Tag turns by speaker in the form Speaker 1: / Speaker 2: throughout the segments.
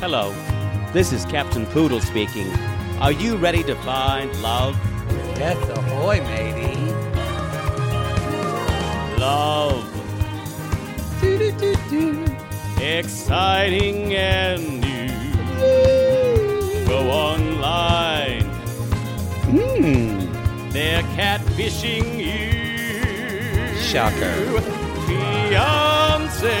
Speaker 1: Hello, this is Captain Poodle speaking. Are you ready to find love?
Speaker 2: Death ahoy, matey.
Speaker 1: Love. Exciting and new. Go online.
Speaker 2: Hmm.
Speaker 1: They're catfishing you.
Speaker 3: Shocker.
Speaker 1: Fiance.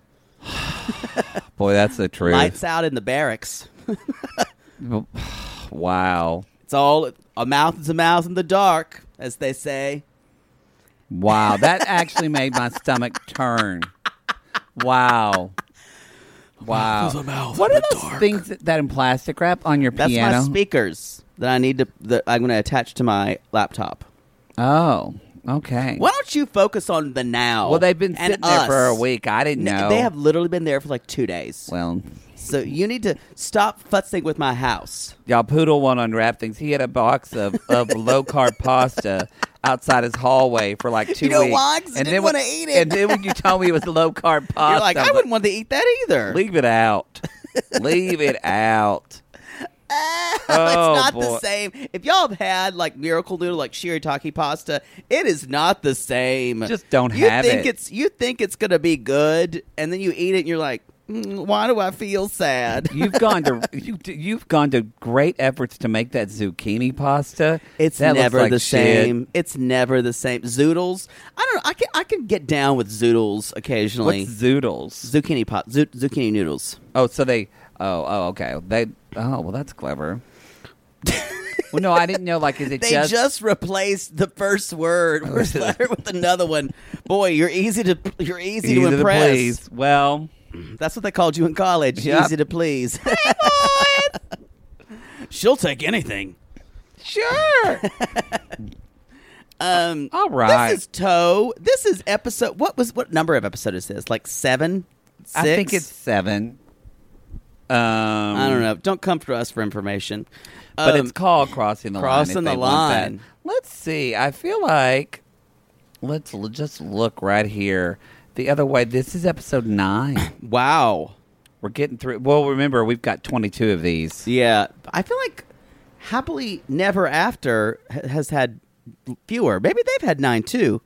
Speaker 4: boy, that's the truth.
Speaker 5: Lights out in the barracks.
Speaker 4: Wow,
Speaker 5: It's all a mouth is a mouth in the dark, as they say.
Speaker 4: wow, that actually made my stomach turn. Wow, wow. what are those things that, that in plastic wrap on your
Speaker 5: That's
Speaker 4: piano?
Speaker 5: my speakers that I need to that I'm going to attach to my laptop.
Speaker 4: oh, okay.
Speaker 5: Why don't you focus on the now?
Speaker 4: Well, they've been
Speaker 5: and
Speaker 4: sitting there for a
Speaker 5: us?
Speaker 4: week. I didn't
Speaker 5: N-
Speaker 4: know.
Speaker 5: They have literally been there for like two days.
Speaker 4: Well,
Speaker 5: So you need to stop futzing with my house.
Speaker 4: Y'all, Poodle won't unwrap things. He had a box of, of low carb pasta outside his hallway for like two
Speaker 5: You know
Speaker 4: weeks.
Speaker 5: why? 'Cause I didn't
Speaker 4: then when-
Speaker 5: wanna eat it.
Speaker 4: And then when you told me it was low carb pasta,
Speaker 5: You're like,
Speaker 4: I
Speaker 5: I
Speaker 4: was
Speaker 5: wouldn't want to eat that either.
Speaker 4: leave it out. leave it out. oh,
Speaker 5: it's not
Speaker 4: boy.
Speaker 5: the same. If y'all have had like miracle noodle, like shirataki pasta, it is not the same.
Speaker 4: Just don't
Speaker 5: you
Speaker 4: have
Speaker 5: think
Speaker 4: it.
Speaker 5: It's you think it's gonna be good, and then you eat it, and you're like, "Mm, why do I feel sad?
Speaker 4: You've gone to you, you've gone to great efforts to make that zucchini pasta.
Speaker 5: It's
Speaker 4: That looks
Speaker 5: never
Speaker 4: like
Speaker 5: the
Speaker 4: shit.
Speaker 5: same. It's never the same. Zoodles. I don't. know. I can. I can get down with zoodles occasionally.
Speaker 4: What's zoodles?
Speaker 5: zucchini pot. Zu- zucchini noodles.
Speaker 4: Oh, so they. Oh, oh, okay. They. Oh, well, that's clever. well, no, I didn't know. Like, is it
Speaker 5: They just, replaced the first word, first letter, with another one. Boy, you're easy to. You're easy,
Speaker 4: easy
Speaker 5: to
Speaker 4: to
Speaker 5: impress.
Speaker 4: please? Well.
Speaker 5: That's what they called you in college.
Speaker 4: Yep.
Speaker 5: Easy to please. She'll take anything.
Speaker 4: Sure.
Speaker 5: Um,
Speaker 4: All right.
Speaker 5: This is Toe. This is episode. What was what number of episode is this? Like seven, six?
Speaker 4: I think it's seven. Um,
Speaker 5: I don't know. Don't come to us for information.
Speaker 4: but
Speaker 5: Um,
Speaker 4: it's called crossing the
Speaker 5: Crossing
Speaker 4: line.
Speaker 5: the
Speaker 4: if they want that.
Speaker 5: Line.
Speaker 4: Let's see. I feel like let's l- just look right here. The other way. This is episode nine.
Speaker 5: wow.
Speaker 4: We're getting through. Well, remember we've got twenty-two of these.
Speaker 5: Yeah, I feel like happily never after ha- has had fewer. Maybe they've had nine too.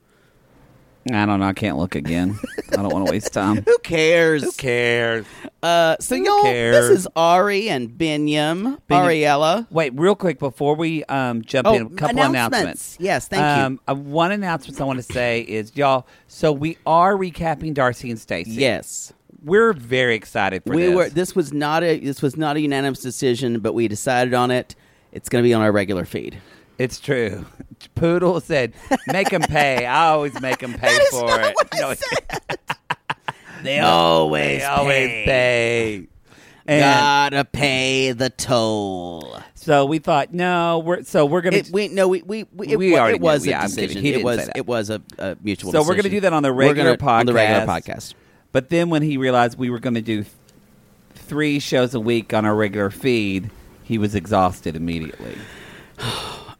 Speaker 4: I don't know. I can't look again. I don't want to waste time.
Speaker 5: Who cares?
Speaker 4: cares?
Speaker 5: Uh, so y'all,
Speaker 4: cares?
Speaker 5: this is Ari and Binyam, Ariella.
Speaker 4: Wait, real quick before we um, jump
Speaker 5: Oh,
Speaker 4: in, a couple
Speaker 5: announcements.
Speaker 4: announcements.
Speaker 5: Yes, thank you.
Speaker 4: you. one announcement I want to say is, y'all. So we are recapping Darcy and Stacy.
Speaker 5: Yes.
Speaker 4: we're very excited for
Speaker 5: we
Speaker 4: this.
Speaker 5: were this was not a this was not a unanimous decision but we decided on it it's going to be on our regular feed
Speaker 4: it's true. Poodle said, "Make them pay." I always make them pay for it. No, it's-
Speaker 5: they always
Speaker 4: they always pay. And
Speaker 5: gotta pay the toll
Speaker 4: so we thought, no, we're so we're gonna.
Speaker 5: it, we no we we, we, it,
Speaker 4: We
Speaker 5: wa-
Speaker 4: already
Speaker 5: it was a
Speaker 4: knew. Yeah, I'm kidding.
Speaker 5: decision
Speaker 4: He
Speaker 5: it
Speaker 4: didn't
Speaker 5: was
Speaker 4: say that.
Speaker 5: it was a, a mutual
Speaker 4: so we're gonna
Speaker 5: decision.
Speaker 4: do that on the
Speaker 5: We're
Speaker 4: regular
Speaker 5: gonna-
Speaker 4: podcast.
Speaker 5: on the regular podcast
Speaker 4: But then when he realized we were going to do th- three shows a week on our regular feed, he was exhausted immediately.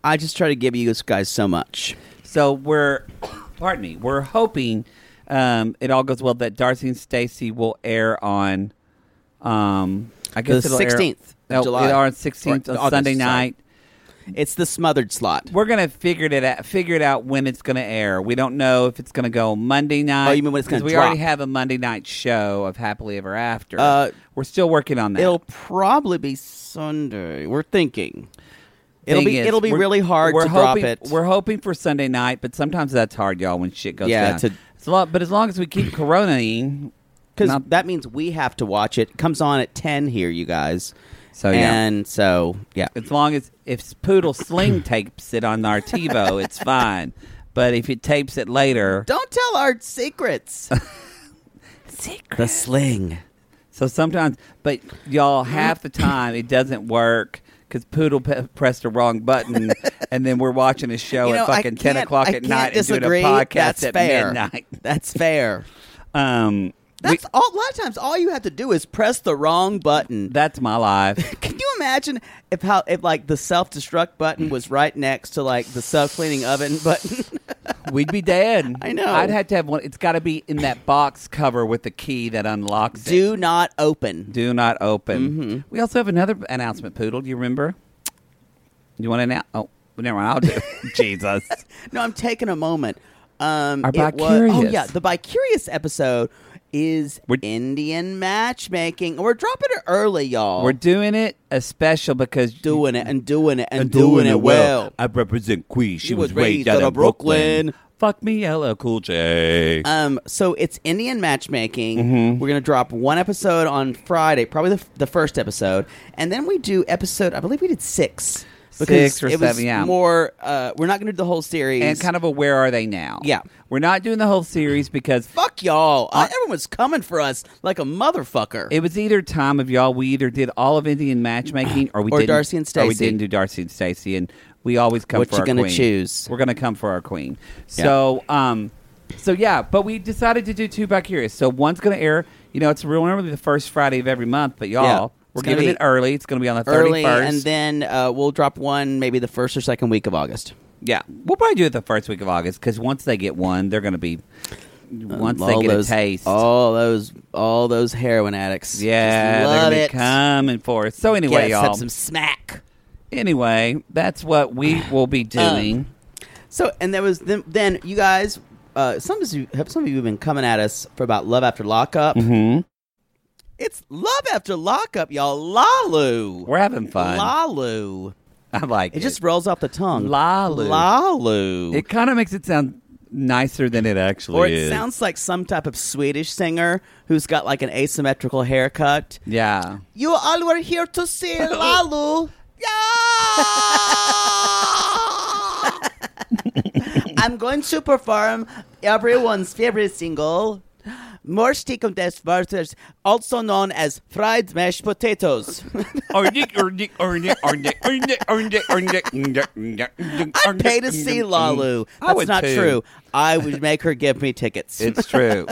Speaker 5: i just try to give you guys so much
Speaker 4: So we're, pardon me, we're hoping um, it all goes well that Darcy and Stacy will air on, um, I guess
Speaker 5: The
Speaker 4: it'll air-
Speaker 5: 16th of
Speaker 4: No,
Speaker 5: July.
Speaker 4: It are on sixteenth
Speaker 5: Or
Speaker 4: on
Speaker 5: August,
Speaker 4: Sunday
Speaker 5: sorry.
Speaker 4: night.
Speaker 5: it's the smothered slot
Speaker 4: We're gonna figure it out. Figure it out when it's gonna air. We don't know if it's gonna go Monday night.
Speaker 5: Oh, you mean when it's
Speaker 4: 'cause
Speaker 5: gonna
Speaker 4: We
Speaker 5: drop.
Speaker 4: already have a Monday night show of Happily Ever After.
Speaker 5: Uh,
Speaker 4: We're still working on that.
Speaker 5: it'll probably be sunday we're thinking it'll
Speaker 4: Thing
Speaker 5: be
Speaker 4: is,
Speaker 5: it'll be
Speaker 4: we're-
Speaker 5: really hard
Speaker 4: we're
Speaker 5: to
Speaker 4: hoping,
Speaker 5: drop it
Speaker 4: We're hoping for Sunday night, but sometimes that's hard, y'all. When shit goes
Speaker 5: Yeah,
Speaker 4: down.
Speaker 5: to-
Speaker 4: It's a lot, but as long as we keep coronaing,
Speaker 5: because
Speaker 4: Not-
Speaker 5: that means we have to watch it. Comes on at ten here, you guys.
Speaker 4: So, yeah.
Speaker 5: and so yeah,
Speaker 4: as long as if Poodle Sling tapes it on our TiVo, it's fine. But if it tapes it later,
Speaker 5: don't tell our secrets. The sling.
Speaker 4: so sometimes, but y'all, half the time it doesn't work because Poodle pe- pressed the wrong button, and then we're watching a show
Speaker 5: You know,
Speaker 4: Oh, at fucking
Speaker 5: I
Speaker 4: ten
Speaker 5: can't-
Speaker 4: o'clock
Speaker 5: I
Speaker 4: at
Speaker 5: can't
Speaker 4: night
Speaker 5: disagree.
Speaker 4: and doing a podcast
Speaker 5: That's
Speaker 4: at
Speaker 5: fair.
Speaker 4: midnight.
Speaker 5: That's fair.
Speaker 4: Um,
Speaker 5: That's all. A lot of times, all you have to do is press the wrong button.
Speaker 4: That's my life.
Speaker 5: Can you imagine if how if like the self destruct button was right next to like the self cleaning oven button?
Speaker 4: We'd be dead.
Speaker 5: I know.
Speaker 4: I'd have to have one. It's got to be in that box cover with the key that unlocks it.
Speaker 5: do not open.
Speaker 4: Do not open.
Speaker 5: Mm-hmm.
Speaker 4: We also have another announcement, Poodle. Do you remember? You want to announce? Oh, never mind. I'll do it. Jesus.
Speaker 5: No, I'm taking a moment. Um,
Speaker 4: Our
Speaker 5: it was- oh
Speaker 4: Bicurious.
Speaker 5: yeah, the Bicurious episode is
Speaker 4: We're-
Speaker 5: Indian matchmaking. We're dropping it early, y'all.
Speaker 4: We're doing it a special because
Speaker 5: doing it and doing it and, doing, it well.
Speaker 4: I represent Queen. She,
Speaker 5: She
Speaker 4: was,
Speaker 5: was
Speaker 4: raised
Speaker 5: raised
Speaker 4: out
Speaker 5: out
Speaker 4: of
Speaker 5: of Brooklyn.
Speaker 4: Brooklyn. Fuck me, LL Cool J.
Speaker 5: Um, so it's Indian matchmaking.
Speaker 4: Mm-hmm.
Speaker 5: We're gonna drop one episode on Friday, probably the, the first episode, and then we do episode. I believe we did six
Speaker 4: Six or
Speaker 5: it was
Speaker 4: seven, yeah.
Speaker 5: More. Uh, we're not gonna do the whole series.
Speaker 4: and kind of a where are they now?
Speaker 5: Yeah.
Speaker 4: we're not doing the whole series because
Speaker 5: fuck y'all.
Speaker 4: Uh,
Speaker 5: I- everyone's coming for us like a motherfucker.
Speaker 4: It was either time of y'all. We either did all of Indian matchmaking, or we
Speaker 5: Or
Speaker 4: didn't,
Speaker 5: Darcy and
Speaker 4: or we
Speaker 5: Stacey.
Speaker 4: didn't do Darcy and Stacy. And we always come
Speaker 5: What
Speaker 4: for
Speaker 5: you
Speaker 4: our
Speaker 5: gonna
Speaker 4: queen.
Speaker 5: choose?
Speaker 4: We're gonna come for our queen. So, um, so yeah. But we decided to do two Bacurious. So one's gonna air. You know, it's real normally the first Friday of every month, but y'all,
Speaker 5: Yeah.
Speaker 4: we're
Speaker 5: It's gonna
Speaker 4: giving
Speaker 5: be
Speaker 4: it early. It's gonna be on the
Speaker 5: early,
Speaker 4: thirty first,
Speaker 5: and then uh, we'll drop one maybe the first or second week of August.
Speaker 4: yeah, we'll probably do it the first week of August because once they get one, they're gonna be once they
Speaker 5: All
Speaker 4: get
Speaker 5: those-
Speaker 4: a taste.
Speaker 5: all those, all those heroin addicts.
Speaker 4: yeah,
Speaker 5: Just
Speaker 4: they're
Speaker 5: love
Speaker 4: gonna
Speaker 5: it.
Speaker 4: be coming for us. So
Speaker 5: Get
Speaker 4: anyway,
Speaker 5: us
Speaker 4: y'all,
Speaker 5: up some smack.
Speaker 4: Anyway, that's what we will be doing.
Speaker 5: So, and there was then, then you guys. Uh, some of you have some of you have been coming at us for about love after lockup.
Speaker 4: Mm-hmm.
Speaker 5: It's love after lockup, y'all. Lalu,
Speaker 4: We're having fun.
Speaker 5: Lalu.
Speaker 4: I like it.
Speaker 5: It just rolls off the tongue.
Speaker 4: Lalu.
Speaker 5: Lalu.
Speaker 4: it kind of makes it sound nicer than it actually
Speaker 5: or it
Speaker 4: is.
Speaker 5: sounds like some type of Swedish singer who's got like an asymmetrical haircut.
Speaker 4: yeah.
Speaker 5: You all were here to see Lalu. Yeah! I'm going to perform everyone's favorite single, Morstikum des Wörters, also known as fried mashed potatoes. I
Speaker 4: I'd
Speaker 5: pay to see Lalu.
Speaker 4: I
Speaker 5: That's
Speaker 4: would
Speaker 5: not
Speaker 4: too.
Speaker 5: true. I would make her give me tickets.
Speaker 4: It's true.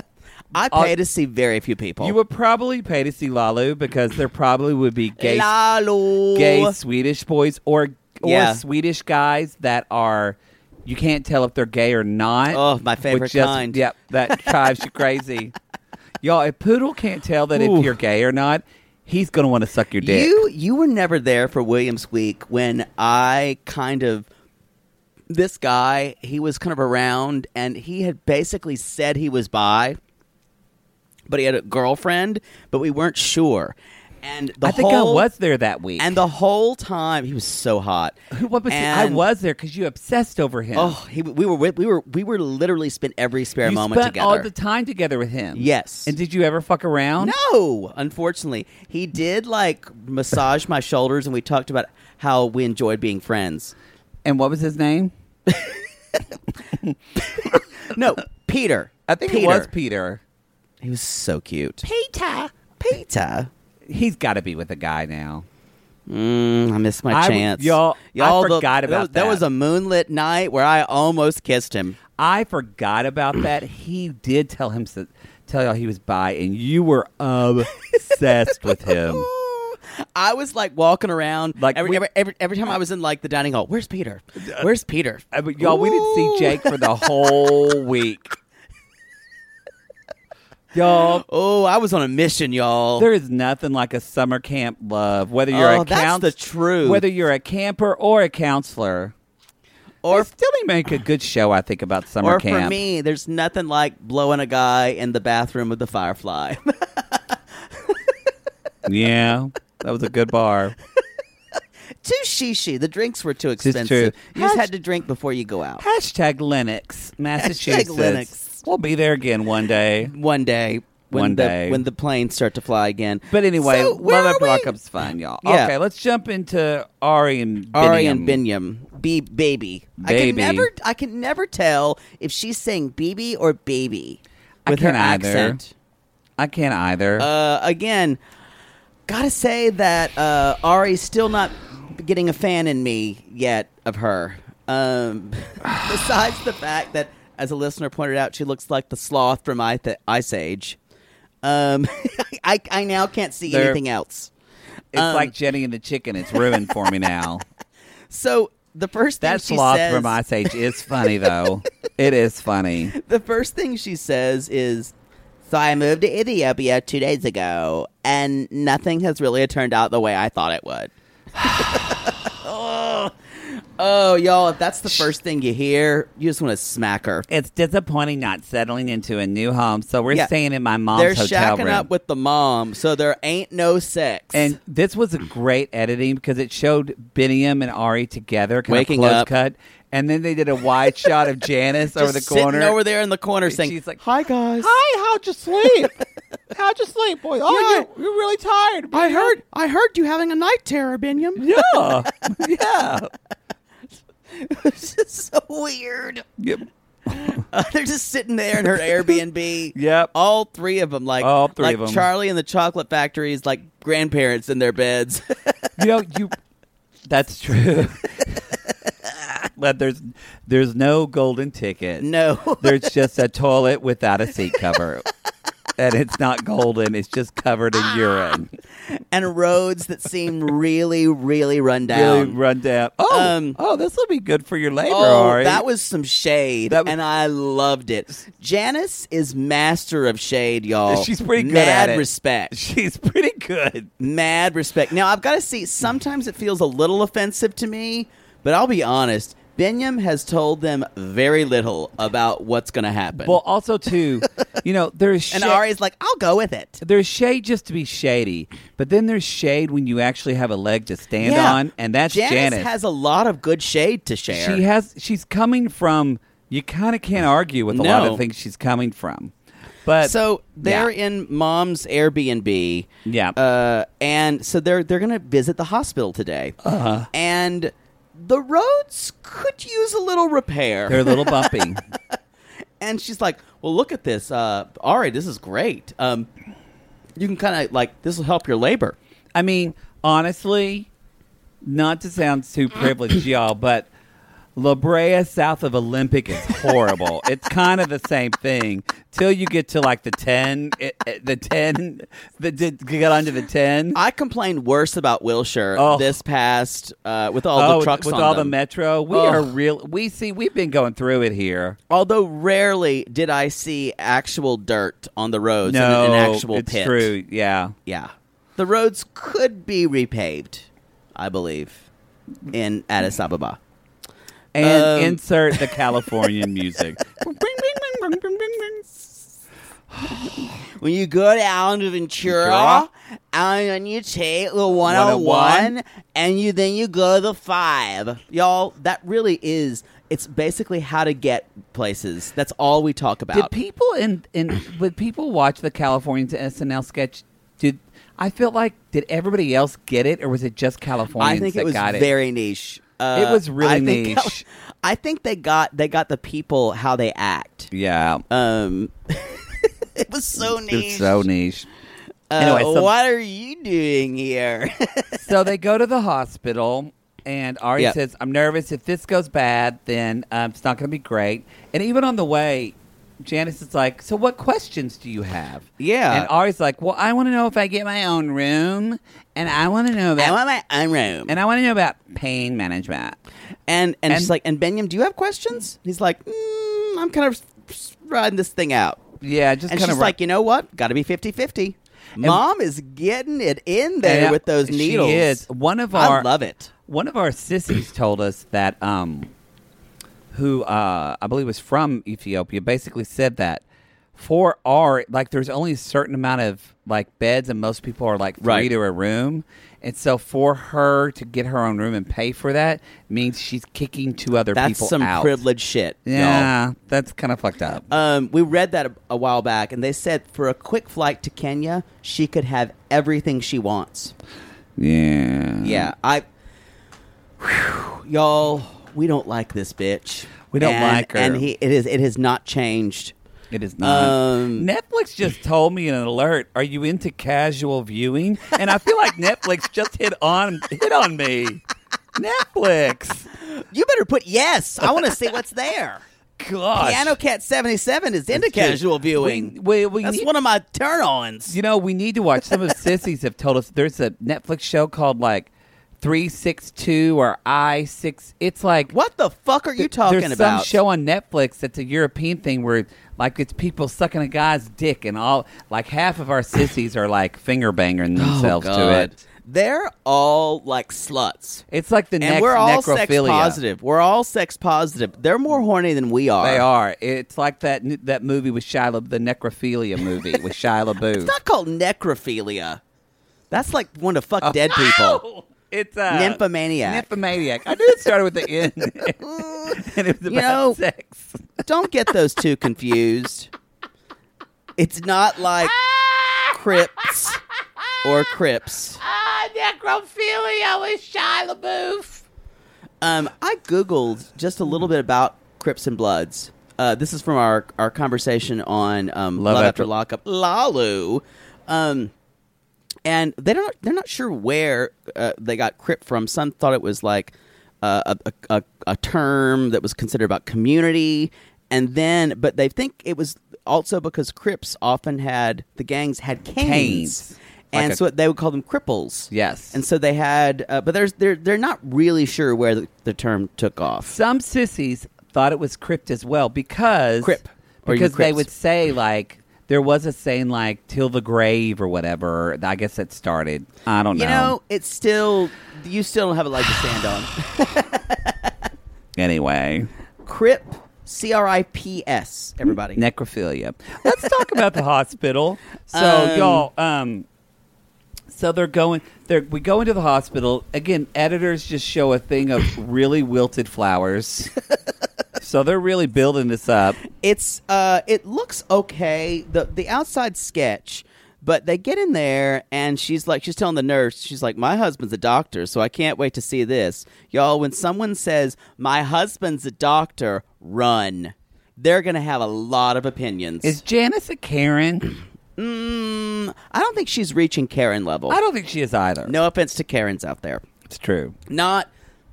Speaker 5: I pay to see very few people.
Speaker 4: you would probably pay to see Lalu because there probably would be gay,
Speaker 5: Lalu.
Speaker 4: gay Swedish boys or or
Speaker 5: Yeah.
Speaker 4: Swedish guys that are you can't tell if they're gay or not.
Speaker 5: Oh, my
Speaker 4: which
Speaker 5: favorite
Speaker 4: just-
Speaker 5: kind.
Speaker 4: Yep, that drives you crazy. Y'all, if Poodle can't tell that if you're gay or not, he's gonna want to suck your dick.
Speaker 5: You you were never there for Williams Week when I kind of this guy he was kind of around and he had basically said he was bi, but he had a girlfriend, but we weren't sure. And the
Speaker 4: I think
Speaker 5: whole,
Speaker 4: I was there that week.
Speaker 5: and the whole time he was so hot.
Speaker 4: what was he- I
Speaker 5: And-
Speaker 4: was there because you obsessed over him.
Speaker 5: Oh, he, we were with- we were we were literally spent every spare
Speaker 4: you
Speaker 5: moment
Speaker 4: spent
Speaker 5: together.
Speaker 4: all the time together with him.
Speaker 5: Yes.
Speaker 4: And did you ever fuck around?
Speaker 5: No, unfortunately, he did like massage my shoulders, and we talked about how we enjoyed being friends.
Speaker 4: And what was his name?
Speaker 5: No, Peter.
Speaker 4: I think it was Peter.
Speaker 5: He was so cute. Peter. Peter.
Speaker 4: He's got to be with a guy now.
Speaker 5: Mm, I missed my
Speaker 4: I-
Speaker 5: chance,
Speaker 4: y'all- I
Speaker 5: the-
Speaker 4: forgot about
Speaker 5: there- There was
Speaker 4: that.
Speaker 5: a moonlit night where I almost kissed him.
Speaker 4: I forgot about that. He did tell him tell y'all he was bi, and you were obsessed with him.
Speaker 5: I was like walking around, like
Speaker 4: Like,
Speaker 5: every,
Speaker 4: we- Uh,
Speaker 5: every, every every time I was in like the dining hall. Where's Peter? Where's Peter?
Speaker 4: I mean, y'all, we didn't see
Speaker 5: Ooh.
Speaker 4: Jake for the whole week. Y'all,
Speaker 5: Oh, I was on a mission, y'all.
Speaker 4: there is nothing like a summer camp love. Whether you're
Speaker 5: Oh,
Speaker 4: a
Speaker 5: that's
Speaker 4: counsel-
Speaker 5: the truth.
Speaker 4: Whether you're a camper or a counselor, or still they make a good show. I think about summer
Speaker 5: or
Speaker 4: camp.
Speaker 5: for me, there's nothing like blowing a guy in the bathroom with the firefly.
Speaker 4: Yeah, that was a good bar.
Speaker 5: too shishi. The drinks were too
Speaker 4: is
Speaker 5: expensive.
Speaker 4: true.
Speaker 5: You just
Speaker 4: Hash-
Speaker 5: had to drink before you go out.
Speaker 4: Hashtag Linux, Massachusetts.
Speaker 5: Linux.
Speaker 4: We'll be there again one day.
Speaker 5: One day. When
Speaker 4: One
Speaker 5: the,
Speaker 4: day.
Speaker 5: When the planes start to fly again.
Speaker 4: But anyway,
Speaker 5: So, where
Speaker 4: Love
Speaker 5: are
Speaker 4: After
Speaker 5: we?
Speaker 4: Lockup's fine, y'all.
Speaker 5: Yeah.
Speaker 4: Okay, let's jump into Ari and Biniam.
Speaker 5: Ari and Binyam. Be- baby. I
Speaker 4: Baby.
Speaker 5: can never I can never tell if she's saying BB or baby
Speaker 4: I
Speaker 5: with her
Speaker 4: can't either.
Speaker 5: accent.
Speaker 4: I can't either.
Speaker 5: Uh, again, gotta say that uh, Ari's still not getting a fan in me yet of her. Um, besides the fact that, as a listener pointed out, she looks like the sloth from I- Ice Age. Um, I I now can't see
Speaker 4: They're-
Speaker 5: anything else.
Speaker 4: It's like Jenny and the chicken. It's ruined for me now.
Speaker 5: So the first thing
Speaker 4: That
Speaker 5: she
Speaker 4: sloth
Speaker 5: says,
Speaker 4: from Ice Age is funny though. it is funny.
Speaker 5: the first thing she says is, "So I moved to Ethiopia two days ago, and nothing has really turned out the way I thought it would." oh, oh, y'all! If that's the first thing you hear, you just want to smack her.
Speaker 4: It's disappointing not settling into a new home. So we're
Speaker 5: Yeah.
Speaker 4: staying in my mom's
Speaker 5: They're
Speaker 4: hotel
Speaker 5: shacking
Speaker 4: room.
Speaker 5: up with the mom, so there ain't no sex.
Speaker 4: and this was a great editing because it showed Biniam and Ari together, kind
Speaker 5: Waking
Speaker 4: of close
Speaker 5: up.
Speaker 4: cut, and then they did a wide shot of Janice over the
Speaker 5: Just
Speaker 4: corner.
Speaker 5: sitting over there in the corner, saying,
Speaker 4: She's like,
Speaker 5: "Hi guys,
Speaker 6: Hi, how'd you sleep? how'd you sleep, boy? Oh,
Speaker 5: Yeah.
Speaker 6: you, you're really tired.
Speaker 5: I heard-
Speaker 6: I heard you having a night terror, Binyam.
Speaker 4: yeah, yeah,
Speaker 5: It's just so weird."
Speaker 4: yep.
Speaker 5: Uh, they're just sitting there in her Airbnb.
Speaker 4: Yep.
Speaker 5: All three of them, like
Speaker 4: All three
Speaker 5: like
Speaker 4: of 'em.
Speaker 5: Charlie and the Chocolate Factory's like grandparents in their beds.
Speaker 4: You know, you. That's true. but there's there's no golden ticket.
Speaker 5: no,
Speaker 4: There's just a toilet without a seat cover. And it's not golden, it's just covered in urine.
Speaker 5: and roads that seem really, really run down.
Speaker 4: Really run down. Oh,
Speaker 5: Um,
Speaker 4: oh, this will be good for your labor,
Speaker 5: Oh,
Speaker 4: Ari.
Speaker 5: that was some shade,
Speaker 4: That was-
Speaker 5: and I loved it. Janice is master of shade, y'all.
Speaker 4: She's pretty good
Speaker 5: Mad
Speaker 4: at it.
Speaker 5: respect.
Speaker 4: She's pretty good.
Speaker 5: mad respect. Now I've got to see. Sometimes it feels a little offensive to me, but I'll be honest. Benyam has told them very little about what's going to happen.
Speaker 4: Well, also too, you know, there's
Speaker 5: and
Speaker 4: shade-
Speaker 5: Ari's like, "I'll go with it."
Speaker 4: there's shade just to be shady, but then there's shade when you actually have a leg to stand on, and that's
Speaker 5: Janice,
Speaker 4: Janice.
Speaker 5: has a lot of good shade to share.
Speaker 4: she has she's coming from you kind of can't argue with a lot
Speaker 5: No.
Speaker 4: of things she's coming from. But
Speaker 5: so they're
Speaker 4: yeah.
Speaker 5: in mom's Airbnb.
Speaker 4: Yeah.
Speaker 5: Uh, and so they're they're going to visit the hospital today. Uh-huh. And the roads could use a little repair.
Speaker 4: they're a little bumpy.
Speaker 5: and she's like, "Well, look at this, uh, Ari. This is great. Um, you can kind of like this will help your labor."
Speaker 4: I mean, honestly, not to sound too privileged, y'all, but La Brea south of Olympic is horrible. it's kind of the same thing till you get to like the ten, it, it- the ten, the, the get onto the ten.
Speaker 5: I complained worse about Wilshire
Speaker 4: Oh.
Speaker 5: this past uh, with all
Speaker 4: oh,
Speaker 5: the trucks
Speaker 4: with
Speaker 5: on
Speaker 4: all the
Speaker 5: them.
Speaker 4: metro, we
Speaker 5: Ugh.
Speaker 4: are real. We see we've been going through it here.
Speaker 5: Although rarely did I see actual dirt on the roads
Speaker 4: no,
Speaker 5: in Oh, an actual
Speaker 4: it's
Speaker 5: pit.
Speaker 4: true. Yeah,
Speaker 5: Yeah, the roads could be repaved, I believe, in Addis Ababa.
Speaker 4: and
Speaker 5: Um,
Speaker 4: insert the Californian music.
Speaker 5: When you go down to Ventura, and then you take the 101,
Speaker 4: 101,
Speaker 5: and you then you go to the five. Y'all, that really is. It's basically how to get places. That's all we talk
Speaker 4: Did
Speaker 5: about.
Speaker 4: people in in would people watch the Californians SNL sketch? Did I feel like did everybody else get it, or was it just Californians
Speaker 5: I think
Speaker 4: that
Speaker 5: it was
Speaker 4: got
Speaker 5: very niche. Uh,
Speaker 4: It was really
Speaker 5: I think-
Speaker 4: niche.
Speaker 5: I think they got they got the people how they act.
Speaker 4: it? Yeah,
Speaker 5: Um, it was so niche.
Speaker 4: it's so niche.
Speaker 5: Uh,
Speaker 4: anyway, so-
Speaker 5: what are you doing here?
Speaker 4: so they go to the hospital, and Ari
Speaker 5: Yep.
Speaker 4: says, "I'm nervous. If this goes bad, then um, it's not going to be great." And even on the way, Janice is like, "So what questions do you have?"
Speaker 5: Yeah.
Speaker 4: and Ari's like, "Well, I want to know if I get my own room, and I want to know
Speaker 5: I
Speaker 4: about."
Speaker 5: want my own room.
Speaker 4: and I want to know about pain management.
Speaker 5: And and,
Speaker 4: And-
Speaker 5: she's like, and Benyam, do you have questions? He's like, mm, I'm kind of s- riding this thing out.
Speaker 4: Yeah, just
Speaker 5: and
Speaker 4: kind
Speaker 5: she's
Speaker 4: of
Speaker 5: like, you know what? Got to be 50-50. Mom is getting it in there
Speaker 4: Yeah,
Speaker 5: with those
Speaker 4: she
Speaker 5: needles.
Speaker 4: is. One of
Speaker 5: I
Speaker 4: our-
Speaker 5: love it.
Speaker 4: One of our sissies told us that, um, who uh, I believe was from Ethiopia, basically said that for our like, there's only a certain amount of like beds, and most people are like three
Speaker 5: Right.
Speaker 4: to a room, and so for her to get her own room and pay for that means she's kicking two other
Speaker 5: That's
Speaker 4: people
Speaker 5: some
Speaker 4: out.
Speaker 5: privileged shit. y'all.
Speaker 4: Yeah, that's kind of fucked up.
Speaker 5: Um, we read that a, a while back, and they said for a quick flight to Kenya, she could have everything she wants.
Speaker 4: yeah,
Speaker 5: Yeah, I. Whew, y'all, we don't like this bitch.
Speaker 4: We don't
Speaker 5: And-
Speaker 4: like her.
Speaker 5: and he it is it has not changed.
Speaker 4: It is not.
Speaker 5: Um,
Speaker 4: Netflix just told me an alert. Are you into casual viewing? And I feel like Netflix just hit on hit on me. Netflix.
Speaker 5: You better put yes. I want to see what's there.
Speaker 4: gosh.
Speaker 5: Piano Cat 77 is into
Speaker 4: Dude,
Speaker 5: casual viewing.
Speaker 4: We, we, we
Speaker 5: That's
Speaker 4: need-
Speaker 5: one of my turn ons.
Speaker 4: you know, we need to watch. Some of the sissies have told us there's a Netflix show called like 362 or I6. It's like.
Speaker 5: What the fuck are you talking
Speaker 4: There's
Speaker 5: about?
Speaker 4: some show on Netflix that's a European thing where, like, it's people sucking a guy's dick, and all like half of our sissies are like finger banging
Speaker 5: Oh,
Speaker 4: themselves to it.
Speaker 5: They're all like sluts.
Speaker 4: It's like the
Speaker 5: and
Speaker 4: next
Speaker 5: we're all sex
Speaker 4: necrophilia.
Speaker 5: positive. We're all sex positive. They're more horny than we are.
Speaker 4: They are. It's like that n- that movie with Shia, La- the necrophilia movie with Shia LaBeouf.
Speaker 5: It's not called necrophilia. That's like one to fuck
Speaker 4: Oh.
Speaker 5: dead people.
Speaker 4: It's uh,
Speaker 5: Nymphomaniac.
Speaker 4: Nymphomaniac. I knew it started with the N, and it was about
Speaker 5: know-
Speaker 4: sex.
Speaker 5: Don't get those two confused. It's not like crypts or crips.
Speaker 4: Ah, Necrophilia with Shia LaBeouf.
Speaker 5: Um, I googled just a little bit about Crips and Bloods. Uh, this is from our, our conversation on um, Love,
Speaker 4: Love
Speaker 5: After,
Speaker 4: After-
Speaker 5: Lockup, Lalu, um, and they don't they're not sure where uh, they got Crip from. Some thought it was like uh, a, a, a a term that was considered about community, and then but they think it was also because Crips often had the gangs had canes,
Speaker 4: Canes.
Speaker 5: and
Speaker 4: Like a-
Speaker 5: so they would call them cripples.
Speaker 4: Yes.
Speaker 5: and so they had, uh, but there's they're they're not really sure where the, the term took off.
Speaker 4: Some sissies thought it was crypt as well because
Speaker 5: Crip. Or you
Speaker 4: because they
Speaker 5: crips.
Speaker 4: would say like there was a saying like till the grave or whatever. I guess that started. I don't
Speaker 5: You know, it's still you still don't have a leg to stand on.
Speaker 4: Anyway.
Speaker 5: Crip, C R I P S. Everybody.
Speaker 4: necrophilia. Let's talk about the hospital. So
Speaker 5: Um,
Speaker 4: y'all, um, so they're going. They're we go into the hospital again. Editors just show a thing of really wilted flowers. so they're really building this up.
Speaker 5: It's uh, it looks okay. the The outside sketch, but they get in there and she's like, she's telling the nurse, she's like, my husband's a doctor, so I can't wait to see this, y'all. When someone says my husband's a doctor, run. They're gonna have a lot of opinions.
Speaker 4: Is Janice a Karen?
Speaker 5: I don't think she's reaching Karen level.
Speaker 4: I don't think she is either.
Speaker 5: No offense to Karens out there,
Speaker 4: it's true.
Speaker 5: not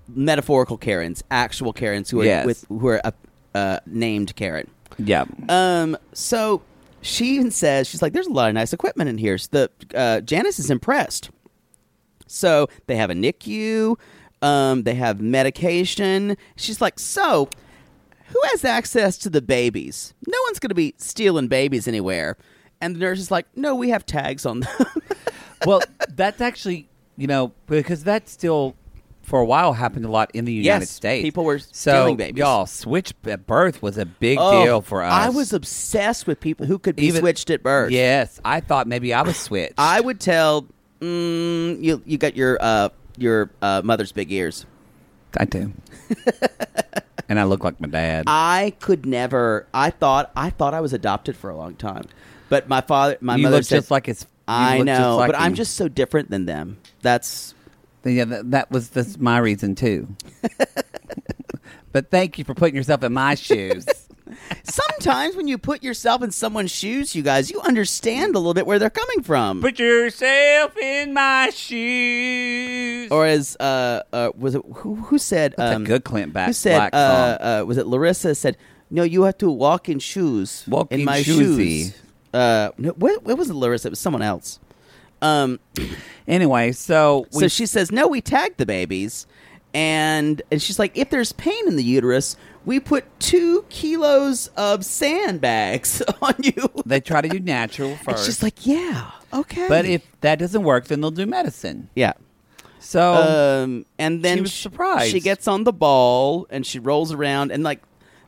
Speaker 5: metaphorical Karens, actual Karens who are
Speaker 4: Yes.
Speaker 5: with who are uh, uh, named Karen.
Speaker 4: Yeah.
Speaker 5: Um, so she even says she's like, "There's a lot of nice equipment in here." So the uh, Janice is impressed. So they have a NICU. Um, they have medication. She's like, "So, who has access to the babies? No one's going to be stealing babies anywhere." And the nurse is like, "No, we have tags on them."
Speaker 4: well, that's actually you know because that still for a while happened a lot in the United
Speaker 5: Yes,
Speaker 4: States.
Speaker 5: people were
Speaker 4: so
Speaker 5: stealing babies.
Speaker 4: Y'all, switch at birth was a big
Speaker 5: Oh,
Speaker 4: deal for us.
Speaker 5: I was obsessed with people who could be switched at birth.
Speaker 4: Yes, I thought maybe I was switched.
Speaker 5: I would tell mm, you. You got your uh, your uh, mother's big ears.
Speaker 4: I do. and I look like my dad.
Speaker 5: I could never. I thought I thought I was adopted for a long time, but my father, my
Speaker 4: you
Speaker 5: mother
Speaker 4: look
Speaker 5: said,
Speaker 4: just like his. you
Speaker 5: I
Speaker 4: look just
Speaker 5: know,
Speaker 4: like
Speaker 5: but I'm
Speaker 4: him.
Speaker 5: just so different than them. That's
Speaker 4: Yeah, that, that was that's my reason too. but thank you for putting yourself in my shoes.
Speaker 5: sometimes when you put yourself in someone's shoes, you guys, you understand a little bit where they're coming from.
Speaker 4: Put yourself in my shoes.
Speaker 5: or as uh, uh was it who who said
Speaker 4: That's a
Speaker 5: um,
Speaker 4: good Clint Black-
Speaker 5: who said
Speaker 4: Black
Speaker 5: uh, uh was it Larissa said no you have to walk in shoes
Speaker 4: Walk
Speaker 5: in
Speaker 4: in
Speaker 5: my
Speaker 4: shoesy.
Speaker 5: shoes uh no what, what was it Larissa it was someone else um
Speaker 4: anyway, so we
Speaker 5: so she says no we tagged the babies and and she's like if there's pain in the uterus we put two kilos of sandbags on you
Speaker 4: they try to do natural
Speaker 5: and
Speaker 4: first.
Speaker 5: she's like yeah okay
Speaker 4: but if that doesn't work, then they'll do medicine.
Speaker 5: yeah
Speaker 4: So
Speaker 5: Um, and then
Speaker 4: Oh. was
Speaker 5: sh-
Speaker 4: surprised.
Speaker 5: She gets on the ball and she rolls around and like,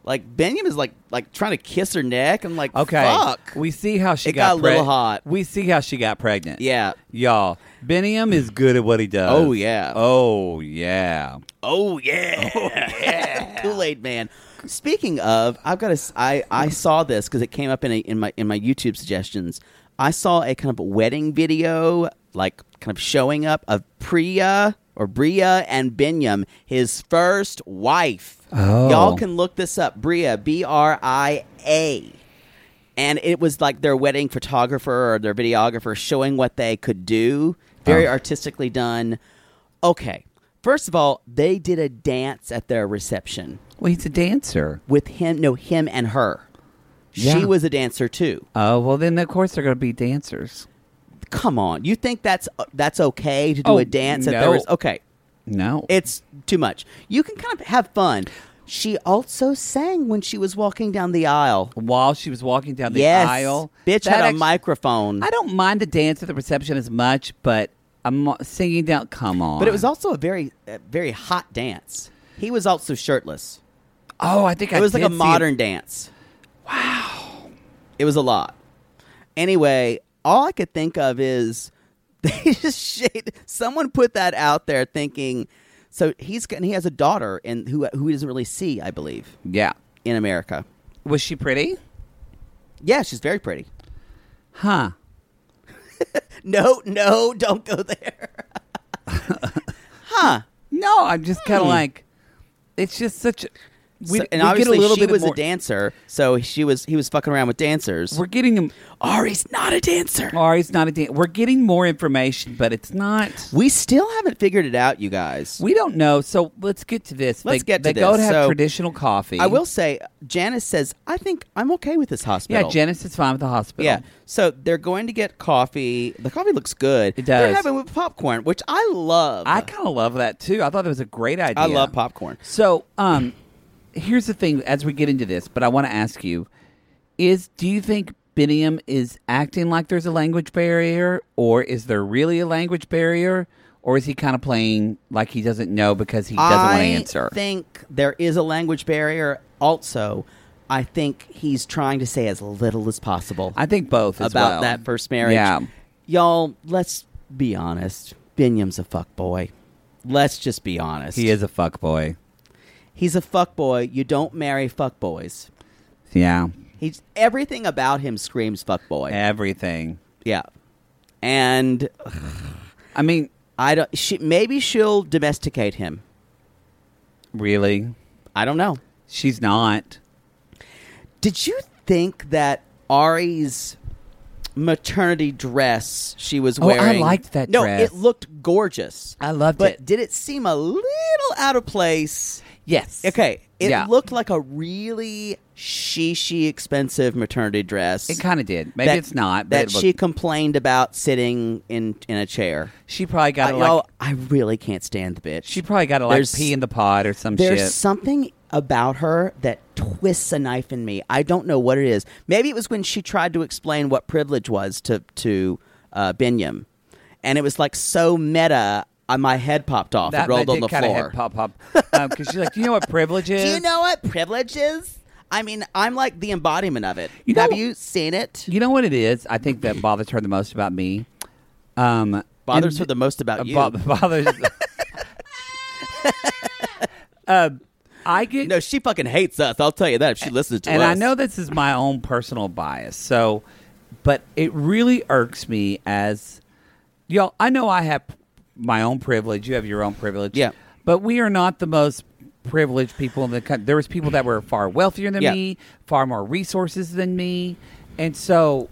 Speaker 5: like Benjamin's like like trying to kiss her neck. I'm like,
Speaker 4: Okay.
Speaker 5: fuck.
Speaker 4: We see how she
Speaker 5: It got a little
Speaker 4: preg-
Speaker 5: hot.
Speaker 4: We see how she got pregnant.
Speaker 5: Yeah.
Speaker 4: Y'all, Beniam is good at what he does.
Speaker 5: Oh, yeah.
Speaker 4: Oh yeah.
Speaker 5: oh yeah, Kool Aid Man. Speaking of, I've got a. s- I I saw this because it came up in a, in my in my YouTube suggestions. I saw a kind of wedding video, like kind of showing up of Priya or Bria and Binyam, his first wife.
Speaker 4: Oh.
Speaker 5: Y'all can look this up. Bria, B R I A. and it was like their wedding photographer or their videographer showing what they could do very artistically done okay first of all they did a dance at their reception
Speaker 4: Well, he's a dancer.
Speaker 5: with him. No, him and her.
Speaker 4: Yeah.
Speaker 5: She was a dancer too.
Speaker 4: Oh well, then of course they're going to be dancers.
Speaker 5: Come on, you think that's uh, that's okay to do
Speaker 4: Oh,
Speaker 5: a dance?
Speaker 4: no.
Speaker 5: That there was okay.
Speaker 4: No,
Speaker 5: It's too much. You can kind of have fun. She also sang when she was walking down the aisle.
Speaker 4: while she was walking down the
Speaker 5: yes,
Speaker 4: aisle,
Speaker 5: bitch
Speaker 4: That
Speaker 5: had a
Speaker 4: act-
Speaker 5: microphone.
Speaker 4: I don't mind the dance at the reception as much, but I'm singing down. Come on,
Speaker 5: But it was also a very, a very hot dance. He was also shirtless.
Speaker 4: oh, I think I
Speaker 5: it was like a
Speaker 4: did see it.
Speaker 5: modern dance. Wow. It was a lot. Anyway, all I could think of is they just shade. Someone put that out there thinking. So he's gonna- he has a daughter and who who he doesn't really see, I believe,
Speaker 4: Yeah,
Speaker 5: in America.
Speaker 4: was she pretty?
Speaker 5: Yeah, she's very pretty.
Speaker 4: Huh?
Speaker 5: No, no, don't go there.
Speaker 4: No, I'm just kind of like, it's just such.
Speaker 5: Hmm.
Speaker 4: We,
Speaker 5: So- and
Speaker 4: we get
Speaker 5: obviously,
Speaker 4: a little
Speaker 5: she
Speaker 4: bit
Speaker 5: was
Speaker 4: more,
Speaker 5: a dancer, so she was he was fucking around with dancers.
Speaker 4: We're getting him.
Speaker 5: Ari's not a dancer.
Speaker 4: Ari's not a dan We're getting more information, but it's not.
Speaker 5: We still haven't figured it out, you guys.
Speaker 4: We don't know, so let's get to this.
Speaker 5: Let's
Speaker 4: they,
Speaker 5: get to
Speaker 4: They go
Speaker 5: this.
Speaker 4: to have
Speaker 5: So,
Speaker 4: traditional coffee.
Speaker 5: I will say, Janice says, I think I'm okay with this
Speaker 4: Yeah,
Speaker 5: hospital.
Speaker 4: Janice is fine with the hospital.
Speaker 5: Yeah. So they're going to get coffee. The coffee looks good.
Speaker 4: It
Speaker 5: They're
Speaker 4: does.
Speaker 5: having it with popcorn, which I love.
Speaker 4: I kind of love that too. I thought that was a great idea.
Speaker 5: I love popcorn.
Speaker 4: So, um, here's the thing: as we get into this, but I want to ask you: Is do you think Biniam is acting like there's a language barrier, or is there really a language barrier, or is he kind of playing like he doesn't know because he doesn't want to
Speaker 5: I
Speaker 4: answer?
Speaker 5: think there is a language barrier. Also, I think he's trying to say as little as possible
Speaker 4: I think both as
Speaker 5: about
Speaker 4: well.
Speaker 5: that first marriage.
Speaker 4: Yeah,
Speaker 5: Y'all, let's be honest. Binyam's a fuckboy. Let's just be honest.
Speaker 4: he is a fuck boy.
Speaker 5: He's a fuckboy. You don't marry fuckboys.
Speaker 4: Yeah,
Speaker 5: He's everything about him screams fuckboy.
Speaker 4: everything.
Speaker 5: Yeah. And
Speaker 4: I mean,
Speaker 5: I don't she, maybe she'll domesticate him.
Speaker 4: really,
Speaker 5: I don't know.
Speaker 4: she's not.
Speaker 5: Did you think that Ari's maternity dress she was
Speaker 4: Oh, I
Speaker 5: wearing?
Speaker 4: liked that
Speaker 5: no,
Speaker 4: dress.
Speaker 5: it looked gorgeous.
Speaker 4: I loved
Speaker 5: but
Speaker 4: it.
Speaker 5: did it seem a little out of place?
Speaker 4: Yes.
Speaker 5: Okay, it
Speaker 4: Yeah.
Speaker 5: looked like a really she expensive maternity dress.
Speaker 4: It kind of did. Maybe
Speaker 5: that-
Speaker 4: it's not. But
Speaker 5: that
Speaker 4: it looked-
Speaker 5: she complained about sitting in in a chair.
Speaker 4: she probably got
Speaker 5: I,
Speaker 4: to like.
Speaker 5: Uh, y'all, I really can't stand the bitch.
Speaker 4: she probably got to like
Speaker 5: There's-
Speaker 4: pee in the pod or some
Speaker 5: There's
Speaker 4: shit.
Speaker 5: something about her that twists a knife in me. I don't know what it is. Maybe it was when she tried to explain what privilege was to to uh, Binyam, and it was like so meta. Uh, my head popped off. it rolled on the
Speaker 4: kinda
Speaker 5: floor.
Speaker 4: head pop pop because she's like, you know what privilege is?
Speaker 5: Do you know what privilege is? I mean, I'm like the embodiment of it.
Speaker 4: You know-
Speaker 5: Have you seen it?
Speaker 4: You know what it is? I think that bothers her the most about me. Um,
Speaker 5: Bothers
Speaker 4: and-
Speaker 5: her the most about
Speaker 4: uh,
Speaker 5: you.
Speaker 4: bo- bothers. Um, I get
Speaker 5: no, she fucking hates us. I'll tell you that if she listens to
Speaker 4: and
Speaker 5: us.
Speaker 4: I know this is my own personal bias. So, but it really irks me as y'all. I know I have my own privilege. You have your own privilege.
Speaker 5: Yeah.
Speaker 4: But we are not the most privileged people in the country. There was people that were far wealthier than
Speaker 5: Yeah.
Speaker 4: me, far more resources than me, and so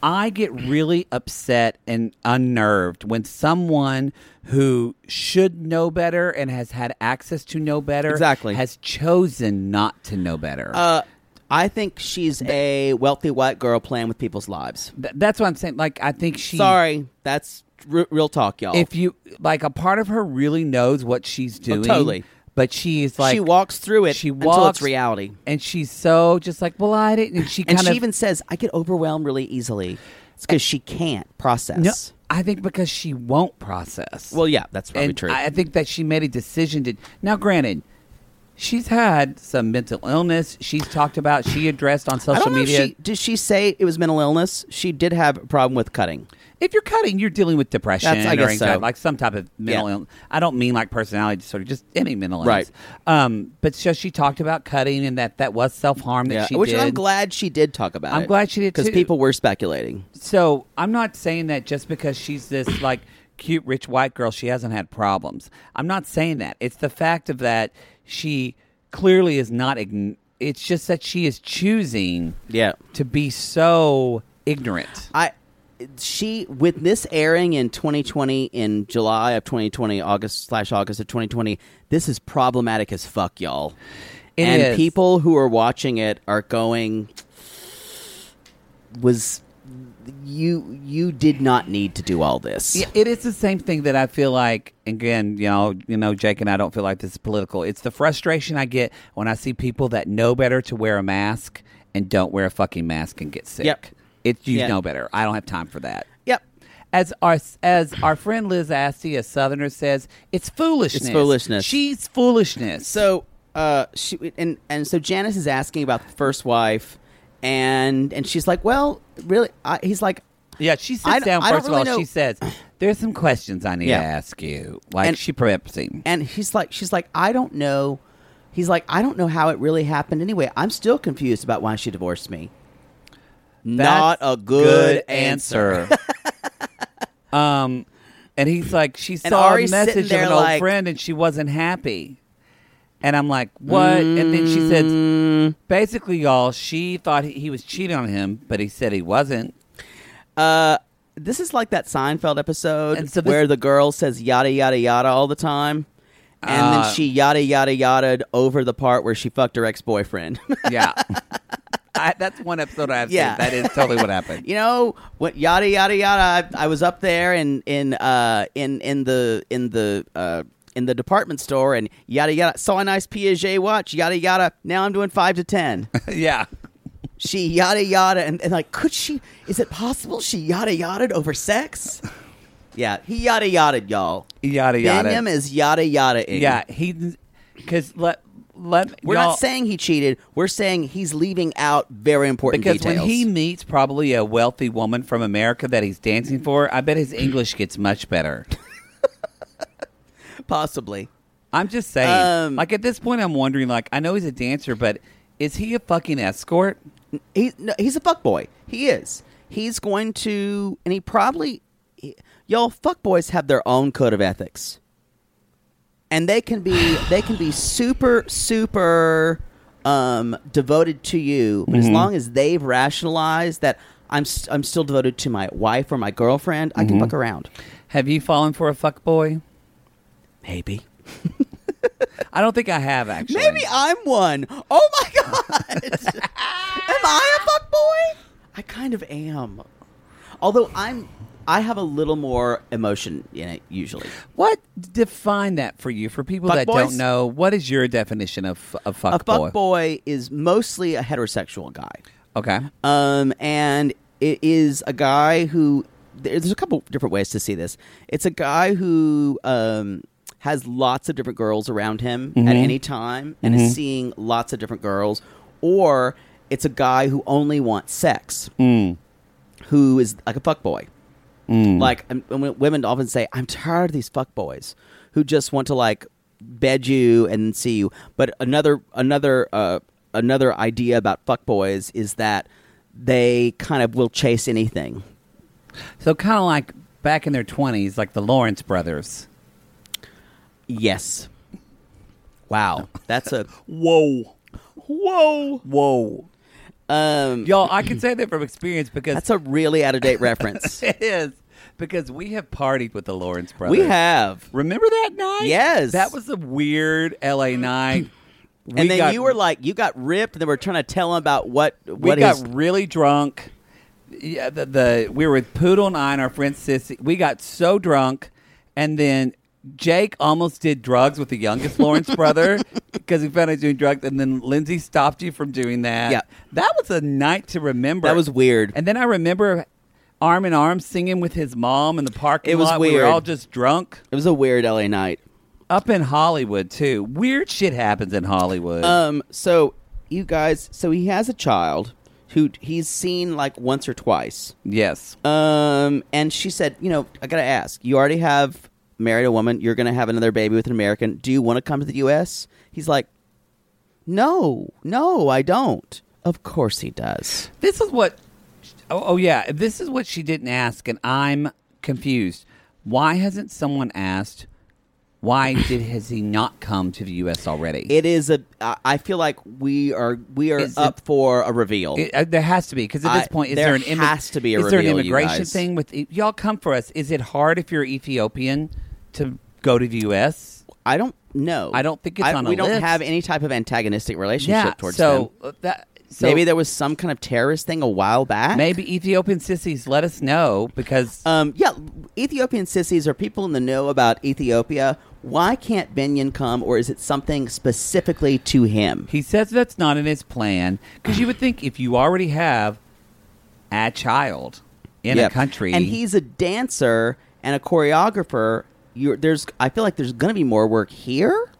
Speaker 4: I get really upset and unnerved when someone who should know better and has had access to know better
Speaker 5: Exactly.
Speaker 4: has chosen not to know better.
Speaker 5: Uh, I think she's a wealthy white girl playing with people's lives.
Speaker 4: Th- that's what I'm saying. Like, I think she.
Speaker 5: Sorry, that's r- real talk, y'all.
Speaker 4: If you like, a part of her really knows what she's doing.
Speaker 5: totally.
Speaker 4: But she's like
Speaker 5: she walks through it
Speaker 4: She
Speaker 5: until
Speaker 4: walks
Speaker 5: it's reality.
Speaker 4: and she's so just like, well, I didn't. And she
Speaker 5: And
Speaker 4: kind
Speaker 5: she
Speaker 4: of
Speaker 5: even says, I get overwhelmed really easily. It's because she can't
Speaker 4: no,
Speaker 5: process.
Speaker 4: I think because she won't process.
Speaker 5: Well, yeah, that's probably
Speaker 4: and
Speaker 5: true.
Speaker 4: I I think that she made a decision to. Now, granted, she's had some mental illness. She's talked about. She addressed on
Speaker 5: I
Speaker 4: social
Speaker 5: don't know if
Speaker 4: media.
Speaker 5: she, did she say it was mental illness? She did have a problem with cutting.
Speaker 4: if you're cutting, you're dealing with depression
Speaker 5: That's- I
Speaker 4: or
Speaker 5: guess
Speaker 4: anxiety,
Speaker 5: so.
Speaker 4: like some type of mental
Speaker 5: Yeah.
Speaker 4: illness. I don't mean like personality disorder, just any mental
Speaker 5: Right.
Speaker 4: illness. Um, but so she talked about cutting and that that was self harm that she
Speaker 5: Which
Speaker 4: did.
Speaker 5: I'm glad she did talk about
Speaker 4: I'm glad she did,
Speaker 5: Because
Speaker 4: too.
Speaker 5: people were speculating.
Speaker 4: So I'm not saying that just because she's this like cute rich white girl, she hasn't had problems. I'm not saying that. It's the fact of that she clearly is not. Ign- it's just that she is choosing
Speaker 5: Yeah.
Speaker 4: to be so ignorant.
Speaker 5: I she with this airing in 2020 in July of 2020 August slash August of 2020 this is problematic as fuck y'all
Speaker 4: It
Speaker 5: and
Speaker 4: is.
Speaker 5: people who are watching it are going, "Was you you did not need to do all this?"
Speaker 4: Yeah, it is the same thing that I feel like. Again, you know, you know, Jake and I don't feel like this is political. It's the frustration I get when I see people that know better to wear a mask and don't wear a fucking mask and get sick.
Speaker 5: Yep.
Speaker 4: It's you
Speaker 5: Yeah.
Speaker 4: know better. I don't have time for that.
Speaker 5: Yep.
Speaker 4: As our as our friend Liz Asty, a Southerner, says, it's foolishness.
Speaker 5: foolishness.
Speaker 4: She's foolishness.
Speaker 5: So, uh, she and and so Janice is asking about the first wife, and and she's like, "Well, really?" I, he's like,
Speaker 4: yeah, she sits
Speaker 5: I don't-
Speaker 4: down
Speaker 5: I don't
Speaker 4: first
Speaker 5: really
Speaker 4: of all.
Speaker 5: know-
Speaker 4: She says, "There's some questions I need
Speaker 5: Yeah.
Speaker 4: to ask you." Like
Speaker 5: And-
Speaker 4: she preps him.
Speaker 5: and he's like, "She's like, I don't know." He's like, "I don't know how it really happened." Anyway, I'm still confused about why she divorced me. Not
Speaker 4: That's
Speaker 5: a good
Speaker 4: answer. um, and he's like, she
Speaker 5: And
Speaker 4: saw a
Speaker 5: Ari's sitting
Speaker 4: message of
Speaker 5: there
Speaker 4: an old
Speaker 5: like-
Speaker 4: friend, and she wasn't happy. And I'm like, what? And then she
Speaker 5: Mm.
Speaker 4: said, basically, y'all, she thought he, he was cheating on him, but he said he wasn't.
Speaker 5: This is like that Seinfeld episode
Speaker 4: And so this-
Speaker 5: where the girl says yada yada yada all the time. And
Speaker 4: Ah.
Speaker 5: then she yada yada yada over the part where she fucked her ex boyfriend.
Speaker 4: Yeah. I, that's one episode I've
Speaker 5: Yeah.
Speaker 4: seen. That is totally what happened.
Speaker 5: you know what yada yada yada I, I was up there in in uh in in the in the uh in the department store and yada yada saw a nice Piaget watch yada yada now I'm doing 5 to 10
Speaker 4: yeah.
Speaker 5: she yada yada and, and like could she is it possible she yada yada over sex yeah he yada yada y'all
Speaker 4: Yada, yada.
Speaker 5: Benjamin is yada yada
Speaker 4: Yeah. He, because let, let,
Speaker 5: we're
Speaker 4: y'all,
Speaker 5: not saying he cheated we're saying he's leaving out very important
Speaker 4: because
Speaker 5: details
Speaker 4: when he meets probably a wealthy woman from America that he's
Speaker 5: Mm-hmm.
Speaker 4: dancing for, I bet his English gets much better.
Speaker 5: possibly
Speaker 4: I'm just saying.
Speaker 5: Um,
Speaker 4: like at this point, I'm wondering. Like I know he's a dancer, but is he a fucking escort?
Speaker 5: He no, he's a fuckboy. He is. He's going to, and he probably, he, y'all fuckboys have their own code of ethics, and they can be they can be super super um, devoted to you, but as long as they've rationalized that I'm s- I'm still devoted to my wife or my girlfriend, I can fuck around.
Speaker 4: Have you fallen for a fuck boy?
Speaker 5: Maybe.
Speaker 4: I don't think I have actually.
Speaker 5: Maybe I'm one. Oh my god. am I a fuckboy? I kind of am. Although I'm I have a little more emotion in it usually.
Speaker 4: What define that for you? For people
Speaker 5: Fuck
Speaker 4: that
Speaker 5: boys?
Speaker 4: don't know, what is your definition of a fuck
Speaker 5: a
Speaker 4: boy?
Speaker 5: fuckboy boy is mostly a heterosexual guy.
Speaker 4: Okay.
Speaker 5: Um and it is a guy who there's a couple different ways to see this. It's a guy who um has lots of different girls around him at any time and is seeing lots of different girls or it's a guy who only wants sex. who is like a fuckboy.
Speaker 4: Mm.
Speaker 5: Like um, w- women often say, "I'm tired of these fuckboys who just want to like bed you and see you." But another another uh, another idea about fuckboys is that they kind of will chase anything.
Speaker 4: So kind of like back in their twenties, like the Lawrence brothers.
Speaker 5: Yes. Wow, that's a
Speaker 4: Whoa. Whoa. Whoa.
Speaker 5: um,
Speaker 4: Y'all, I can say that from experience because
Speaker 5: that's a really out of date reference.
Speaker 4: it is because we have partied with the Lawrence brothers.
Speaker 5: we have,
Speaker 4: Remember that night?
Speaker 5: Yes.
Speaker 4: That was a weird LA night. We
Speaker 5: and then
Speaker 4: got-
Speaker 5: you were like, you got ripped, and then we're trying to tell him about what
Speaker 4: we
Speaker 5: what
Speaker 4: got
Speaker 5: his-
Speaker 4: really drunk. Yeah, the, the we were with Poodle and I and our friend Sissy. We got so drunk, and then Jake almost did drugs with the youngest Lawrence brother because he found out he was doing drugs, and then Lindsay stopped you from doing that.
Speaker 5: Yeah.
Speaker 4: that was a night to remember.
Speaker 5: That was weird.
Speaker 4: And then I remember arm in arm singing with his mom in the parking
Speaker 5: It was
Speaker 4: lot. We were
Speaker 5: weird.
Speaker 4: all just drunk.
Speaker 5: it was a weird LA night.
Speaker 4: up in Hollywood too. Weird shit happens in Hollywood.
Speaker 5: Um. So you guys. So he has a child who he's seen like once or twice.
Speaker 4: yes.
Speaker 5: Um. And she said, you know, I gotta ask. You already have married a woman. You're gonna have another baby with an American. Do you want to come to the U.S.? He's like, no, no, I don't. Of course he does.
Speaker 4: This is what. Oh, oh yeah. This is what she didn't ask, and I'm confused. Why hasn't someone asked? Why did has he not come to the U.S. already?
Speaker 5: It is a. I I feel like we are we are
Speaker 4: Is it-
Speaker 5: up for a reveal.
Speaker 4: It- uh, there has to be because at this
Speaker 5: I-
Speaker 4: point, is
Speaker 5: there
Speaker 4: there, an immi-
Speaker 5: has to be a
Speaker 4: is there an
Speaker 5: reveal, you
Speaker 4: immigration
Speaker 5: guys.
Speaker 4: thing with y'all come for us? Is it hard if you're Ethiopian to go to the U.S.?
Speaker 5: I don't No,
Speaker 4: I don't think it's on a
Speaker 5: We don't
Speaker 4: list.
Speaker 5: have any type of antagonistic relationship
Speaker 4: yeah.
Speaker 5: towards
Speaker 4: so
Speaker 5: them.
Speaker 4: uh, that so
Speaker 5: maybe there was some kind of terrorist thing a while back.
Speaker 4: maybe Ethiopian sissies. Let us know because
Speaker 5: Um, yeah, Ethiopian sissies are people in the know about Ethiopia. Why can't Benyon come, or is it something specifically to him?
Speaker 4: He says that's not in his plan because you would think if you already have a child in
Speaker 5: Yep.
Speaker 4: a country,
Speaker 5: and he's a dancer and a choreographer. You're, there's, I feel like there's going to be more work here.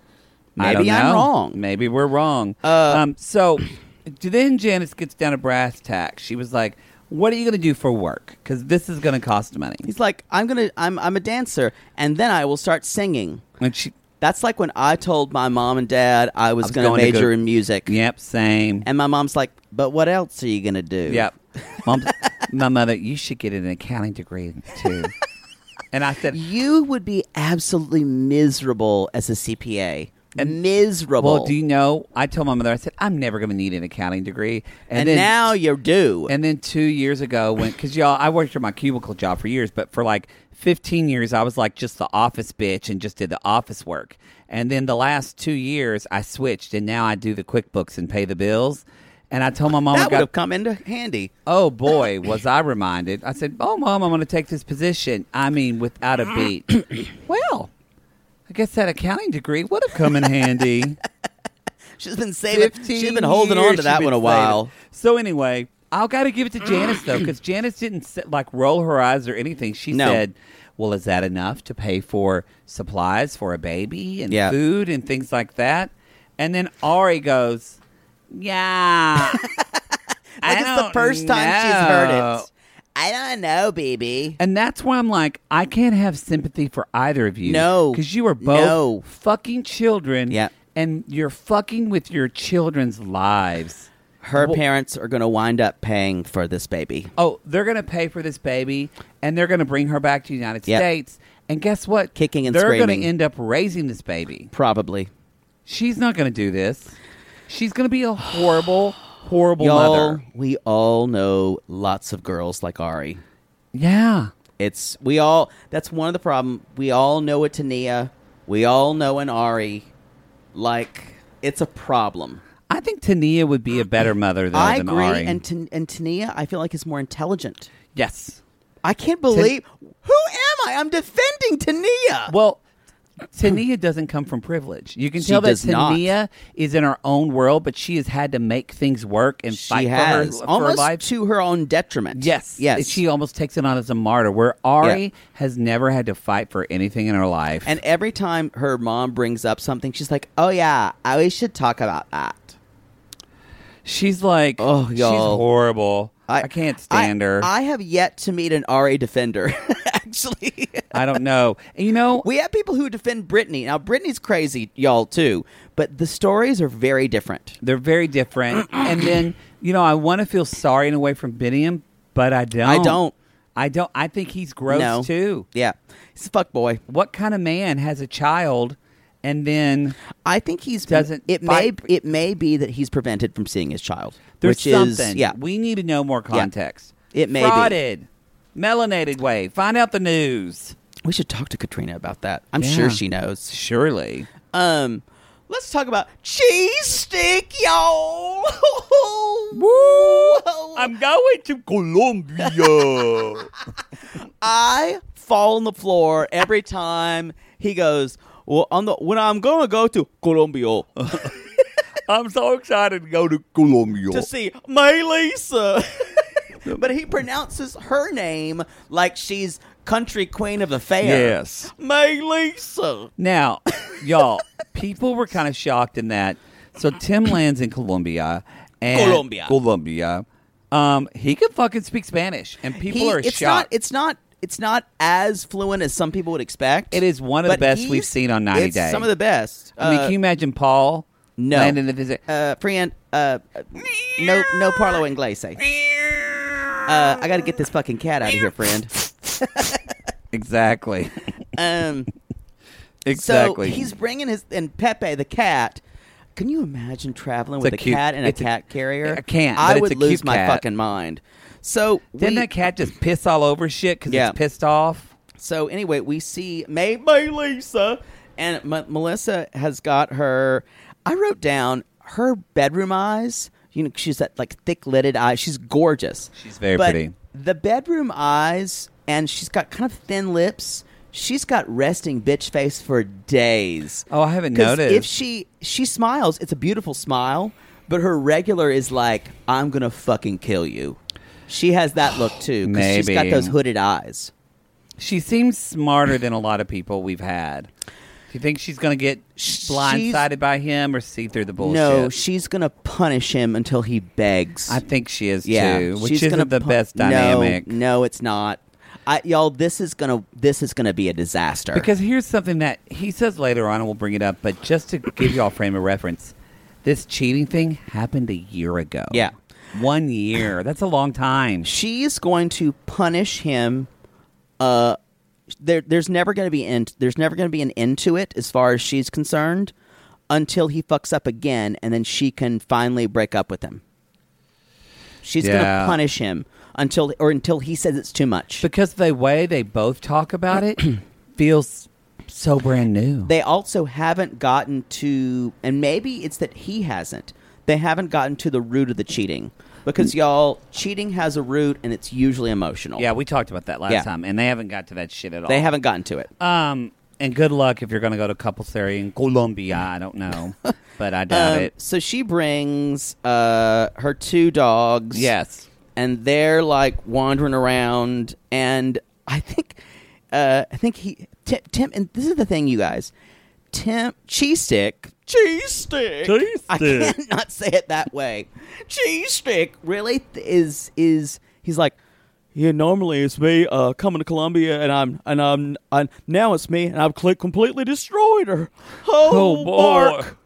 Speaker 4: I
Speaker 5: Maybe
Speaker 4: don't
Speaker 5: I'm
Speaker 4: know.
Speaker 5: wrong. Uh,
Speaker 4: Maybe we're wrong. um, so then Janice gets down to brass tacks. She was like, "What are you going to do for work? Because this is going to cost money."
Speaker 5: He's like, I'm gonna, I'm, I'm a dancer, and then I will start singing.
Speaker 4: And she,
Speaker 5: That's like when I told my mom and dad I was,
Speaker 4: was
Speaker 5: going to
Speaker 4: going to
Speaker 5: major
Speaker 4: go-
Speaker 5: in music.
Speaker 4: yep, same.
Speaker 5: And my mom's like, but what else are you going to do?
Speaker 4: Yep. Mom, my mother, you should get an accounting degree too. and I said,
Speaker 5: You would be absolutely miserable as a CPA. miserable.
Speaker 4: "Well, do you know?" I told my mother, I said, "I'm never going to need an accounting degree."
Speaker 5: and
Speaker 4: then-
Speaker 5: now you do.
Speaker 4: And then two years ago, when because y'all, I worked at my cubicle job for years, but for like 15 years, I was like just the office bitch and just did the office work. And then the last two years, I switched, and now I do the QuickBooks and pay the bills. And I told my mom, I
Speaker 5: that
Speaker 4: got-
Speaker 5: would have come into handy.
Speaker 4: "Oh boy, was I reminded?" I said, "Oh, mom, I'm going to take this position." I mean, without a beat. well, I guess that accounting degree would have come in handy.
Speaker 5: She's been saving. She's been holding on to that one a while.
Speaker 4: So anyway, I'll got to give it to Janice though, because Janice didn't s- like roll her eyes or anything. She
Speaker 5: No.
Speaker 4: said, "Well, is that enough to pay for supplies for a baby and
Speaker 5: Yeah.
Speaker 4: food and things like that?" And then Ari goes, "Yeah." I
Speaker 5: Like it's the
Speaker 4: don't
Speaker 5: first time she's heard
Speaker 4: know."
Speaker 5: it. I don't know, baby.
Speaker 4: And that's why I'm like, I can't have sympathy for either of you.
Speaker 5: No.
Speaker 4: Because you are both
Speaker 5: No.
Speaker 4: fucking children.
Speaker 5: Yeah.
Speaker 4: And you're fucking with your children's lives.
Speaker 5: Her
Speaker 4: Well-
Speaker 5: parents are going to wind up paying for this baby.
Speaker 4: Oh, they're going to pay for this baby and they're going to bring her back to the United
Speaker 5: Yep.
Speaker 4: States. And guess what?
Speaker 5: Kicking and
Speaker 4: they're going
Speaker 5: screaming.
Speaker 4: to end up raising this baby.
Speaker 5: Probably.
Speaker 4: She's not going to do this. She's going to be a horrible, horrible
Speaker 5: Y'all,
Speaker 4: mother.
Speaker 5: we all know lots of girls like Ari.
Speaker 4: Yeah.
Speaker 5: It's we all. That's one of the problem. We all know a Tania. We all know an Ari. Like it's a problem.
Speaker 4: I think Tania would be a better mother though,
Speaker 5: I
Speaker 4: than
Speaker 5: agree.
Speaker 4: Ari.
Speaker 5: And Tan- and Tania, I feel like is more intelligent.
Speaker 4: yes.
Speaker 5: I can't believe who am I? I'm defending Tania.
Speaker 4: Well, Tania doesn't come from privilege. You can
Speaker 5: She
Speaker 4: tell that
Speaker 5: does not.
Speaker 4: Tania is in her own world, but she has had to make things work and
Speaker 5: she
Speaker 4: fight
Speaker 5: has
Speaker 4: for her, for her
Speaker 5: almost
Speaker 4: life.
Speaker 5: to her own detriment.
Speaker 4: yes,
Speaker 5: yes.
Speaker 4: She almost takes it on as a martyr, where Ari has never had to fight for anything in her life.
Speaker 5: and every time her mom brings up something, she's like, "Oh yeah, I- we should talk about that."
Speaker 4: she's like,
Speaker 5: Oh,
Speaker 4: she's
Speaker 5: y'all.
Speaker 4: horrible. I, can't stand
Speaker 5: I-
Speaker 4: her. I,
Speaker 5: I have yet to meet an RA defender. Actually,
Speaker 4: don't know. And you know,
Speaker 5: we have people who defend Brittany. Now, Brittany's crazy, y'all too, but the stories are very different.
Speaker 4: they're very different. and then you know, I want to feel sorry in a way from Biniam, but I don't.
Speaker 5: I don't.
Speaker 4: I don't. I think he's gross
Speaker 5: no,
Speaker 4: too.
Speaker 5: Yeah, he's a fuck boy.
Speaker 4: what kind of man has a child and then
Speaker 5: I think he's
Speaker 4: Doesn't
Speaker 5: It
Speaker 4: fight-
Speaker 5: may it may be that he's prevented from seeing his child,
Speaker 4: there's
Speaker 5: which
Speaker 4: something
Speaker 5: is yeah.
Speaker 4: we need to know more context
Speaker 5: It may be.
Speaker 4: frauded melanated way find out the news
Speaker 5: we should talk to Katrina about that. I'm
Speaker 4: Yeah.
Speaker 5: sure she knows.
Speaker 4: surely
Speaker 5: Um, let's talk about cheese stick, y'all.
Speaker 4: i'm going to colombia
Speaker 5: I fall on the floor every time he goes. Well, on the when I'm gonna go to Colombia
Speaker 4: i'm so excited to go to colombia
Speaker 5: to see my Lisa, but he pronounces her name like she's country queen of the fair.
Speaker 4: Yes.
Speaker 5: May Lisa.
Speaker 4: Now, y'all, people were kind of shocked in that. So Tim lands in Colombia, and
Speaker 5: Colombia.
Speaker 4: Colombia. Um, he can fucking speak Spanish, and people
Speaker 5: He-
Speaker 4: are
Speaker 5: it's not.
Speaker 4: shocked.
Speaker 5: It's not. It's not as fluent as some people would expect.
Speaker 4: It is one of the
Speaker 5: but
Speaker 4: best we've
Speaker 5: he's-
Speaker 4: seen on 90
Speaker 5: it's
Speaker 4: Day.
Speaker 5: Some of the best.
Speaker 4: I mean, can you imagine Paul
Speaker 5: No.
Speaker 4: landing in his?
Speaker 5: uh, friend, uh, no, no parlo inglese. Uh, I got to get this fucking cat out of here, friend.
Speaker 4: Exactly.
Speaker 5: Um,
Speaker 4: exactly.
Speaker 5: So he's bringing his and Pepe the cat. Can you imagine traveling
Speaker 4: It's
Speaker 5: with
Speaker 4: a
Speaker 5: a,
Speaker 4: cute-
Speaker 5: cat and a
Speaker 4: it's a-
Speaker 5: cat carrier?
Speaker 4: I can't, but
Speaker 5: I
Speaker 4: it's
Speaker 5: would
Speaker 4: a cute
Speaker 5: lose my
Speaker 4: cat.
Speaker 5: fucking mind. So
Speaker 4: Didn't
Speaker 5: we-
Speaker 4: that cat just piss all over shit because
Speaker 5: Yeah.
Speaker 4: it's pissed off?
Speaker 5: So anyway, we see May May Lisa And M- Melissa has got her. I wrote down her bedroom eyes. You know, she's that like thick lidded eye. She's gorgeous.
Speaker 4: She's very
Speaker 5: But
Speaker 4: pretty.
Speaker 5: The bedroom eyes, and she's got kind of thin lips. She's got resting bitch face for days.
Speaker 4: Oh, I haven't
Speaker 5: 'Cause
Speaker 4: noticed.
Speaker 5: If she she smiles, it's a beautiful smile, but her regular is like, "I'm gonna fucking kill you." She has that look too because she's got
Speaker 4: Maybe.
Speaker 5: those hooded eyes.
Speaker 4: She seems smarter than a lot of people we've had. Do you think she's going to get
Speaker 5: She's-
Speaker 4: blindsided by him or see through the bullshit?
Speaker 5: No, she's gonna punish him until he begs.
Speaker 4: I think she is
Speaker 5: yeah,
Speaker 4: too, which
Speaker 5: she's
Speaker 4: isn't
Speaker 5: gonna
Speaker 4: the
Speaker 5: pu-
Speaker 4: best
Speaker 5: No,
Speaker 4: dynamic.
Speaker 5: No, it's not. I, y'all, this is gonna this is gonna be a disaster.
Speaker 4: Because here's something that he says later on, and we'll bring it up, but just to give y'all a frame of reference, this cheating thing happened a year ago.
Speaker 5: Yeah.
Speaker 4: One year. That's a long time.
Speaker 5: she's going to punish him. Uh, there, there's never going to be end. There's never going to be an end to it as far as she's concerned, until he fucks up again, and then she can finally break up with him. She's going
Speaker 4: Yeah.
Speaker 5: to punish him until or until he says it's too much.
Speaker 4: Because the way they both talk about it feels so brand new.
Speaker 5: they also haven't gotten to, and maybe it's that he hasn't. They haven't gotten to the root of the cheating because y'all cheating has a root, and it's usually emotional.
Speaker 4: Mm. yeah, we talked about that last
Speaker 5: Yeah.
Speaker 4: time, and they haven't got to that shit at all.
Speaker 5: they haven't gotten to it.
Speaker 4: Um, and good luck if you're going to go to couples therapy in Colombia. I don't know, but I doubt
Speaker 5: Um,
Speaker 4: it.
Speaker 5: So she brings uh, her two dogs.
Speaker 4: Yes.
Speaker 5: and they're like wandering around, and I think, uh, I think he Tim, Tim, and this is the thing, you guys, Tim cheese stick, cheese stick,
Speaker 2: Cheese
Speaker 5: I
Speaker 2: stick.
Speaker 5: can't not say it that way. cheese stick really th- is is he's like.
Speaker 2: Yeah, normally it's me uh, coming to Columbia, and I'm and I'm, i now it's me, and I've cl- completely destroyed her. Oh, Mark.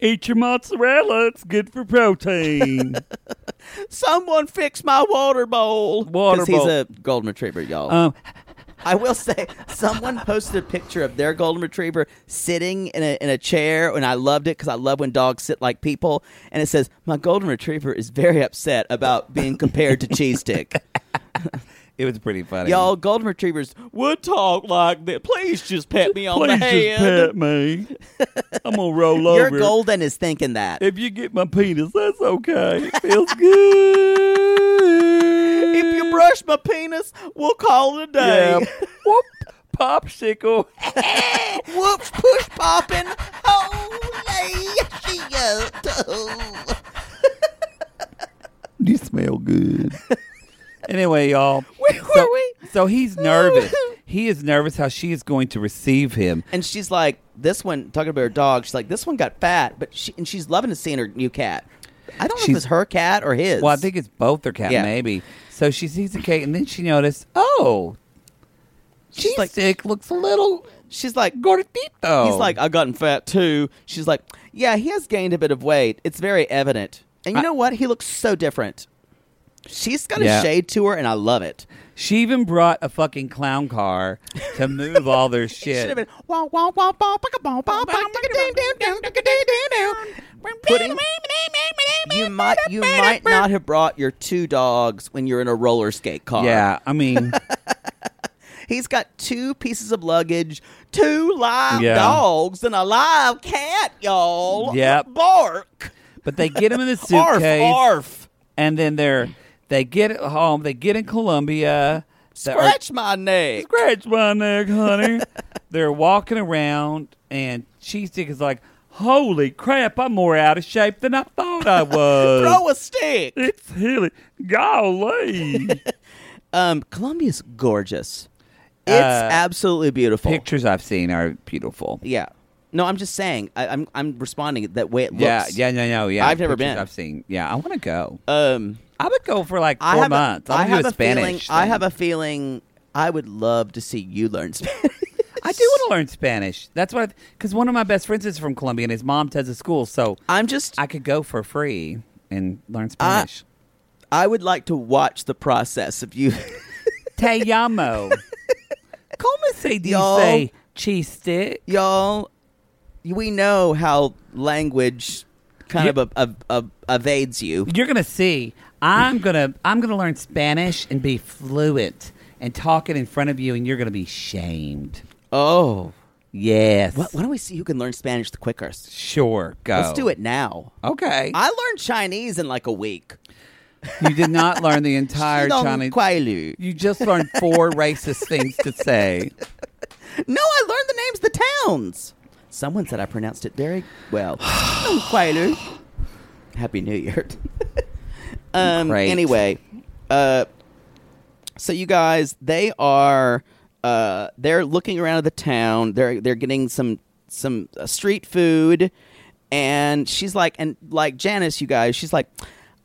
Speaker 2: Eat your mozzarella; it's good for protein.
Speaker 5: Someone fix my water bowl.
Speaker 2: Water
Speaker 5: Because he's
Speaker 2: bowl. Uh.
Speaker 5: a golden retriever, y'all.
Speaker 4: Um,
Speaker 5: I will say, someone posted a picture of their golden retriever sitting in a, in a chair, and I loved it because I love when dogs sit like people. And it says, "My golden retriever is very upset about being compared to cheese stick."
Speaker 4: it was pretty funny.
Speaker 5: Y'all, golden retrievers would talk like that. Please just pat me on
Speaker 2: Please
Speaker 5: the
Speaker 2: just
Speaker 5: head.
Speaker 2: pet me. I'm gonna roll
Speaker 5: Your
Speaker 2: over.
Speaker 5: golden is thinking that.
Speaker 2: If you get my penis, that's okay. It feels good.
Speaker 5: If you brush my penis, we'll call it a day.
Speaker 2: Yeah. Whoop. Popsicle.
Speaker 5: Whoops, push popping. Holy shit.
Speaker 2: You smell good.
Speaker 4: Anyway, y'all.
Speaker 5: Where
Speaker 4: so,
Speaker 5: were we?
Speaker 4: So he's nervous. he is nervous how she is going to receive him.
Speaker 5: And she's like, this one talking about her dog. She's like, this one got fat, but she and she's loving to seeing her new cat. I don't know
Speaker 4: She's-
Speaker 5: if it's her cat or his.
Speaker 4: Well, I think it's both their cat,
Speaker 5: Yeah.
Speaker 4: maybe. So she sees the cake, and then she noticed, oh, cheese
Speaker 5: like-
Speaker 4: stick looks a little
Speaker 5: she's like,
Speaker 4: gordito.
Speaker 5: he's like, I gotten fat too. She's like, yeah, he has gained a bit of weight. It's very evident. And you know what? He looks so different. She's got
Speaker 4: Yeah.
Speaker 5: a shade to her, and I love it.
Speaker 4: she even brought a fucking clown car to move all their
Speaker 5: It should
Speaker 4: shit.
Speaker 5: have been wah, wah, wah, bah, baka, bah, bah, bah, dicka, ding, ding, ding, dicka, ding, ding, ding. Pudding. You might you might not have brought your two dogs when you're in a roller skate car.
Speaker 4: yeah, I mean,
Speaker 5: He's got two pieces of luggage, two live
Speaker 4: Yeah.
Speaker 5: dogs, and a live cat, y'all.
Speaker 4: Yep.
Speaker 5: Bark.
Speaker 4: but they get him in the
Speaker 5: Arf,
Speaker 4: suitcase,
Speaker 5: arf.
Speaker 4: and then they're they get home. They get in Colombia. They are-
Speaker 5: Scratch my neck.
Speaker 4: scratch my neck, honey. They're walking around, and Cheese Stick is like, "Holy crap! I'm more out of shape than I thought I was.
Speaker 5: Throw a stick.
Speaker 4: it's hilly, golly."
Speaker 5: Um, Columbia's gorgeous. It's
Speaker 4: Uh,
Speaker 5: absolutely beautiful.
Speaker 4: Pictures I've seen are beautiful.
Speaker 5: Yeah. No, I'm just saying. I, I'm I'm responding that way it
Speaker 4: Yeah,
Speaker 5: looks.
Speaker 4: yeah, no, no, yeah.
Speaker 5: I've never
Speaker 4: Pictures
Speaker 5: been.
Speaker 4: I've seen. Yeah, I want to go.
Speaker 5: Um,
Speaker 4: I would go for like
Speaker 5: I
Speaker 4: four
Speaker 5: have a-
Speaker 4: months.
Speaker 5: I
Speaker 4: I
Speaker 5: have
Speaker 4: do
Speaker 5: a
Speaker 4: a Spanish.
Speaker 5: feeling. I
Speaker 4: thing.
Speaker 5: have a feeling. I would love to see you learn Spanish.
Speaker 4: I do want to learn Spanish. That's what. Because one of my best friends is from Colombia, and his mom does a school, so
Speaker 5: I'm just.
Speaker 4: I could go for free and learn
Speaker 5: I-
Speaker 4: Spanish.
Speaker 5: I would like to watch the process of you.
Speaker 4: Te llamo. ¿Cómo se
Speaker 5: Y'all.
Speaker 4: dice cheese stick?
Speaker 5: y'all we know how language kind of of of evades you
Speaker 4: You're gonna see. I'm gonna I'm gonna learn Spanish and be fluent and talk it in front of you, and you're gonna be shamed.
Speaker 5: oh
Speaker 4: Yes.
Speaker 5: Why why don't we see who can learn Spanish the quickest?
Speaker 4: Sure. Go.
Speaker 5: Let's do it now.
Speaker 4: Okay.
Speaker 5: I learned Chinese in like a week.
Speaker 4: you did not learn the entire
Speaker 5: Xilong
Speaker 4: Chinese.
Speaker 5: Kuailu.
Speaker 4: You just learned four racist things to say.
Speaker 5: No, I learned the names of the towns. Someone said I pronounced it very well. Xilong Kuailu. Happy New Year. um,
Speaker 4: Great.
Speaker 5: Anyway, uh, so you guys, they are uh, they're looking around at the town. They're they're getting some some uh, street food, and she's like, and like Janice, you guys, she's like,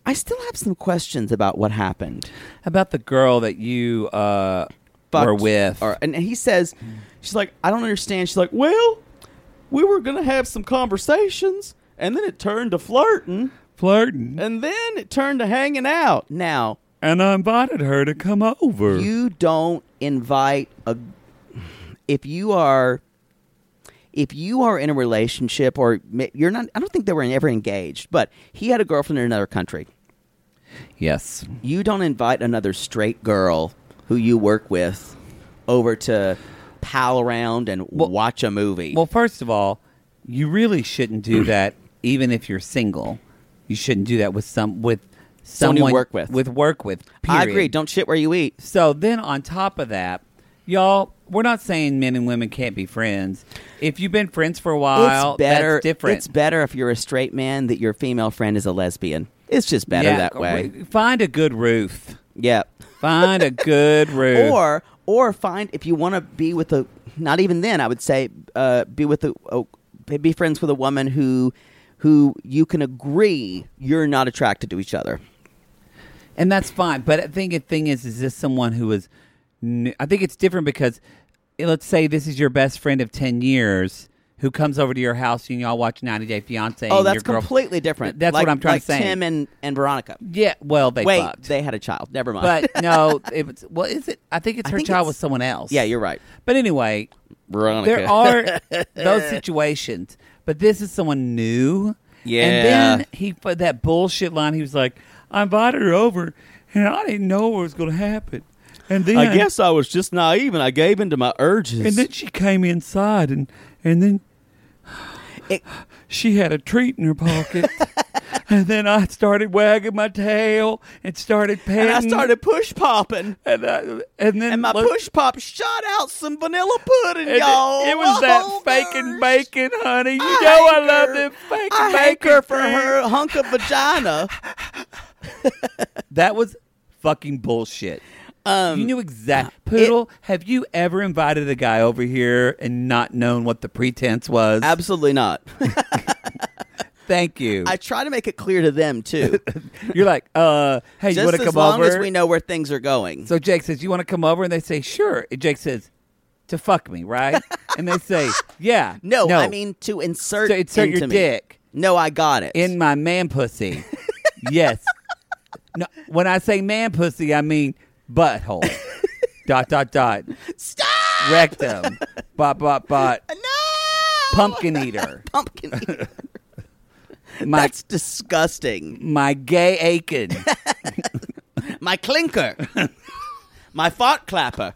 Speaker 5: I still have some questions about what happened.
Speaker 4: About the girl that you uh,
Speaker 5: fucked-
Speaker 4: were with.
Speaker 5: or- and he says, she's like, I don't understand. She's like,
Speaker 1: Well, we were going to have some conversations, and then it turned to flirting,
Speaker 4: flirting.
Speaker 5: and then it turned to hanging out. Now,
Speaker 2: And I invited her to come over.
Speaker 5: you don't invite a. If you are. If you are in a relationship or ma- you're not, I don't think they were ever engaged, but he had a girlfriend in another country.
Speaker 4: Yes.
Speaker 5: You don't invite another straight girl who you work with over to pal around and watch a movie.
Speaker 4: Well, first of all, you really shouldn't do that, even if you're single. You shouldn't do that with some with
Speaker 5: Someone
Speaker 4: someone,
Speaker 5: you work with.
Speaker 4: With work with.
Speaker 5: I
Speaker 4: period.
Speaker 5: agree. Don't shit where you eat.
Speaker 4: So then on top of that, y'all, we're not saying men and women can't be friends. If you've been friends for a while,
Speaker 5: it's better.
Speaker 4: that's different.
Speaker 5: It's better if you're a straight man that your female friend is a lesbian. It's just better
Speaker 4: Yeah, Oh
Speaker 5: that way.
Speaker 4: Find a good roof.
Speaker 5: Yeah.
Speaker 4: Find a good roof.
Speaker 5: Or or find if you want to be with a not even then I would say uh, be with a, a be friends with a woman who who you can agree you're not attracted to each other.
Speaker 4: and that's fine. But I think the thing is, is this someone who is? n- I think it's different because eh, let's say this is your best friend of ten years who comes over to your house and y'all watch 90 Day Fiance.
Speaker 5: Oh,
Speaker 4: and
Speaker 5: that's
Speaker 4: your girl-
Speaker 5: completely different.
Speaker 4: That's
Speaker 5: Like-
Speaker 4: what I'm trying
Speaker 5: like
Speaker 4: to say.
Speaker 5: Tim and and Veronica.
Speaker 4: yeah, well, they
Speaker 5: Wait,
Speaker 4: fucked.
Speaker 5: they had a child. Never mind.
Speaker 4: but no, it was, well, is it? I think it's
Speaker 5: I
Speaker 4: her
Speaker 5: think
Speaker 4: child
Speaker 5: it's-
Speaker 4: with someone else.
Speaker 5: yeah, you're right.
Speaker 4: But anyway,
Speaker 5: Veronica.
Speaker 4: there are those situations, but this is someone new.
Speaker 5: Yeah.
Speaker 4: And then he for that bullshit line. He was like, "I invited her over, and I didn't know what was going to happen." And then
Speaker 1: I guess I was just naive and I gave in to my urges.
Speaker 2: And then she came inside, and and then
Speaker 5: It-
Speaker 2: she had a treat in her pocket. and then I started wagging my tail and started petting.
Speaker 5: and I started push popping.
Speaker 2: and, I-
Speaker 4: uh,
Speaker 2: and then
Speaker 5: And my
Speaker 2: look-
Speaker 5: push pop shot out some vanilla pudding,
Speaker 2: and it,
Speaker 5: y'all.
Speaker 2: it was
Speaker 5: Oh,
Speaker 2: that fake and
Speaker 5: gosh.
Speaker 2: bacon, honey. You
Speaker 5: I
Speaker 2: know I
Speaker 5: hanker-
Speaker 2: love them fake
Speaker 5: I
Speaker 2: and bacon.
Speaker 5: hanker for
Speaker 2: things.
Speaker 5: her hunk of vagina.
Speaker 4: that was fucking bullshit.
Speaker 5: Um,
Speaker 4: you knew exact poodle. have you ever invited a guy over here and not known what the pretense was?
Speaker 5: Absolutely not.
Speaker 4: Thank you.
Speaker 5: I try to make it clear to them too.
Speaker 4: You're like, uh, hey, you
Speaker 5: Just
Speaker 4: want to
Speaker 5: as
Speaker 4: come
Speaker 5: long
Speaker 4: over?
Speaker 5: as we know where things are going.
Speaker 4: So Jake says, "You want to come over?" And they say, "Sure." And Jake says, "To fuck me, right?" and they say, "Yeah."
Speaker 5: no, I mean to insert
Speaker 4: To insert your
Speaker 5: into me.
Speaker 4: dick.
Speaker 5: No, I got it.
Speaker 4: in my man pussy. yes. No, when I say man pussy, I mean butthole. dot dot dot.
Speaker 5: Stop!
Speaker 4: Rectum. bot bot bot.
Speaker 5: No!
Speaker 4: Pumpkin eater.
Speaker 5: Pumpkin eater.
Speaker 4: My
Speaker 5: That's disgusting.
Speaker 4: my gay Aiken.
Speaker 5: My clinker. My fart clapper.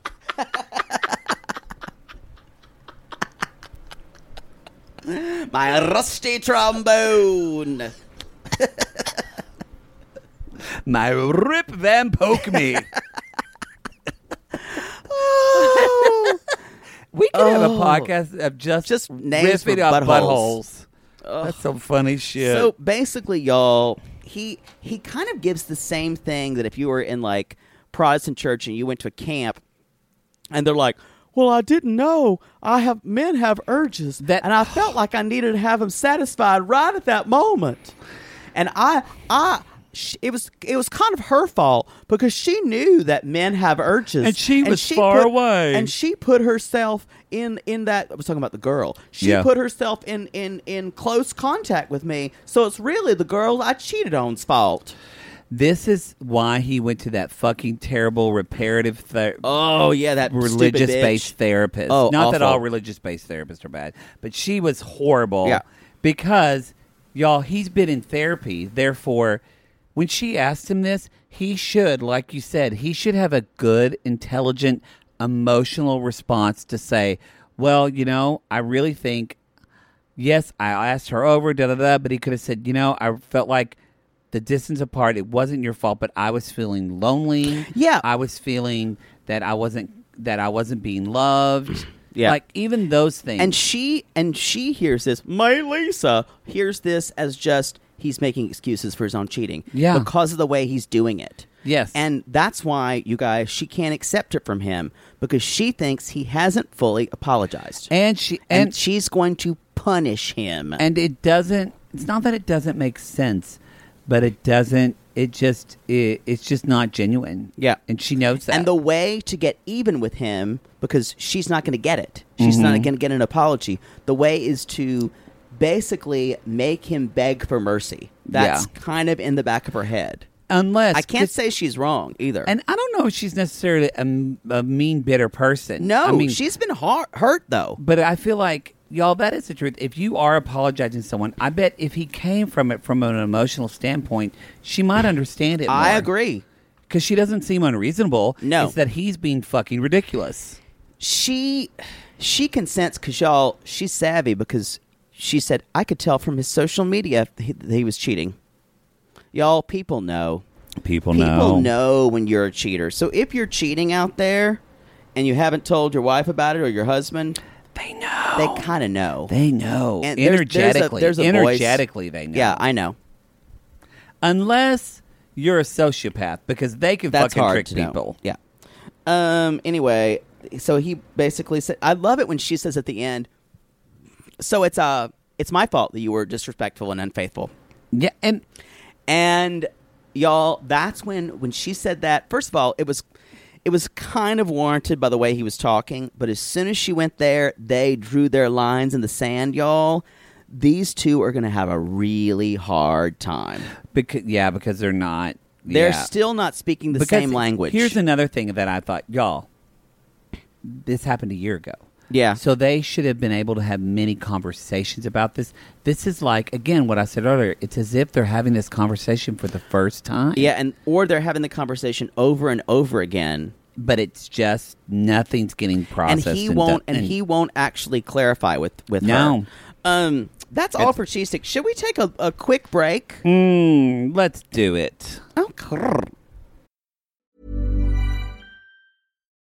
Speaker 5: My rusty trombone.
Speaker 4: my rip van poke me. we could have a podcast of just
Speaker 5: Oh. Just names
Speaker 4: riffing
Speaker 5: for
Speaker 4: on
Speaker 5: buttholes.
Speaker 4: buttholes. That's some funny shit.
Speaker 5: So basically, y'all, he he kind of gives the same thing that if you were in like Protestant church and you went to a camp, and they're like,
Speaker 1: Well, I didn't know. I have men have urges,
Speaker 4: That-
Speaker 1: and I felt like I needed to have them satisfied right at that moment.
Speaker 5: and I I. sh- It was it was kind of her fault because she knew that men have urges,
Speaker 2: And she was far
Speaker 5: put-
Speaker 2: away.
Speaker 5: and she put herself in in that. I was talking about the girl. She
Speaker 4: Yeah.
Speaker 5: put herself in in in close contact with me, so it's really the girl I cheated on's fault.
Speaker 4: This is why he went to that fucking terrible reparative ther-
Speaker 5: Oh yeah, that stupid
Speaker 4: religious based
Speaker 5: bitch.
Speaker 4: therapist.
Speaker 5: Oh,
Speaker 4: Not that
Speaker 5: awful.
Speaker 4: all religious based therapists are bad, but she was horrible.
Speaker 5: Yeah.
Speaker 4: Because y'all, he's been in therapy. Therefore, when she asked him this, he should, like you said, he should have a good, intelligent, emotional response to say, well, you know, I really think, yes, I asked her over, da da da, but he could have said, you know, I felt like the distance apart, it wasn't your fault, but I was feeling lonely.
Speaker 5: Yeah.
Speaker 4: I was feeling that I wasn't, that I wasn't being loved.
Speaker 5: Yeah.
Speaker 4: Like even those things.
Speaker 5: And she and she hears this. My Lisa hears this as just he's making excuses for his own cheating.
Speaker 4: Yeah.
Speaker 5: Because of the way he's doing it.
Speaker 4: Yes.
Speaker 5: And that's why you guys she can't accept it from him because she thinks he hasn't fully apologized.
Speaker 4: and she,
Speaker 5: And,
Speaker 4: and
Speaker 5: she's going to punish him.
Speaker 4: and it doesn't it's not that it doesn't make sense but it doesn't it just it, it's just not genuine
Speaker 5: Yeah.
Speaker 4: and she knows that
Speaker 5: And the way to get even with him, because she's not going to get it, she's not
Speaker 4: Mm-hmm.
Speaker 5: going to get an apology. The way is to basically make him beg for mercy. That's
Speaker 4: Yeah.
Speaker 5: kind of in the back of her head.
Speaker 4: unless
Speaker 5: I can't
Speaker 4: 'cause-
Speaker 5: say she's wrong either.
Speaker 4: and i don't know if she's necessarily a, m- a mean bitter person
Speaker 5: no,
Speaker 4: i mean
Speaker 5: she's been har- hurt though.
Speaker 4: but i feel like y'all that is the truth if you are apologizing to someone i bet if he came from it from an emotional standpoint she might understand it
Speaker 5: I agree.
Speaker 4: because she doesn't seem unreasonable
Speaker 5: No.
Speaker 4: it's that he's being fucking ridiculous
Speaker 5: She she consents because y'all she's savvy because she said I could tell from his social media that he, that he was cheating. Y'all, people know.
Speaker 4: people
Speaker 5: People know when you're a cheater. So if you're cheating out there and you haven't told your wife about it or your husband,
Speaker 4: they know
Speaker 5: they kind of know.
Speaker 4: Oh, They know
Speaker 5: And there's- there's a-
Speaker 4: energetically.
Speaker 5: there's a voice.
Speaker 4: energetically, they know.
Speaker 5: Yeah, I know.
Speaker 4: unless you're a sociopath, because they can
Speaker 5: That's
Speaker 4: fucking
Speaker 5: hard
Speaker 4: trick
Speaker 5: to know.
Speaker 4: people.
Speaker 5: Yeah. Um. Anyway, so he basically said, "I love it when she says at the end." So it's uh, it's my fault that you were disrespectful and unfaithful.
Speaker 4: Yeah, and
Speaker 5: And y'all, that's when when she said that. First of all, it was it was kind of warranted by the way he was talking, but as soon as she went there, they drew their lines in the sand, y'all. These two are going to have a really hard time.
Speaker 4: because yeah, because they're not.
Speaker 5: They're
Speaker 4: yeah.
Speaker 5: still not speaking the
Speaker 4: Because
Speaker 5: same language.
Speaker 4: Here's another thing that I thought, y'all. This happened a year ago.
Speaker 5: Yeah.
Speaker 4: So they should have been able to have many conversations about this. This is like again what I said earlier. It's as if they're having this conversation for the first time.
Speaker 5: yeah, and or they're having the conversation over and over again,
Speaker 4: But it's just nothing's getting
Speaker 5: and
Speaker 4: processed.
Speaker 5: he won't,
Speaker 4: done-
Speaker 5: and he won't actually clarify with with
Speaker 4: No.
Speaker 5: her. Um, that's all for cheese stick. Should we take a, a quick break?
Speaker 4: Mm, let's do it.
Speaker 5: Oh. Okay.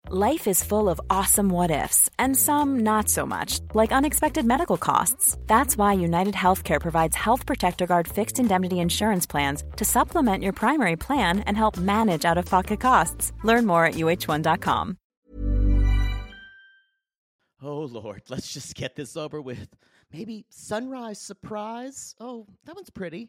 Speaker 7: Life is full of awesome what ifs and some not so much, like unexpected medical costs. That's why United Healthcare provides Health Protector Guard fixed indemnity insurance plans to supplement your primary plan and help manage out of pocket costs. Learn more at uh1.com.
Speaker 5: Oh Lord, let's just get this over with. Maybe sunrise surprise. Oh, that one's pretty.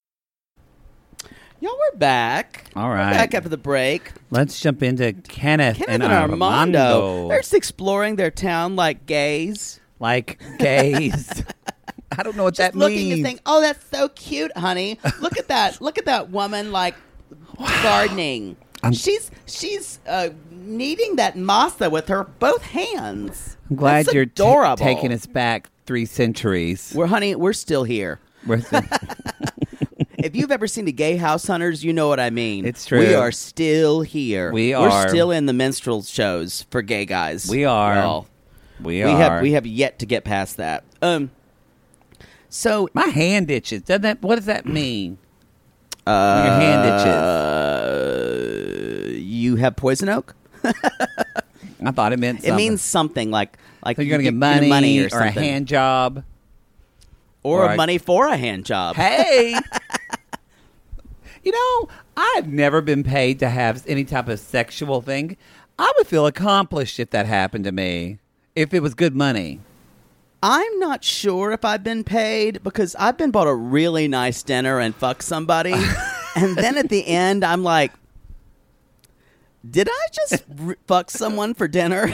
Speaker 5: Y'all, we're back.
Speaker 4: All
Speaker 5: We're
Speaker 4: right.
Speaker 5: back after the break.
Speaker 4: Let's jump into Kenneth,
Speaker 5: Kenneth and, Armando, they're just exploring their town like gays.
Speaker 4: like gays. I don't know what
Speaker 5: Just looking and saying, "Oh, that's so cute, honey. Look at that. Look at that woman like gardening. she's she's uh, kneading that masa with her both hands.
Speaker 4: I'm glad
Speaker 5: That's
Speaker 4: you're t-
Speaker 5: adorable.
Speaker 4: taking us back three centuries.
Speaker 5: We're honey. We're still here.
Speaker 4: Worth it.
Speaker 5: if you've ever seen the gay house hunters, you know what I mean.
Speaker 4: It's true.
Speaker 5: We are still here.
Speaker 4: We
Speaker 5: We're
Speaker 4: are.
Speaker 5: still in the minstrel shows for gay guys.
Speaker 4: We are.
Speaker 5: Well,
Speaker 4: we
Speaker 5: we
Speaker 4: are.
Speaker 5: have we have yet to get past that. Um. So
Speaker 4: My hand itches. Doesn't that? What does that mean? Uh, Your hand itches.
Speaker 5: you have poison oak.
Speaker 4: I thought it meant.
Speaker 5: It
Speaker 4: Something.
Speaker 5: means something like like
Speaker 4: so you're gonna
Speaker 5: you
Speaker 4: get money,
Speaker 5: money or,
Speaker 4: a
Speaker 5: something.
Speaker 4: hand job.
Speaker 5: or,
Speaker 4: or a-
Speaker 5: money for a hand job.
Speaker 4: Hey. You know, I've never been paid to have any type of sexual thing. I would feel accomplished if that happened to me, if it was good money.
Speaker 5: I'm not sure if I've been paid because I've been bought a really nice dinner and fucked somebody, and then at the end I'm like, did I just r- fuck someone for dinner?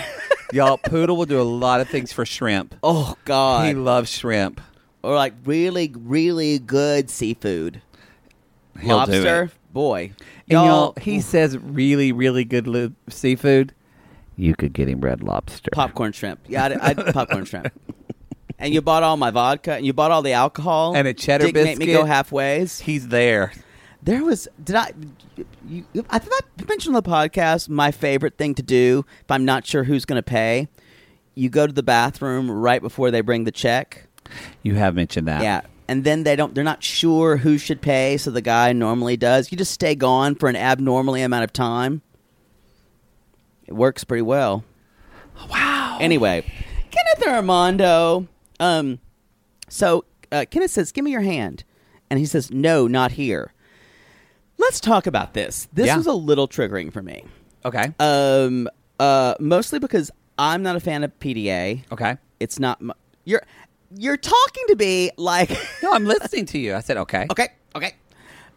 Speaker 4: Y'all, Poodle will do a lot of things for shrimp.
Speaker 5: oh
Speaker 4: he
Speaker 5: God!
Speaker 4: loves shrimp.
Speaker 5: or like really really good seafood,
Speaker 4: He'll
Speaker 5: lobster.
Speaker 4: Do it.
Speaker 5: Boy,
Speaker 4: And y'all, he says really, really good li- seafood. You could get him red lobster.
Speaker 5: popcorn shrimp. Yeah, I, I popcorn shrimp. And you bought all my vodka, and you bought all the alcohol,
Speaker 4: And a cheddar
Speaker 5: Didn't Make me go
Speaker 4: biscuit.
Speaker 5: halfways.
Speaker 4: He's there.
Speaker 5: There was did I? You, I think I mentioned on the podcast my favorite thing to do if I'm not sure who's going to pay. You go to the bathroom right before they bring the check.
Speaker 4: You have mentioned that.
Speaker 5: Yeah, and then they don't. They're not sure who should pay, so the guy normally does. You just stay gone for an abnormally amount of time. It works pretty well. Wow. Anyway, Kenneth Armando. Um, so uh, Kenneth says, "Give me your hand," and he says, "No, not here." Let's talk about this. This
Speaker 4: Yeah.
Speaker 5: was a little triggering for me.
Speaker 4: Okay.
Speaker 5: Um, uh, mostly because I'm not a fan of PDA.
Speaker 4: okay.
Speaker 5: It's not. m you're you're talking to me like.
Speaker 4: No, I'm listening to you. I said okay.
Speaker 5: Okay, okay.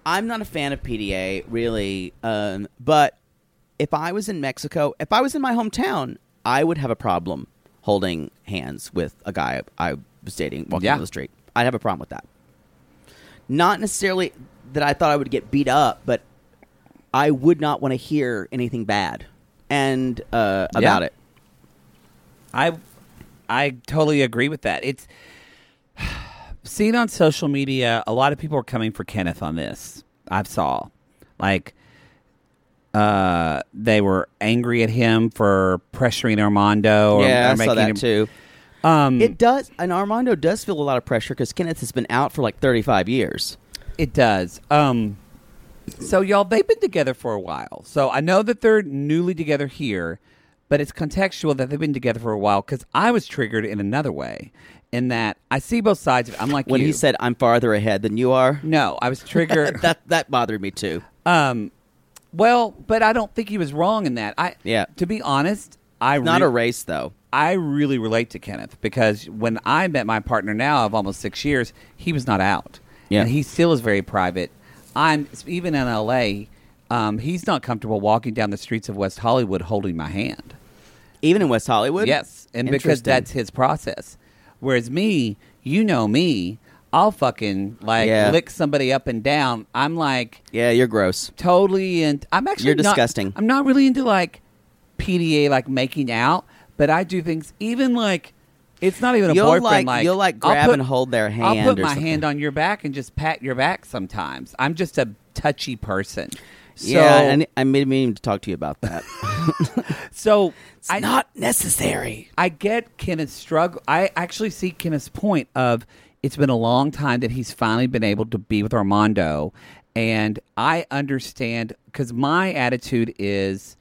Speaker 5: I'm not a fan of PDA, really. Um, but if I was in Mexico, if I was in my hometown, I would have a problem holding hands with a guy I was dating walking
Speaker 4: Yeah.
Speaker 5: down the street. I'd have a problem with that. Not necessarily that I thought I would get beat up, but I would not want to hear anything bad and uh,
Speaker 4: Yeah.
Speaker 5: about it.
Speaker 4: I I totally agree with that. It's seen on social media. A lot of people are coming for Kenneth on this. I've saw like Uh, they were angry at him for pressuring Armando. Or,
Speaker 5: yeah,
Speaker 4: or
Speaker 5: I saw
Speaker 4: making
Speaker 5: that
Speaker 4: him-
Speaker 5: too.
Speaker 4: Um,
Speaker 5: It does, and Armando does feel a lot of pressure because Kenneth has been out for like 35 years.
Speaker 4: It does. Um, so y'all, they've been together for a while. So I know that they're newly together here, but it's contextual that they've been together for a while because I was triggered in another way, in that I see both sides. of it. I'm like
Speaker 5: When
Speaker 4: you.
Speaker 5: he said, "I'm farther ahead than you are,"
Speaker 4: no, I was triggered.
Speaker 5: that that bothered me too.
Speaker 4: um, well, but I don't think he was wrong in that. I
Speaker 5: Yeah.
Speaker 4: To be honest, I
Speaker 5: Not
Speaker 4: re-
Speaker 5: a race though.
Speaker 4: I really relate to Kenneth because when I met my partner now of almost six years, he was not out.
Speaker 5: Yeah.
Speaker 4: And he still is very private. I'm even in LA, um, he's not comfortable walking down the streets of West Hollywood holding my hand.
Speaker 5: Even in West Hollywood.
Speaker 4: Yes. And because
Speaker 5: Interesting.
Speaker 4: that's his process. Whereas me, you know me, I'll fucking like
Speaker 5: Yeah.
Speaker 4: lick somebody up and down. I'm like
Speaker 5: yeah, you're gross.
Speaker 4: totally and I'm actually
Speaker 5: You're
Speaker 4: not-
Speaker 5: disgusting.
Speaker 4: I'm not really into like PDA like making out, but I do things even like it's not even a
Speaker 5: You'll
Speaker 4: boyfriend
Speaker 5: like-
Speaker 4: like
Speaker 5: you'll, like,
Speaker 4: I'll
Speaker 5: grab
Speaker 4: put-
Speaker 5: and hold their
Speaker 4: I'll
Speaker 5: hand
Speaker 4: put
Speaker 5: or
Speaker 4: my
Speaker 5: something.
Speaker 4: hand on your back and just pat your back sometimes. I'm just a touchy person. So,
Speaker 5: yeah, and I made meaning to talk to you about that.
Speaker 4: so
Speaker 5: it's
Speaker 4: I,
Speaker 5: not necessary.
Speaker 4: I get Kenneth's struggle. I actually see Kenneth's point of it's been a long time that he's finally been able to be with Armando, and I understand because my attitude is,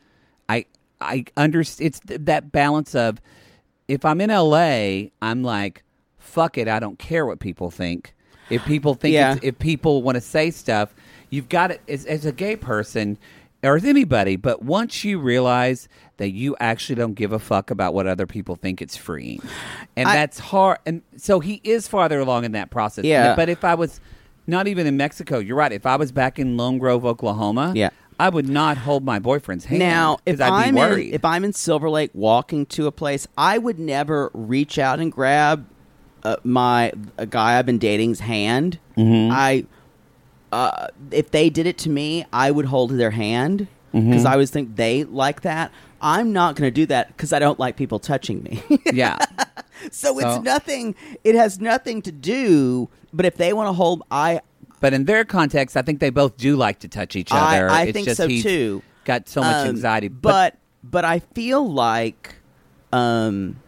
Speaker 4: I I understand it's th- that balance of if I'm in LA, I'm like fuck it, I don't care what people think. If people think
Speaker 5: Yeah.
Speaker 4: it's, if people want to say stuff, you've got it as, as a gay person or as anybody. But once you realize that you actually don't give a fuck about what other people think, it's freeing, and
Speaker 5: I-
Speaker 4: that's hard. And so he is farther along in that process.
Speaker 5: Yeah.
Speaker 4: But if I was not even in Mexico, you're right. If I was back in Lone Grove, Oklahoma,
Speaker 5: Yeah.
Speaker 4: I would not hold my boyfriend's hand.
Speaker 5: Now, if
Speaker 4: 'cause I'd
Speaker 5: I'm
Speaker 4: be worried,
Speaker 5: in, if I'm in Silver Lake walking to a place, I would never reach out and grab uh, my a guy I've been dating's hand.
Speaker 4: Mm-hmm.
Speaker 5: I uh, if they did it to me, I would hold their hand because
Speaker 4: Mm-hmm.
Speaker 5: I always think they like that. I'm not going to do that because I don't like people touching me.
Speaker 4: yeah,
Speaker 5: so
Speaker 4: So-
Speaker 5: it's nothing. It has nothing to do. But if they want to hold, I
Speaker 4: But in their context, I think they both do like to touch each
Speaker 5: I-
Speaker 4: other.
Speaker 5: I
Speaker 4: it's
Speaker 5: think
Speaker 4: just
Speaker 5: so,
Speaker 4: he's
Speaker 5: too.
Speaker 4: Got so much
Speaker 5: Um,
Speaker 4: anxiety,
Speaker 5: But, but I feel like, um,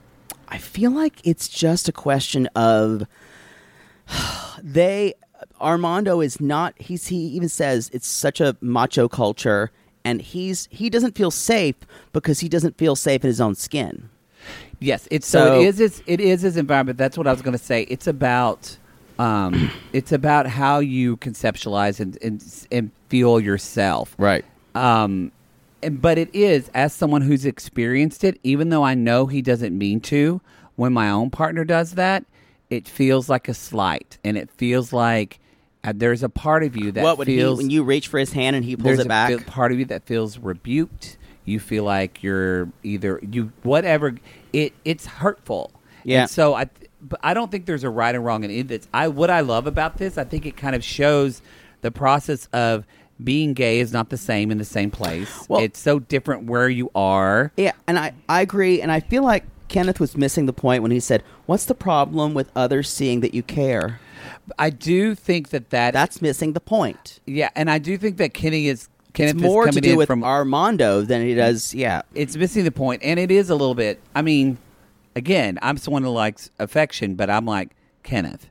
Speaker 5: I feel like it's just a question of they. Armando is not. He's he even says it's such a macho culture, and he's he doesn't feel safe because he doesn't feel safe in his own skin.
Speaker 4: yes, it's so,
Speaker 5: So-
Speaker 4: it is. His, it is his environment. That's what I was going to say. It's about, um, it's about how you conceptualize and and, and feel yourself,
Speaker 5: Right.
Speaker 4: Um, and, but it is as someone who's experienced it, even though I know he doesn't mean to. When my own partner does that, it feels like a slight, and it feels like uh, there's a part of you that
Speaker 5: what would
Speaker 4: feels
Speaker 5: he when you reach for his hand and he pulls
Speaker 4: there's
Speaker 5: it back?
Speaker 4: a fe- part of you that feels rebuked. You feel like you're either you whatever it it's hurtful.
Speaker 5: Yeah.
Speaker 4: And so I th- but I don't think there's a right and wrong in it. It's, I what I love about this, I think it kind of shows the process of being gay is not the same in the same place.
Speaker 5: Well-
Speaker 4: it's so different where you are.
Speaker 5: Yeah, and I, I agree, and I feel like Kenneth was missing the point when he said, "What's the problem with others seeing that you care?"
Speaker 4: I do think that that
Speaker 5: That's missing the point.
Speaker 4: yeah, and I do think that Kenny is Kenneth
Speaker 5: It's
Speaker 4: is
Speaker 5: more to
Speaker 4: coming
Speaker 5: do
Speaker 4: in
Speaker 5: with
Speaker 4: from
Speaker 5: Armando than it does. Yeah,
Speaker 4: it's missing the point, and it is a little bit. I mean, again, I'm someone who likes affection, but I'm like Kenneth.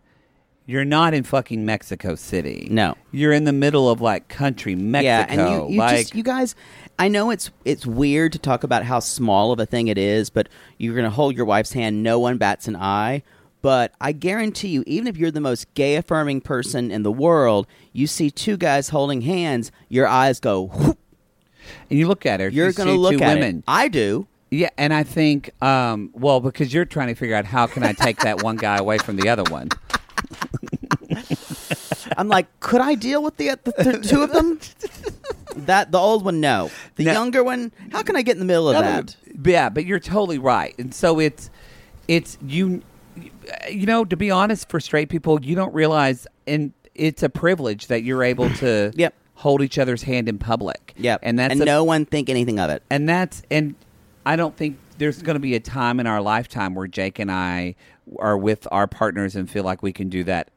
Speaker 4: You're not in fucking Mexico City.
Speaker 5: No.
Speaker 4: you're in the middle of like country
Speaker 5: yeah,
Speaker 4: Mexico.
Speaker 5: and you, you
Speaker 4: like,
Speaker 5: just you guys. I know it's it's weird to talk about how small of a thing it is, but you're going to hold your wife's hand. No one bats an eye. But I guarantee you, even if you're the most gay affirming person in the world, you see two guys holding hands, your eyes go. Whoop,
Speaker 4: and you look at her.
Speaker 5: you're
Speaker 4: you
Speaker 5: going to
Speaker 4: see
Speaker 5: look
Speaker 4: two
Speaker 5: at
Speaker 4: women.
Speaker 5: it. I do.
Speaker 4: Yeah, and I think, um, well, because you're trying to figure out how can I take that one guy away from the other one.
Speaker 5: I'm like, could I deal with the, the, the two of them? That the old one, no. The
Speaker 4: No.
Speaker 5: younger one, how can I get in the middle of that?
Speaker 4: Yeah, but you're totally right. And so it's it's you you know, to be honest, for straight people, you don't realize and it's a privilege that you're able to
Speaker 5: Yep.
Speaker 4: hold each other's hand in public.
Speaker 5: Yeah,
Speaker 4: And that's a-
Speaker 5: no one think anything of it.
Speaker 4: and that's and I don't think there's going to be a time in our lifetime where Jake and I are with our partners and feel like we can do that.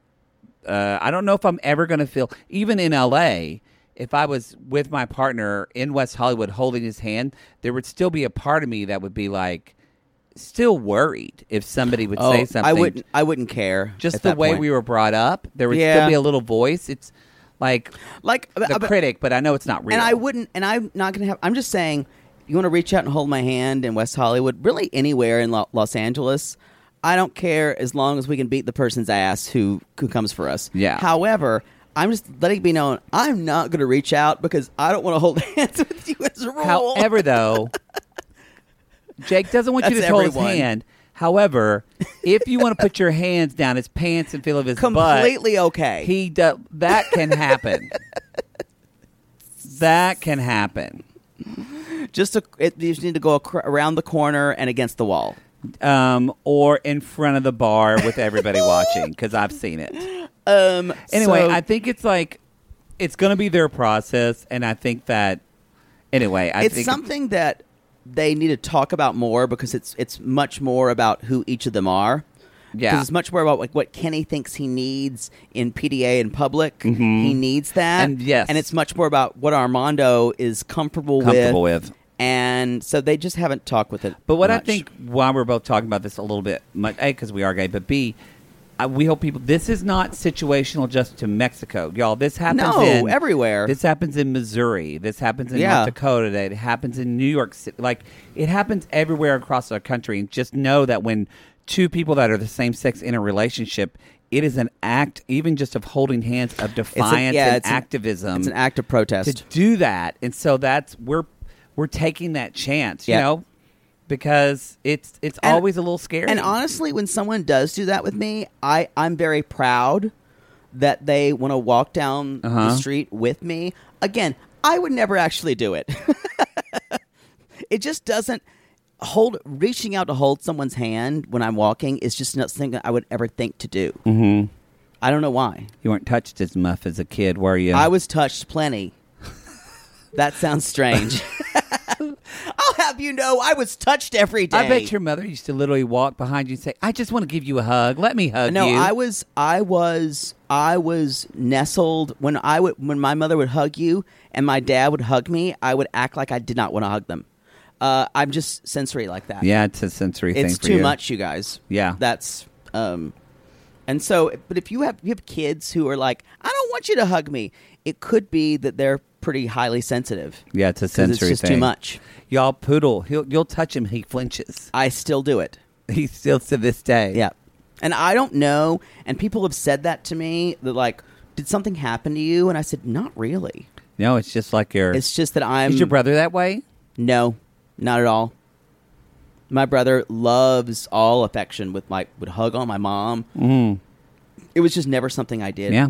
Speaker 4: Uh, I don't know if I'm ever going to feel even in LA. if I was with my partner in West Hollywood holding his hand, there would still be a part of me that would be like still worried if somebody would say something.
Speaker 5: Oh, I wouldn't. I wouldn't care.
Speaker 4: Just
Speaker 5: at
Speaker 4: the
Speaker 5: that
Speaker 4: way
Speaker 5: point.
Speaker 4: we were brought up, there would
Speaker 5: Yeah.
Speaker 4: still be a little voice. It's like
Speaker 5: Like, uh,
Speaker 4: the
Speaker 5: but- but-
Speaker 4: critic, but I know it's not real.
Speaker 5: And I wouldn't. And I'm not gonna have. I'm just saying, you want to reach out and hold my hand in West Hollywood, really anywhere in Lo- Los Angeles. I don't care as long as we can beat the person's ass who who comes for us.
Speaker 4: Yeah.
Speaker 5: However. I'm just letting it be known I'm not going to reach out because I don't want to hold hands with you as a rule.
Speaker 4: However, though, Jake doesn't want you to
Speaker 5: That's
Speaker 4: hold his
Speaker 5: everyone.
Speaker 4: hand. However, if you want to put your hands down his pants and feel of his
Speaker 5: completely
Speaker 4: butt,
Speaker 5: okay.
Speaker 4: he do- that can happen. that can happen.
Speaker 5: just a, it, you just need to go acro- around the corner and against the wall.
Speaker 4: Um, or in front of the bar with everybody watching because I've seen it.
Speaker 5: Um.
Speaker 4: Anyway,
Speaker 5: so-
Speaker 4: I think it's like it's going to be their process, and I think that anyway, I
Speaker 5: it's
Speaker 4: think
Speaker 5: something that they need to talk about more because it's it's much more about who each of them are.
Speaker 4: Yeah.
Speaker 5: 'Cause it's much more about like what Kenny thinks he needs in PDA and public. He needs that,
Speaker 4: And yes.
Speaker 5: Mm-hmm. and it's much more about what Armando is comfortable,
Speaker 4: Comfortable with.
Speaker 5: and so they just haven't talked with it.
Speaker 4: But what I
Speaker 5: much.
Speaker 4: think why we're both talking about this a little bit, much, A, because we are gay, but B, I, we hope people, this is not situational just to Mexico. Y'all, this happens
Speaker 5: No,
Speaker 4: in-
Speaker 5: everywhere.
Speaker 4: This happens in Missouri. This happens in
Speaker 5: Yeah.
Speaker 4: North Dakota. That It happens in New York City. Like, it happens everywhere across our country. And just know that when two people that are the same sex in a relationship, it is an act, even just of holding hands, of
Speaker 5: It's a-
Speaker 4: defiance
Speaker 5: yeah,
Speaker 4: and
Speaker 5: it's an-
Speaker 4: activism.
Speaker 5: it's an act of protest.
Speaker 4: To do that, and so that's we're we're taking that chance, you
Speaker 5: Yeah.
Speaker 4: know, because it's it's
Speaker 5: And-
Speaker 4: always a little scary.
Speaker 5: And honestly, when someone does do that with me, I I'm very proud that they want to walk down
Speaker 4: Uh-huh.
Speaker 5: the street with me. Again, I would never actually do it. it just doesn't hold reaching out to hold someone's hand when I'm walking is just not something that I would ever think to do. Mm-hmm. I don't know why.
Speaker 4: you weren't touched as much as a kid, were you?
Speaker 5: I was touched plenty. that sounds strange. I'll have you know, I was touched every day.
Speaker 4: I bet your mother used to literally walk behind you and say, "I just want to give you a hug. Let me hug
Speaker 5: No,
Speaker 4: you."
Speaker 5: I was, I was, I was nestled when I would, when my mother would hug you and my dad would hug me. I would act like I did not want to hug them. Uh, I'm just sensory like that.
Speaker 4: Yeah, it's a sensory thing.
Speaker 5: it's
Speaker 4: for
Speaker 5: too
Speaker 4: you.
Speaker 5: much, you guys.
Speaker 4: Yeah.
Speaker 5: that's um, and so, but if you have you have kids who are like, I don't want you to hug me. It could be that they're pretty highly sensitive.
Speaker 4: Yeah, it's a
Speaker 5: 'Cause
Speaker 4: sensory
Speaker 5: It's just
Speaker 4: thing.
Speaker 5: too much.
Speaker 4: Y'all, poodle. He'll you'll touch him. He flinches.
Speaker 5: I still do it.
Speaker 4: He still to this day.
Speaker 5: Yeah. And I don't know. And people have said that to me. That like, did something happen to you? And I said, not really.
Speaker 4: No, it's just like your.
Speaker 5: It's just that I'm.
Speaker 4: is your brother that way?
Speaker 5: No, not at all. My brother loves all affection with my would hug on my mom. Mm. It was just never something I did.
Speaker 4: Yeah.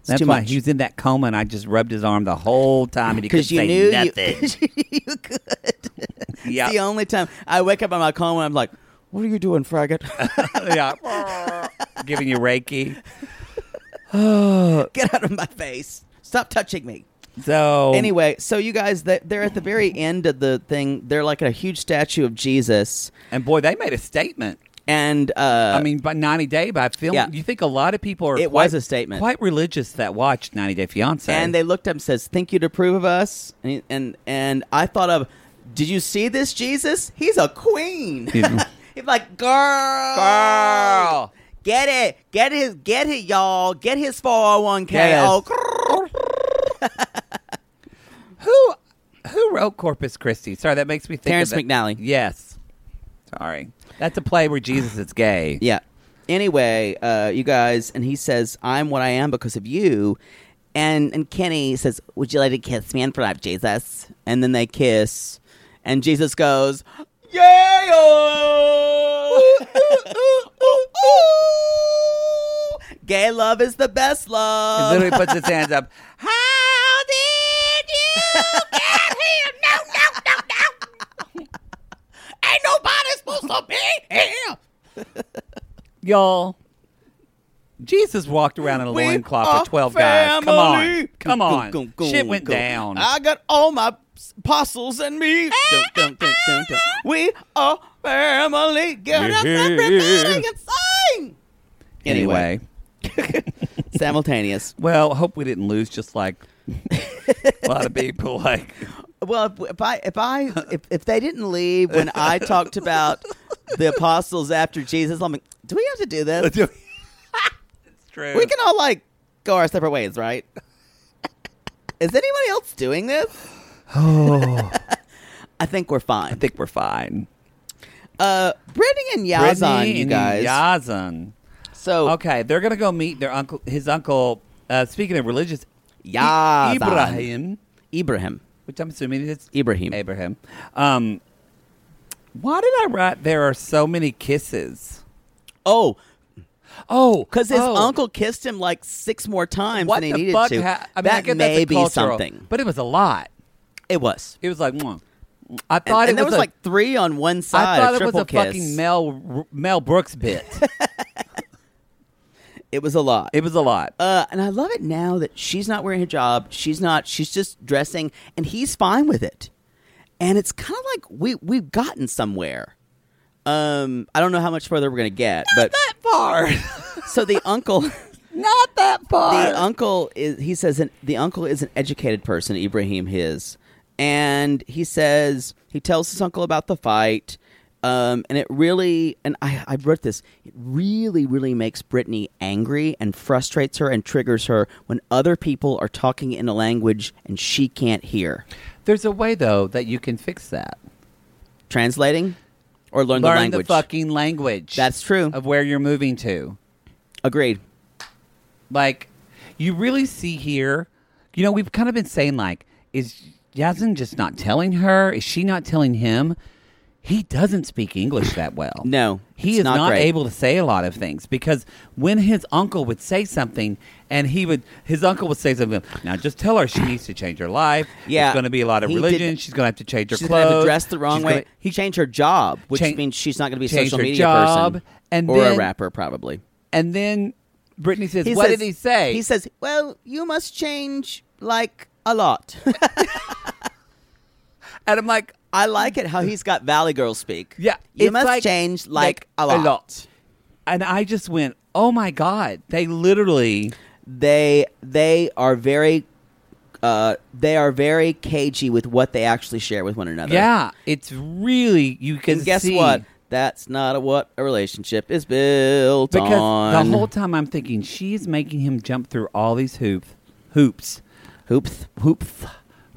Speaker 5: It's
Speaker 4: That's
Speaker 5: too
Speaker 4: why
Speaker 5: much.
Speaker 4: he was in that coma, and I just rubbed his arm the whole time, and he couldn't
Speaker 5: because you
Speaker 4: say
Speaker 5: knew you,
Speaker 4: nothing.
Speaker 5: you could.
Speaker 4: Yeah.
Speaker 5: The only time I wake up on my call and I'm like, "What are you doing, faggot?
Speaker 4: yeah, giving you Reiki.
Speaker 5: Get out of my face! Stop touching me!"
Speaker 4: So
Speaker 5: Anyway, so you guys, they- they're at the very end of the thing. They're like a huge statue of Jesus,
Speaker 4: and boy, they made a statement.
Speaker 5: and uh,
Speaker 4: I mean, by 90 Day by film,
Speaker 5: yeah.
Speaker 4: you think a lot of people are
Speaker 5: It
Speaker 4: quite,
Speaker 5: was a statement.
Speaker 4: quite religious that watched 90 Day Fiance.
Speaker 5: and they looked up and says, "Think you'd approve of us?" And he- and, and I thought of, "Did you see this Jesus? He's a queen." He's like, "Girl,
Speaker 4: Girl.
Speaker 5: get it, get his, get it, y'all, get his four hundred one k."
Speaker 4: Yes.
Speaker 5: Oh,
Speaker 4: who who wrote Corpus Christi? Sorry, that makes me think
Speaker 5: Terrence
Speaker 4: of it.
Speaker 5: McNally.
Speaker 4: Yes. Sorry, that's a play where Jesus is gay.
Speaker 5: Yeah. Anyway, uh, you guys, and he says, "I'm what I am because of you," and and Kenny says, "Would you like to kiss me and for life, Jesus?" And then they kiss, and Jesus goes, "Yeah!" Gay love is the best
Speaker 4: He
Speaker 5: love.
Speaker 4: literally puts his hands up. How
Speaker 5: did you get here? No, no, no, no. Ain't nobody supposed to be here.
Speaker 4: y'all. Jesus walked around in a loincloth with 12 guys. Come on. Come on. Shit went down.
Speaker 5: I got all my apostles and me. Dun, dun, dun, dun, dun. We are family. Get up, everybody, and sing.
Speaker 4: anyway.
Speaker 5: simultaneous.
Speaker 4: Well, hope we didn't lose just like a lot of people like
Speaker 5: Well, if, if I if I if, if they didn't leave when I talked about the apostles after Jesus, I'm like, do we have to do this?
Speaker 4: it's true.
Speaker 5: We can all like go our separate ways, right? Is anybody else doing this? Oh,
Speaker 4: Oh.
Speaker 5: I think we're fine.
Speaker 4: I think we're fine.
Speaker 5: uh, Brittany and Yazan,
Speaker 4: Brittany
Speaker 5: you
Speaker 4: and
Speaker 5: guys. Oh.
Speaker 4: Yazan.
Speaker 5: so
Speaker 4: Okay, they're gonna go meet their uncle his uncle uh, speaking of religious
Speaker 5: Yazan.
Speaker 4: I- Ibrahim.
Speaker 5: Ibrahim,
Speaker 4: Which I'm assuming is
Speaker 5: Ibrahim.
Speaker 4: Abraham. Um why did I write there are so many kisses?
Speaker 5: Oh,
Speaker 4: Oh,
Speaker 5: because his
Speaker 4: oh.
Speaker 5: uncle kissed him like six more times
Speaker 4: what
Speaker 5: than he
Speaker 4: the
Speaker 5: needed
Speaker 4: fuck
Speaker 5: to.
Speaker 4: ha- I mean, I
Speaker 5: that
Speaker 4: guess that's
Speaker 5: may
Speaker 4: a
Speaker 5: be
Speaker 4: cultural-
Speaker 5: something.
Speaker 4: but it was a lot.
Speaker 5: It was.
Speaker 4: It was like, Mwah. I
Speaker 5: And,
Speaker 4: thought
Speaker 5: and
Speaker 4: it
Speaker 5: there was
Speaker 4: a-
Speaker 5: like three on one
Speaker 4: I
Speaker 5: side.
Speaker 4: thought
Speaker 5: a
Speaker 4: it was
Speaker 5: triple
Speaker 4: a
Speaker 5: kiss.
Speaker 4: fucking Mel Mel Brooks bit.
Speaker 5: It was a lot.
Speaker 4: it was a lot.
Speaker 5: Uh, and I love it now that she's not wearing hijab. She's not. She's just dressing, and he's fine with it. And it's kind of like we we've gotten somewhere. Um, I don't know how much further we're gonna get, but that far. so the uncle,
Speaker 4: Not that far.
Speaker 5: the uncle is. He says an, the uncle is an educated person. Ibrahim his, and he says he tells his uncle about the fight. Um, and it really, and I, I wrote this. It really, really makes Brittany angry and frustrates her and triggers her when other people are talking in a language and she can't hear.
Speaker 4: There's a way though that you can fix that.
Speaker 5: Translating or learn, the
Speaker 4: Learn the,
Speaker 5: language.
Speaker 4: fucking language.
Speaker 5: That's true.
Speaker 4: Of where you're moving to.
Speaker 5: Agreed.
Speaker 4: Like, you really see here. You know, we've kind of been saying like, is Yasmin just not telling her? Is she not telling him? He doesn't speak English that well.
Speaker 5: No,
Speaker 4: he
Speaker 5: it's
Speaker 4: is
Speaker 5: not
Speaker 4: not,
Speaker 5: great.
Speaker 4: able to say a lot of things because when his uncle would say something, and he would, his uncle would say something. Now, just tell her she needs to change her life.
Speaker 5: Yeah,
Speaker 4: it's going to be a lot of
Speaker 5: he did
Speaker 4: religion.
Speaker 5: that.
Speaker 4: She's going to have to change her
Speaker 5: She's
Speaker 4: clothes.
Speaker 5: gonna have to dress the wrong
Speaker 4: She's
Speaker 5: way.
Speaker 4: gonna-
Speaker 5: he changed her job, which
Speaker 4: Change-
Speaker 5: means she's not going to be a
Speaker 4: change
Speaker 5: social
Speaker 4: her
Speaker 5: media
Speaker 4: job,
Speaker 5: person
Speaker 4: and
Speaker 5: or a
Speaker 4: then-
Speaker 5: rapper, probably.
Speaker 4: And then Brittany says, "What
Speaker 5: says-
Speaker 4: did he say?"
Speaker 5: He says, "Well, you must change like a lot."
Speaker 4: and I'm like,
Speaker 5: I like it how he's got Valley Girl speak.
Speaker 4: Yeah,
Speaker 5: you
Speaker 4: it's
Speaker 5: must
Speaker 4: like-
Speaker 5: change like, a, lot.
Speaker 4: And I just went, "Oh my god!" They literally
Speaker 5: They they are very. Uh, they are very cagey with what they actually share with one another.
Speaker 4: Yeah, it's really you can
Speaker 5: and guess
Speaker 4: see-
Speaker 5: what? That's not what a relationship is built
Speaker 4: Because
Speaker 5: on.
Speaker 4: the whole time I'm thinking she's making him jump through all these hoops, hoops,
Speaker 5: hoops.
Speaker 4: hoops,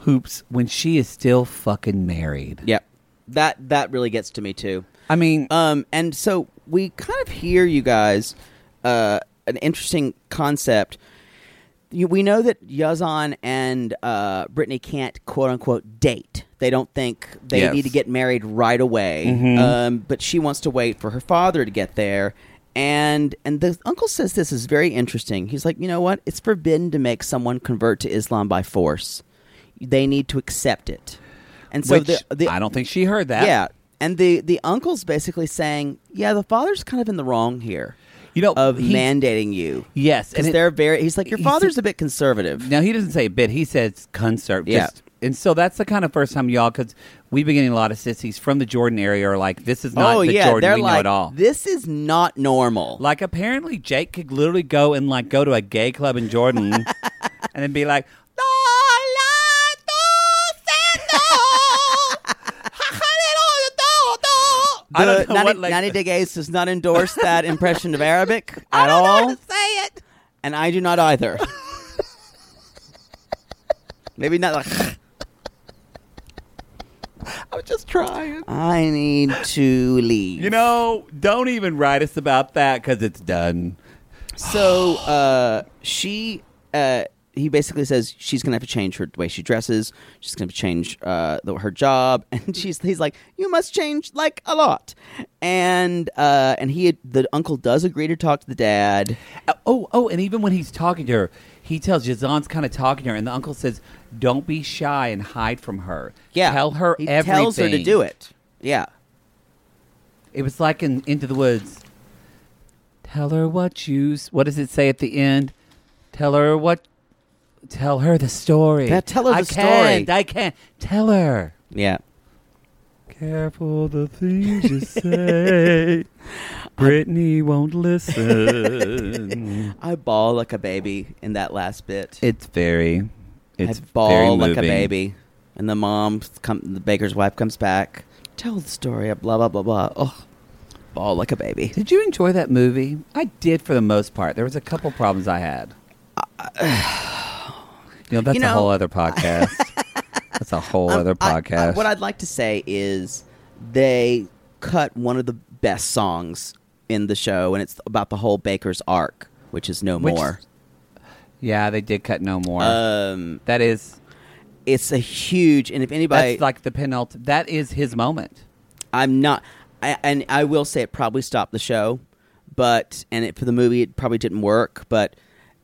Speaker 4: hoops when she is still fucking married.
Speaker 5: Yep. That that really gets to me too.
Speaker 4: I mean,
Speaker 5: Um, and so we kind of hear you guys uh, an interesting concept. You, we know that Yazan and uh, Brittany can't quote unquote date. They don't think they
Speaker 4: Yes. Mm-hmm.
Speaker 5: need to get married right away. Um, but she wants to wait for her father to get there. And and the uncle says this is very interesting. He's like, you know what? It's forbidden to make someone convert to Islam by force. They need to accept it. And so
Speaker 4: which
Speaker 5: the, the
Speaker 4: I don't think she heard that.
Speaker 5: yeah. And the the uncle's basically saying, yeah, the father's kind of in the wrong here
Speaker 4: you know,
Speaker 5: of
Speaker 4: he-
Speaker 5: mandating you.
Speaker 4: Yes, and
Speaker 5: Because
Speaker 4: it-
Speaker 5: they're very he's like your
Speaker 4: he's-
Speaker 5: father's a bit conservative.
Speaker 4: Now he doesn't say a bit. He says concert.
Speaker 5: Yeah.
Speaker 4: Just, and so that's the kind of first time y'all, because we've been getting a lot of sissies from the Jordan area are like, this is not
Speaker 5: oh
Speaker 4: the
Speaker 5: yeah,
Speaker 4: Jordan
Speaker 5: they're
Speaker 4: we know
Speaker 5: like
Speaker 4: at all.
Speaker 5: this is not normal.
Speaker 4: like apparently Jake could literally go and like go to a gay club in Jordan and then be like, "La, la, do, se, do. Ha, ha, le, do, do, do." I
Speaker 5: The
Speaker 4: don't know
Speaker 5: 90,
Speaker 4: what like,
Speaker 5: 90 Day Gays does not endorse that impression of Arabic at all. say it. And I do not either. Maybe not like
Speaker 4: I'm just trying.
Speaker 5: I need to leave.
Speaker 4: You know, don't even write us about that because it's done.
Speaker 5: So uh, she, uh, he basically says she's gonna have to change her the way she dresses. She's gonna have to change uh, the, her job, and she's he's like, you must change like a lot. And uh, and he the uncle does agree to talk to the dad.
Speaker 4: Uh, Oh, oh, and even when he's talking to her, he tells Jazan's kind of talking to her, and the uncle says, "Don't be shy and hide from her.
Speaker 5: Yeah,
Speaker 4: tell her
Speaker 5: he
Speaker 4: everything.
Speaker 5: tells her to do it. Yeah,
Speaker 4: It was like in Into the Woods. Tell her what you. s- What does it say at the end? Tell her what. Tell her the story.
Speaker 5: Yeah, tell her
Speaker 4: I
Speaker 5: the story.
Speaker 4: Can't, I can't. Tell her.
Speaker 5: yeah.
Speaker 4: Careful the things you say.
Speaker 2: Brittany won't listen.
Speaker 5: I bawl like a baby in that last bit.
Speaker 4: It's very, it's
Speaker 5: I bawl
Speaker 4: very
Speaker 5: like a
Speaker 4: moving.
Speaker 5: baby. And the mom, come, the baker's wife, comes back. Tell the story. Blah blah blah blah. Oh, ball like a baby.
Speaker 4: Did you enjoy that movie? I did for the most part. There was a couple problems I had. you know, that's
Speaker 5: know- Um,
Speaker 4: a whole other podcast. that's a whole other
Speaker 5: I-
Speaker 4: podcast.
Speaker 5: I- Uh, what I'd like to say is they cut one of the best songs in the show, and it's about the whole baker's arc, which is no
Speaker 4: Which-
Speaker 5: more.
Speaker 4: yeah, they did cut no more.
Speaker 5: Um,
Speaker 4: that is
Speaker 5: it's a huge, and if anybody,
Speaker 4: that's like the penultimate. That is his moment.
Speaker 5: I'm not, I, and I will say it probably stopped the show, but and it, for the movie it probably didn't work, but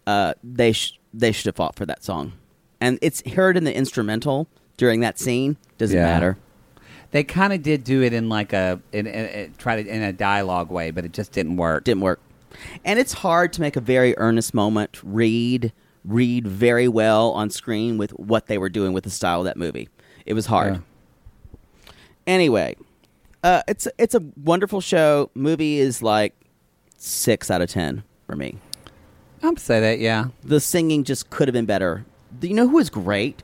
Speaker 5: uh, they sh- they should have fought for that song, and it's heard in the instrumental during that scene. Doesn't
Speaker 4: Yeah.
Speaker 5: matter.
Speaker 4: They kind of did do it in like a in, in, in try to in a dialogue way, but it just didn't work.
Speaker 5: didn't work. And it's hard to make a very earnest moment read read very well on screen with what they were doing with the style of that movie. It was hard. Anyway, uh, it's it's a wonderful show. Movie is like six out of ten for me.
Speaker 4: I'm say that, yeah.
Speaker 5: The singing just could have been better. Do You know who was great?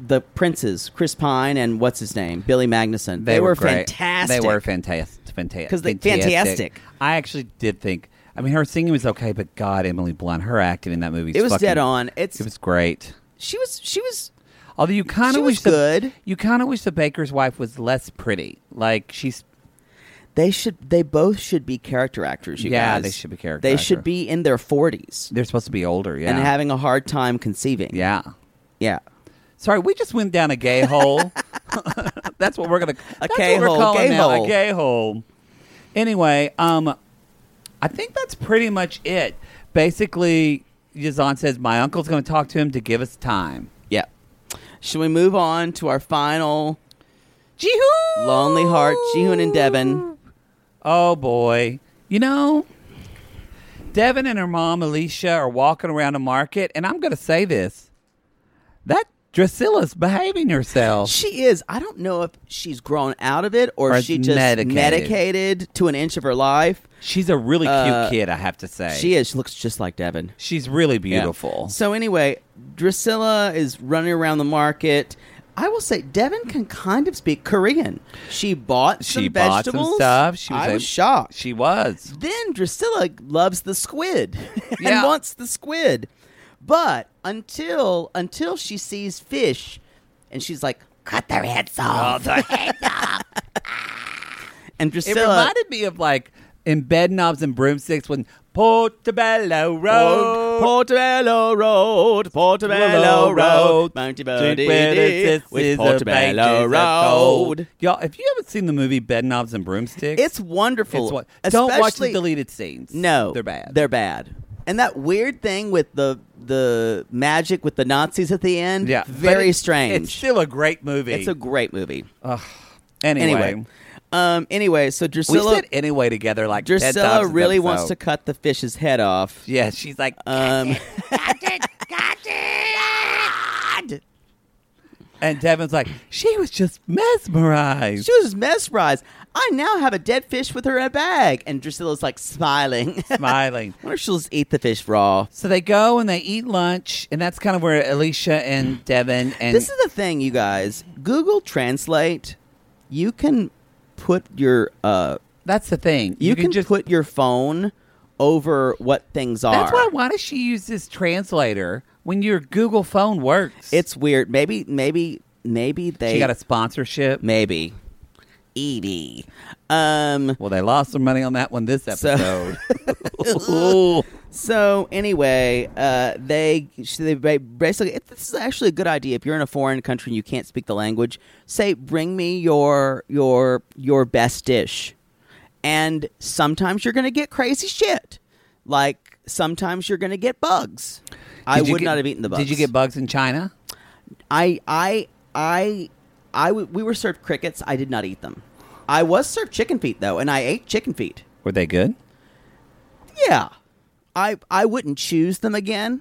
Speaker 5: The Princes, Chris Pine, and what's his name, Billy Magnuson. They, were,
Speaker 4: great.
Speaker 5: fantastic.
Speaker 4: They were fantastic. Fantastic.
Speaker 5: 'Cause they- fantastic.
Speaker 4: I actually did think. I mean, her singing was okay, but God, Emily Blunt, her acting in that movie, is
Speaker 5: It was
Speaker 4: fucking-
Speaker 5: dead on. It's
Speaker 4: It was great.
Speaker 5: she was she was
Speaker 4: Although you kind
Speaker 5: She
Speaker 4: of
Speaker 5: was
Speaker 4: wish the-
Speaker 5: good.
Speaker 4: you kind of wish the baker's wife was less pretty. Like she's
Speaker 5: They should. They both should be character actors. You
Speaker 4: Yeah,
Speaker 5: guys.
Speaker 4: they should be character
Speaker 5: They
Speaker 4: actor.
Speaker 5: should be in their forties
Speaker 4: they're supposed to be older, yeah,
Speaker 5: and having a hard time conceiving.
Speaker 4: yeah.
Speaker 5: yeah.
Speaker 4: Sorry, we just went down a gay hole. that's what we're gonna. A
Speaker 5: gay hole, gay
Speaker 4: now,
Speaker 5: hole.
Speaker 4: A gay hole. Anyway, um, I think that's pretty much it. Basically, Yazan says my uncle's going to talk to him to give us time.
Speaker 5: yeah. Should we move on to our final
Speaker 4: Jihoon,
Speaker 5: lonely heart, Jihoon and Devin?
Speaker 4: Oh boy, you know, Devin and her mom Alicia are walking around a market, and I'm going to say this: that Drusilla's behaving herself.
Speaker 5: She is. I don't know if she's grown out of it or,
Speaker 4: Or
Speaker 5: if she just
Speaker 4: medicated.
Speaker 5: medicated to an inch of her life.
Speaker 4: She's a really cute
Speaker 5: Uh,
Speaker 4: kid, I have to say.
Speaker 5: She is. She looks just like Devin.
Speaker 4: She's really
Speaker 5: Yeah.
Speaker 4: beautiful.
Speaker 5: So anyway, Drusilla is running around the market. I will say Devin can kind of speak Korean. She bought some
Speaker 4: she bought
Speaker 5: vegetables.
Speaker 4: some stuff. She was,
Speaker 5: I
Speaker 4: a-
Speaker 5: was shocked.
Speaker 4: She was.
Speaker 5: then Drusilla loves the squid and
Speaker 4: Yeah.
Speaker 5: wants the squid. But until until she sees fish and she's like, cut their heads off. and
Speaker 4: It
Speaker 5: Drusilla
Speaker 4: reminded me of like in Bed Knobs and Broomsticks when Portobello Road.
Speaker 5: Portobello Road, Portobello Road, Montebello
Speaker 4: Drink with it, this
Speaker 5: with
Speaker 4: is a
Speaker 5: Portobello
Speaker 4: bake, it's a gold.
Speaker 5: Road.
Speaker 4: Y'all, if you haven't seen the movie Bed Knobs and Broomsticks,
Speaker 5: It's wonderful.
Speaker 4: it's what- don't watch the
Speaker 5: Especially-
Speaker 4: deleted scenes.
Speaker 5: No,
Speaker 4: They're bad.
Speaker 5: They're bad. And that weird thing with the the magic with the Nazis at the end,
Speaker 4: yeah, but
Speaker 5: very
Speaker 4: it-
Speaker 5: strange.
Speaker 4: It's still a great movie.
Speaker 5: It's a great movie.
Speaker 4: anyway.
Speaker 5: um, anyway, so
Speaker 4: We
Speaker 5: Drusilla,
Speaker 4: said anyway together like 10 times
Speaker 5: Drusilla
Speaker 4: this
Speaker 5: really wants
Speaker 4: episode.
Speaker 5: to cut the fish's head off.
Speaker 4: Yeah, she's like,
Speaker 5: Um,
Speaker 4: and Devin's like, she was just mesmerized.
Speaker 5: She was just mesmerized. I now have a dead fish with her in a bag. And Drusilla's like smiling.
Speaker 4: smiling.
Speaker 5: I wonder if she'll just eat the fish raw.
Speaker 4: So they go and they eat lunch, and that's kind of where Alicia and Devin and
Speaker 5: this is the thing, you guys. Google Translate, you can put your uh
Speaker 4: that's the thing.
Speaker 5: you, can,
Speaker 4: just
Speaker 5: put your phone over what things are.
Speaker 4: That's why. Why does she use this translator when your Google phone works?
Speaker 5: it's weird. Maybe maybe maybe they
Speaker 4: she got a sponsorship.
Speaker 5: maybe. Edie. Um
Speaker 4: Well, they lost some money on that one this episode. Ooh.
Speaker 5: So anyway, uh, they sh- they ba- basically it, this is actually a good idea. If you're in a foreign country and you can't speak the language, say, "Bring me your your your best dish," and sometimes you're gonna get crazy shit. Like sometimes you're gonna get bugs. I
Speaker 4: Did you
Speaker 5: would
Speaker 4: get-
Speaker 5: not have eaten the bugs.
Speaker 4: Did you get bugs in China?
Speaker 5: I I I I w- we were served crickets. I did not eat them. I was served chicken feet though, and I ate chicken feet.
Speaker 4: Were they good?
Speaker 5: Yeah. I I wouldn't choose them again.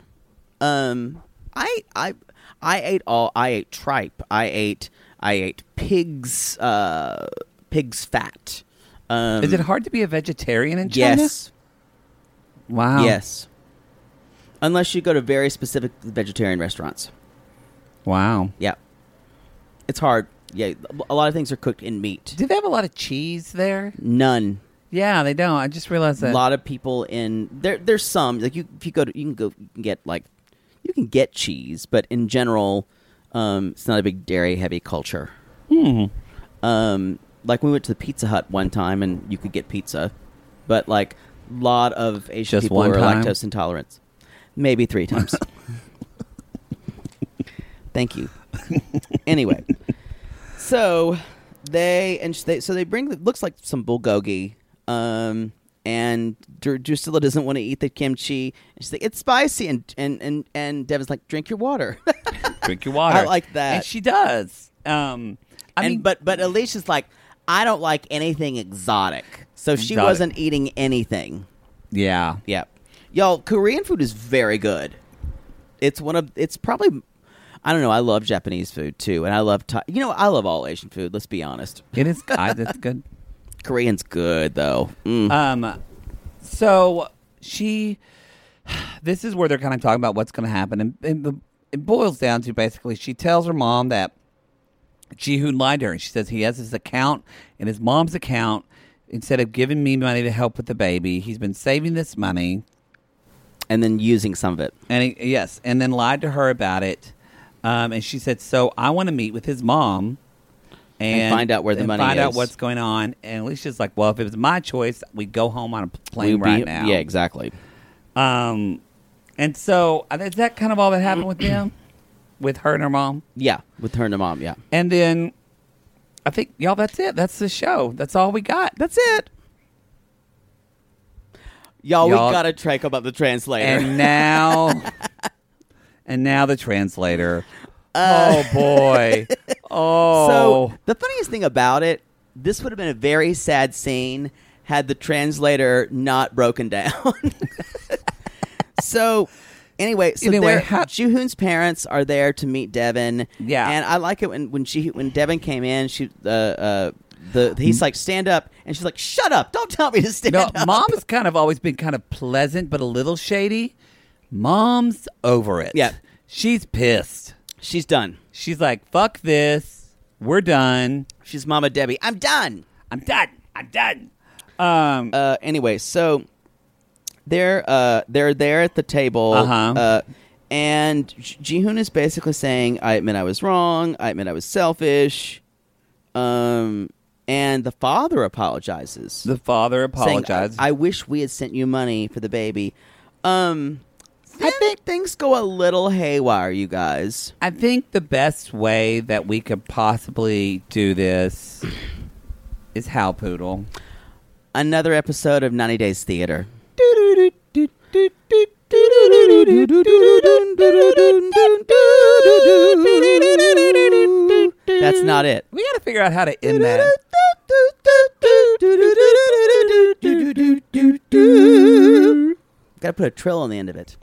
Speaker 5: Um I I I ate all I ate tripe. I ate I ate pig's uh pig's fat. Um,
Speaker 4: Is it hard to be a vegetarian in China?
Speaker 5: Yes.
Speaker 4: Wow.
Speaker 5: Yes. Unless you go to very specific vegetarian restaurants.
Speaker 4: Wow.
Speaker 5: Yeah. It's hard. Yeah. A lot of things are cooked in meat.
Speaker 4: Do they have a lot of cheese there?
Speaker 5: None.
Speaker 4: Yeah, they don't. I just realized
Speaker 5: A
Speaker 4: that.
Speaker 5: lot of people in there. There's some like you. If you go to, you can go get like, you can get cheese, but in general, um, it's not a big dairy heavy culture. Hmm. Um, like we went to the Pizza Hut one time, and you could get pizza, but like a lot of Asian
Speaker 4: Just
Speaker 5: people
Speaker 4: one
Speaker 5: are
Speaker 4: time?
Speaker 5: lactose intolerant. Maybe three times. Thank you. anyway, so they and sh- they so they bring looks like some bulgogi, um, and Dr- Drusilla doesn't want to eat the kimchi. And she's like, "It's spicy," and and and and Devin's like, "Drink your water."
Speaker 4: Drink your water.
Speaker 5: I like that.
Speaker 4: And she does. Um, I
Speaker 5: and
Speaker 4: mean,
Speaker 5: but but Alicia's like, "I don't like anything exotic," so she
Speaker 4: Exotic.
Speaker 5: wasn't eating anything.
Speaker 4: yeah,
Speaker 5: Yeah. Y'all, Korean food is very good. It's one of it's probably I don't know, I love Japanese food too, and I love Thai, you know, I love all Asian food, let's be honest.
Speaker 4: it is. I, that's good.
Speaker 5: Korean's good though. Mm.
Speaker 4: Um, so she, this is where they're kind of talking about what's going to happen, and, and the, it boils down to basically she tells her mom that Jihoon lied to her, and she says he has his account and his mom's account. Instead of giving me money to help with the baby, he's been saving this money,
Speaker 5: And then using some of it.
Speaker 4: and he, yes, and then lied to her about it. Um, and she said, "So I want to meet with his mom." And,
Speaker 5: find out where the
Speaker 4: and
Speaker 5: money
Speaker 4: find out
Speaker 5: is.
Speaker 4: what's going on. And Alicia's like, "Well, if it was my choice, we'd go home on a plane
Speaker 5: We'd be-
Speaker 4: right now."
Speaker 5: Yeah, exactly.
Speaker 4: Um, and so uh, is that kind of all that happened with them, with her and her mom,
Speaker 5: Yeah, with her and her mom, yeah.
Speaker 4: and then I think y'all. That's it. That's the show. That's all we got. That's it.
Speaker 5: Y'all,
Speaker 4: Y'all-
Speaker 5: we gotta track about the translator.
Speaker 4: And now, and now the translator. oh boy. Oh.
Speaker 5: So the funniest thing about it, this would have been a very sad scene had the translator not broken down. so anyway, so
Speaker 4: Anyway,
Speaker 5: anyway,
Speaker 4: how-
Speaker 5: Juhoon's parents are there to meet Devin.
Speaker 4: Yeah.
Speaker 5: and I like it when when she when Devin came in, she uh, uh the he's like stand up, and she's like shut up, don't tell me to stand
Speaker 4: Mm-hmm. no,
Speaker 5: up.
Speaker 4: mom has kind of always been kind of pleasant, but a little shady. Mom's over it.
Speaker 5: Yeah.
Speaker 4: She's pissed.
Speaker 5: She's done.
Speaker 4: She's like, fuck this. We're done.
Speaker 5: She's Mama Debbie. I'm done.
Speaker 4: I'm done. I'm done. Um,
Speaker 5: uh, anyway, so they're uh, they're there at the table,
Speaker 4: Uh-huh.
Speaker 5: uh, and J- Jihoon is basically saying, "I admit I was wrong. I admit I was selfish." Um, and the father apologizes.
Speaker 4: the father
Speaker 5: saying,
Speaker 4: apologized.
Speaker 5: I-, I wish we had sent you money for the baby. Um, I think things go a little haywire, you guys.
Speaker 4: I think the best way that we could possibly do this is Hal Poodle.
Speaker 5: Another episode of 90 Days Theater. That's not it.
Speaker 4: We got to figure out how to end that.
Speaker 5: Gotta put a trill on the end of it.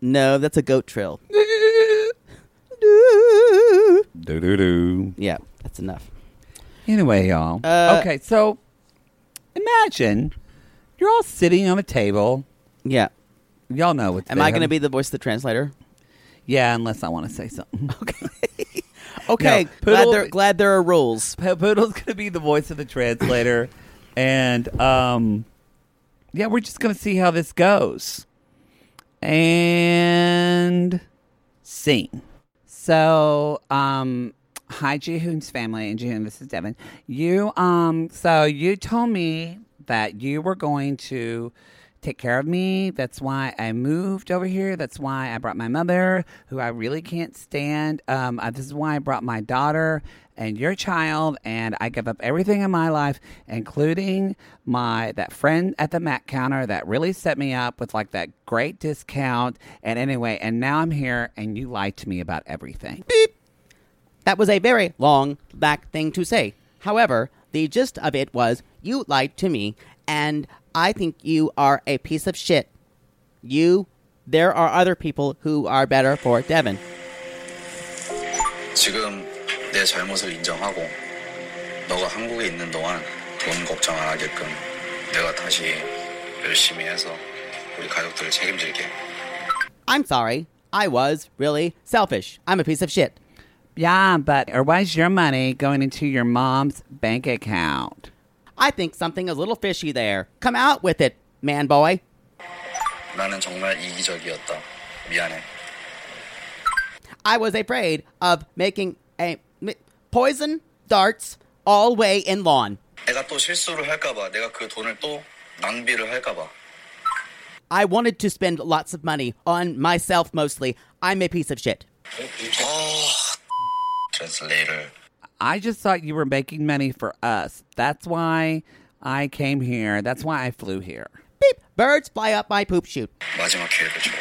Speaker 5: No, that's a goat trill.
Speaker 4: Do do do.
Speaker 5: Yeah, that's enough.
Speaker 4: Anyway, y'all.
Speaker 5: Uh,
Speaker 4: okay, so imagine you're all sitting on a table.
Speaker 5: Yeah.
Speaker 4: Y'all know what's.
Speaker 5: Am I going to be the voice of the translator?
Speaker 4: Yeah, unless I want to say something. Okay.
Speaker 5: Okay.
Speaker 4: No,
Speaker 5: glad,
Speaker 4: Poodle-
Speaker 5: there, glad there are rules.
Speaker 4: Poodle's going to be the voice of the translator, and um, yeah, we're just going to see how this goes. And scene. So, um, hi, Jihoon's family, and Jihoon, this is Devin. You, um, so you told me that you were going to take care of me. That's why I moved over here. That's why I brought my mother, who I really can't stand. Um, uh, this is why I brought my daughter and your child, and I give up everything in my life, including my that friend at the Mac counter that really set me up with like that great discount. And anyway, and now I'm here, and you lied to me about everything.
Speaker 5: That was a very long back thing to say. However, the gist of it was you lied to me, and I think you are a piece of shit. You, there are other people who are better for Devin.
Speaker 8: 지금 내 잘못을 인정하고 너가 한국에 있는 동안 돈 걱정 안 하게끔 내가 다시 열심히 해서 우리 가족들을 책임질게.
Speaker 5: I'm sorry. I was really selfish. I'm a piece of shit.
Speaker 4: Yeah, but or why's your money going into your mom's bank account?
Speaker 5: I think something is a little fishy there. Come out with it, man boy.
Speaker 8: 나는 정말 이기적이었다. 미안해.
Speaker 5: I was afraid of making a mi- poison darts all way in lawn.
Speaker 8: 내가 또 실수를 할까봐, 내가 그 돈을 또 낭비를 할까봐.
Speaker 5: I wanted to spend lots of money on myself mostly. I'm a piece of shit.
Speaker 8: 어, translator.
Speaker 4: I just thought you were making money for us. That's why I came here. That's why I flew here.
Speaker 5: Beep. Birds fly up my poop chute.
Speaker 8: 마지막 기회를 줘.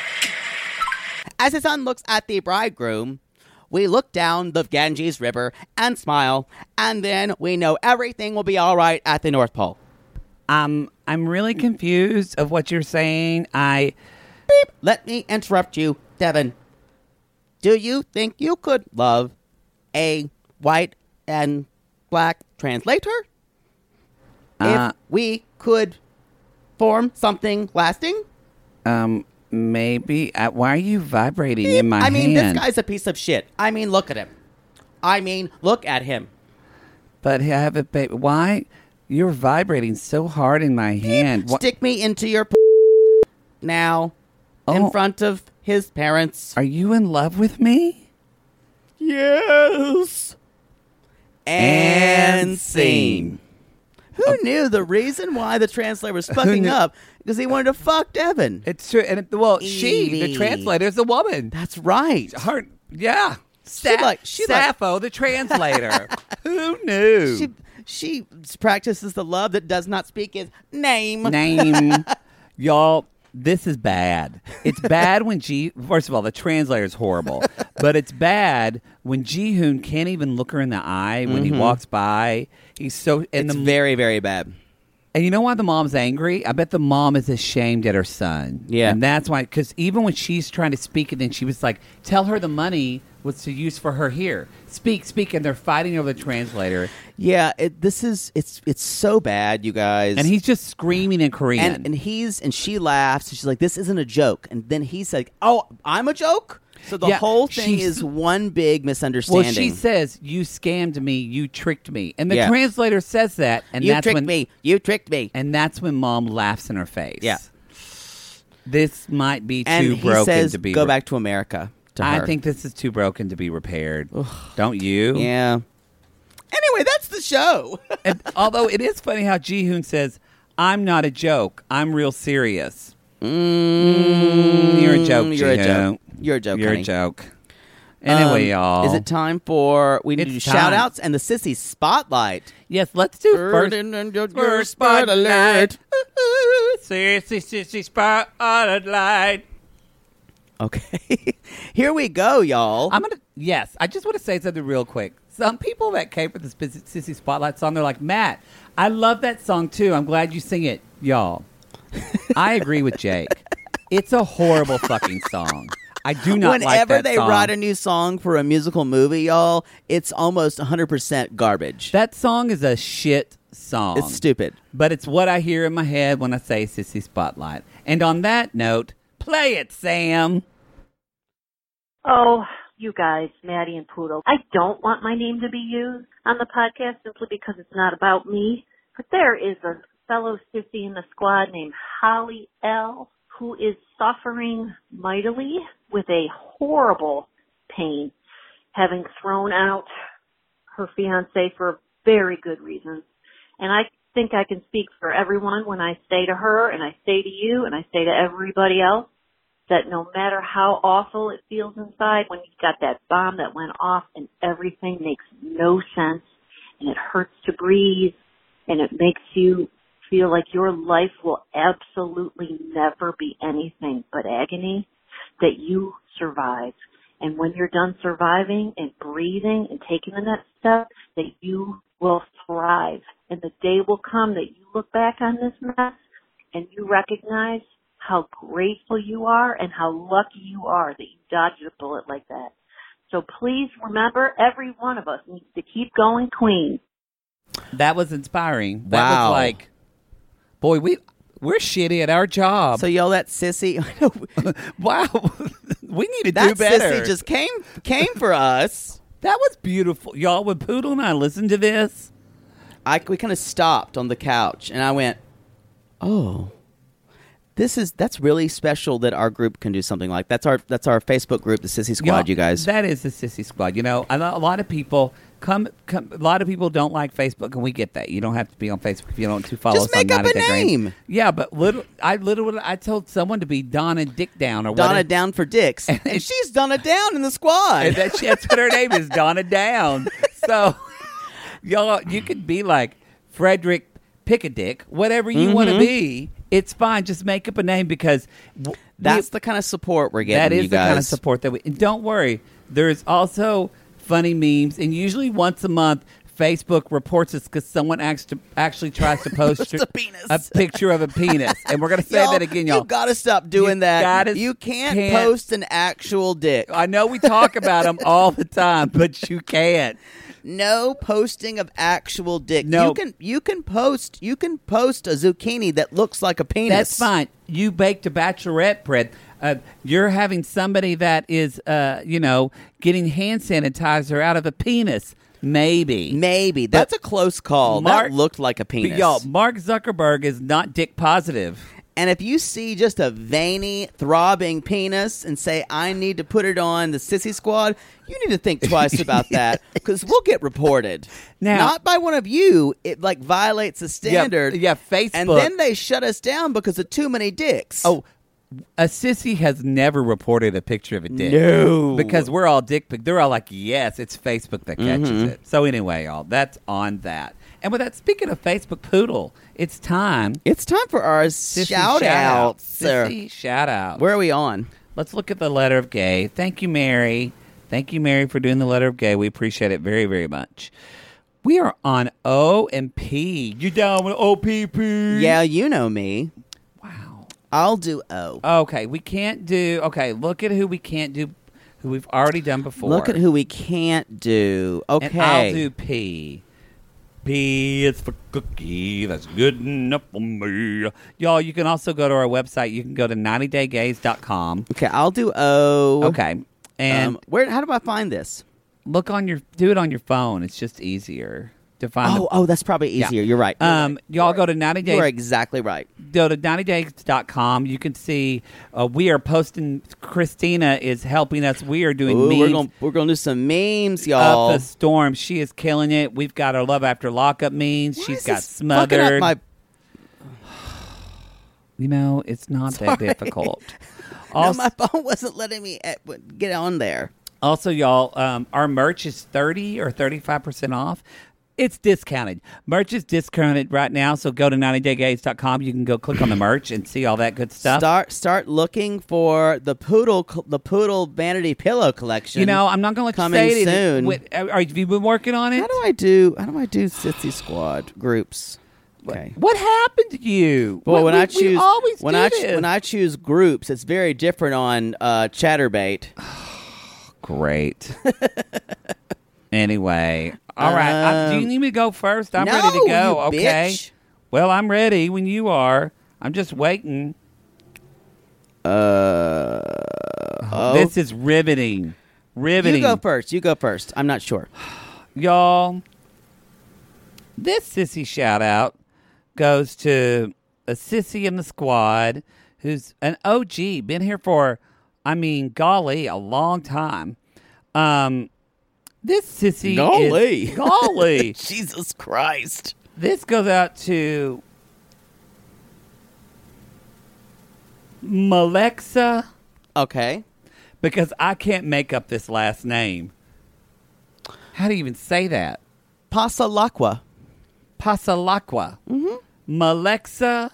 Speaker 5: As the sun looks at the bridegroom, we look down the Ganges River and smile, and then we know everything will be all right at the North Pole.
Speaker 4: Um, I'm really confused of what you're saying. I
Speaker 5: Let me interrupt you, Devin. Do you think you could love a white and black translator?
Speaker 4: Uh.
Speaker 5: if we could form something lasting?
Speaker 4: um maybe I, why are you vibrating in my
Speaker 5: I mean,
Speaker 4: hand?
Speaker 5: this guy's a piece of shit. I mean, look at him. I mean, look at him.
Speaker 4: But I have a baby. Why you're vibrating so hard in my hand? Wha-
Speaker 5: Stick me into your p- now in
Speaker 4: Oh.
Speaker 5: front of his parents.
Speaker 4: Are you in love with me?
Speaker 2: Yes.
Speaker 5: and scene. Who knew the reason why the translator was fucking
Speaker 4: knew-
Speaker 5: up? Because he wanted to fuck Devin.
Speaker 4: It's true. And it-
Speaker 5: Oh,
Speaker 4: well, she,
Speaker 5: Evie.
Speaker 4: the translator, is a woman.
Speaker 5: That's right.
Speaker 4: Her, yeah.
Speaker 5: She like- she like-
Speaker 4: Sappho, the translator. Who knew?
Speaker 5: She she practices the love that does not speak his name.
Speaker 4: Name, y'all. This is bad. It's bad when G. First of all, the translator is horrible, but it's bad when Jihoon can't even look her in the eye when he walks by. He's so and
Speaker 5: Mm-hmm. It's
Speaker 4: the
Speaker 5: very very bad.
Speaker 4: And you know why the mom's angry? I bet the mom is ashamed at her son.
Speaker 5: Yeah.
Speaker 4: And that's why, because even when she's trying to speak, and then she was like, tell her the money was to use for her here. Speak, speak. And they're fighting over the translator.
Speaker 5: Yeah, it, this is it's it's so bad, you guys.
Speaker 4: And he's just screaming in Korean.
Speaker 5: and, and he's and she laughs. And she's like, "This isn't a joke." And then he's like, "Oh, I'm a joke." So the
Speaker 4: Yeah,
Speaker 5: whole thing
Speaker 4: she's-
Speaker 5: is one big
Speaker 4: well,
Speaker 5: misunderstanding.
Speaker 4: she says, you scammed me, you tricked me. And the
Speaker 5: Yeah.
Speaker 4: translator says that. And
Speaker 5: "You
Speaker 4: that's
Speaker 5: tricked
Speaker 4: when,
Speaker 5: me. You tricked me."
Speaker 4: And that's when mom laughs in her face.
Speaker 5: Yeah.
Speaker 4: This might be too
Speaker 5: and he
Speaker 4: broken
Speaker 5: says,
Speaker 4: to be
Speaker 5: "Go
Speaker 4: re-
Speaker 5: back to America." To
Speaker 4: I
Speaker 5: her.
Speaker 4: think this is too broken to be repaired. Don't you?
Speaker 5: Yeah. Anyway, that's the show.
Speaker 4: and although it is funny how Ji Hoon says, "I'm not a joke. I'm real serious." Mm, you're a joke.
Speaker 5: you're a
Speaker 4: Ji-hoon.
Speaker 5: joke. You're a joke,
Speaker 4: You're
Speaker 5: honey.
Speaker 4: a joke. Anyway,
Speaker 5: Um,
Speaker 4: y'all.
Speaker 5: Is it time for we need to
Speaker 4: It's
Speaker 5: do
Speaker 4: time.
Speaker 5: shout outs and the sissy spotlight?
Speaker 4: yes, let's do first.
Speaker 5: Ferdinand, your
Speaker 4: First
Speaker 5: spot alert.
Speaker 4: spotlight. Seriously, seriously, spotlight.
Speaker 5: Okay. Here we go, y'all.
Speaker 4: I'm gonna. Yes, I just want to say something real quick. Some people that came for this Bis- sissy spotlight song, they're like, Matt, I love that song too. I'm glad you sing it, y'all. I agree with Jake. It's a horrible fucking song. I do not like
Speaker 5: Whenever
Speaker 4: that
Speaker 5: they
Speaker 4: song.
Speaker 5: write a new song for a musical movie, y'all, it's almost 100% garbage.
Speaker 4: that song is a shit song.
Speaker 5: it's stupid.
Speaker 4: but it's what I hear in my head when I say sissy spotlight. And on that note, play it, Sam.
Speaker 9: Oh, you guys, Maddie and Poodle. I don't want my name to be used on the podcast simply because it's not about me. But there is a fellow sissy in the squad named Holly L who is suffering mightily with a horrible pain, having thrown out her fiance for very good reasons. And I think I can speak for everyone when I say to her and I say to you and I say to everybody else that no matter how awful it feels inside, when you've got that bomb that went off and everything makes no sense and it hurts to breathe and it makes you feel like your life will absolutely never be anything but agony, that you survive. And when you're done surviving and breathing and taking the next step, that you will thrive. And the day will come that you look back on this mess and you recognize how grateful you are and how lucky you are that you dodged a bullet like that. So please remember, every one of us needs to keep going, Queen.
Speaker 4: That was inspiring. That
Speaker 5: Wow.
Speaker 4: was like, boy, we we're shitty at our job.
Speaker 5: So y'all, that sissy,
Speaker 4: wow, we need to
Speaker 5: that
Speaker 4: do better.
Speaker 5: sissy just came came for us.
Speaker 4: that was beautiful, y'all. Would Poodle and I listen to this?
Speaker 5: I we kind of stopped on the couch, and I went, "Oh, this is that's really special that our group can do something like that's our that's our Facebook group, the Sissy Squad.
Speaker 4: Y'all,
Speaker 5: You guys,
Speaker 4: That is the sissy squad. You know, a lo- a lot of people come. come a lot of people don't like Facebook, and we get that. You don't have to be on Facebook if you don't want to follow
Speaker 5: Just
Speaker 4: us. on
Speaker 5: make up
Speaker 4: Not
Speaker 5: a
Speaker 4: At the Grand.
Speaker 5: name.
Speaker 4: Yeah, but little, I literally, I told someone to be Donna Dick Down or
Speaker 5: Donna
Speaker 4: whatever.
Speaker 5: down for dicks, and she's Donna down in the squad.
Speaker 4: And that, that's what her name is, Donna Down. So, y'all, you could be like Frederick Pickadick, whatever you want
Speaker 5: Mm-hmm.
Speaker 4: to be. It's fine. Just make up a name because w-
Speaker 5: That's
Speaker 4: we-
Speaker 5: the kind of support we're getting.
Speaker 4: that is
Speaker 5: you
Speaker 4: the
Speaker 5: guys.
Speaker 4: kind of support that we. And don't worry, there's also funny memes, and usually once a month. Facebook reports us because someone actually actually tries to post
Speaker 5: a penis.
Speaker 4: picture of a penis, and we're gonna say
Speaker 5: Y'all,
Speaker 4: that again, y'all.
Speaker 5: You gotta stop doing that.
Speaker 4: gotta-
Speaker 5: you can't,
Speaker 4: can't-
Speaker 5: post an actual dick.
Speaker 4: I know we talk about them all the time, but you can't.
Speaker 5: No posting of actual dick.
Speaker 4: No.
Speaker 5: You can you can post you can post a zucchini that looks like a penis.
Speaker 4: That's fine. You baked a bachelorette bread. Uh, you're having somebody that is, uh, you know, getting hand sanitizer out of a penis. Maybe.
Speaker 5: Maybe. That's a close call.
Speaker 4: Mark-
Speaker 5: that looked like a
Speaker 4: But
Speaker 5: penis.
Speaker 4: y'all, Mark Zuckerberg is not dick positive.
Speaker 5: and if you see just a veiny, throbbing penis and say, I need to put it on the sissy squad, you need to think twice about that because we'll get reported.
Speaker 4: Now-
Speaker 5: Not by one of you. It like violates the standard.
Speaker 4: yeah, Facebook.
Speaker 5: And then they shut us down because of too many dicks.
Speaker 4: Oh, a sissy has never reported a picture of a dick.
Speaker 5: No.
Speaker 4: Because we're all dick pic. They're all like, yes, it's Facebook that
Speaker 5: Mm-hmm.
Speaker 4: catches it. So anyway, y'all, that's on that. And with that, speaking of Facebook poodle, it's time.
Speaker 5: It's time for our
Speaker 4: Sissy
Speaker 5: shout outs.
Speaker 4: Sissy Mm-hmm. shout out.
Speaker 5: Where are we on?
Speaker 4: Let's look at the letter of gay. Thank you, Mary. Thank you, Mary, for doing the letter of gay. We appreciate it very, very much. We are on O and P. You down with OPP?
Speaker 5: Yeah, you know me.
Speaker 4: Wow.
Speaker 5: I'll do O.
Speaker 4: Okay, we can't do. Okay, look at who we can't do, who we've already done before.
Speaker 5: Look at who we can't do. Okay.
Speaker 4: Oh, And I'll do P. P is for cookie. That's good enough for me. Y'all, you can also go to our website. You can go to 90daygays.com.
Speaker 5: Okay, I'll do O.
Speaker 4: Okay. And
Speaker 5: um, where? How do I find this?
Speaker 4: look on your do it on your phone. It's just easier to find.
Speaker 5: Oh, oh, that's probably
Speaker 4: the- yeah.
Speaker 5: easier. You're right. You're
Speaker 4: um,
Speaker 5: right.
Speaker 4: y'all go to ninety days.
Speaker 5: You're exactly right.
Speaker 4: Go to 90days.com. You can see uh, we are posting. Christina is helping us. We are doing
Speaker 5: Ooh,
Speaker 4: memes
Speaker 5: we're gonna we're gonna do some memes, y'all.
Speaker 4: up the storm. She is killing it. We've got our love after lockup memes.
Speaker 5: Why
Speaker 4: She's
Speaker 5: is
Speaker 4: got
Speaker 5: this fucking up
Speaker 4: smothered.
Speaker 5: my-
Speaker 4: you know, it's not that difficult.
Speaker 5: no,
Speaker 4: Also,
Speaker 5: my phone wasn't letting me at- get on there.
Speaker 4: Also, y'all, um, our merch is 30 or 35% off. It's discounted. Merch is discounted right now, so go to 90daygays.com. You can go click on the merch and see all that good stuff.
Speaker 5: Start start looking for the poodle co- the poodle vanity pillow collection.
Speaker 4: You know, I'm not going to let you
Speaker 5: coming
Speaker 4: say it.
Speaker 5: soon.
Speaker 4: With- uh, are, have you been working on it?
Speaker 5: How do I do? How do I do sissy squad groups? Okay.
Speaker 4: What happened to you?
Speaker 5: Well,
Speaker 4: We-
Speaker 5: when
Speaker 4: we-
Speaker 5: I choose
Speaker 4: we always
Speaker 5: when
Speaker 4: do
Speaker 5: I ch-
Speaker 4: this.
Speaker 5: when I choose groups, it's very different on uh, ChatterBait.
Speaker 4: great. anyway, all right. I- do you need me to go first? I'm ready
Speaker 5: Um, no,
Speaker 4: to go.
Speaker 5: you
Speaker 4: okay.
Speaker 5: bitch.
Speaker 4: Well, I'm ready when you are. I'm just waiting.
Speaker 5: Uh, oh.
Speaker 4: This is riveting.
Speaker 5: you
Speaker 4: Riveting.
Speaker 5: go first. You go first. I'm not sure.
Speaker 4: y'all. This sissy shout out goes to a sissy in the squad who's an OG, been here for, I mean, golly, a long time. Um, this sissy, is-
Speaker 5: Golly.
Speaker 4: golly,
Speaker 5: Jesus Christ.
Speaker 4: this goes out to Malexa
Speaker 5: Okay.
Speaker 4: because I can't make up this last name. How do you even say that?
Speaker 5: Pasalacqua.
Speaker 4: Pasalacqua. Mm-hmm. Malexa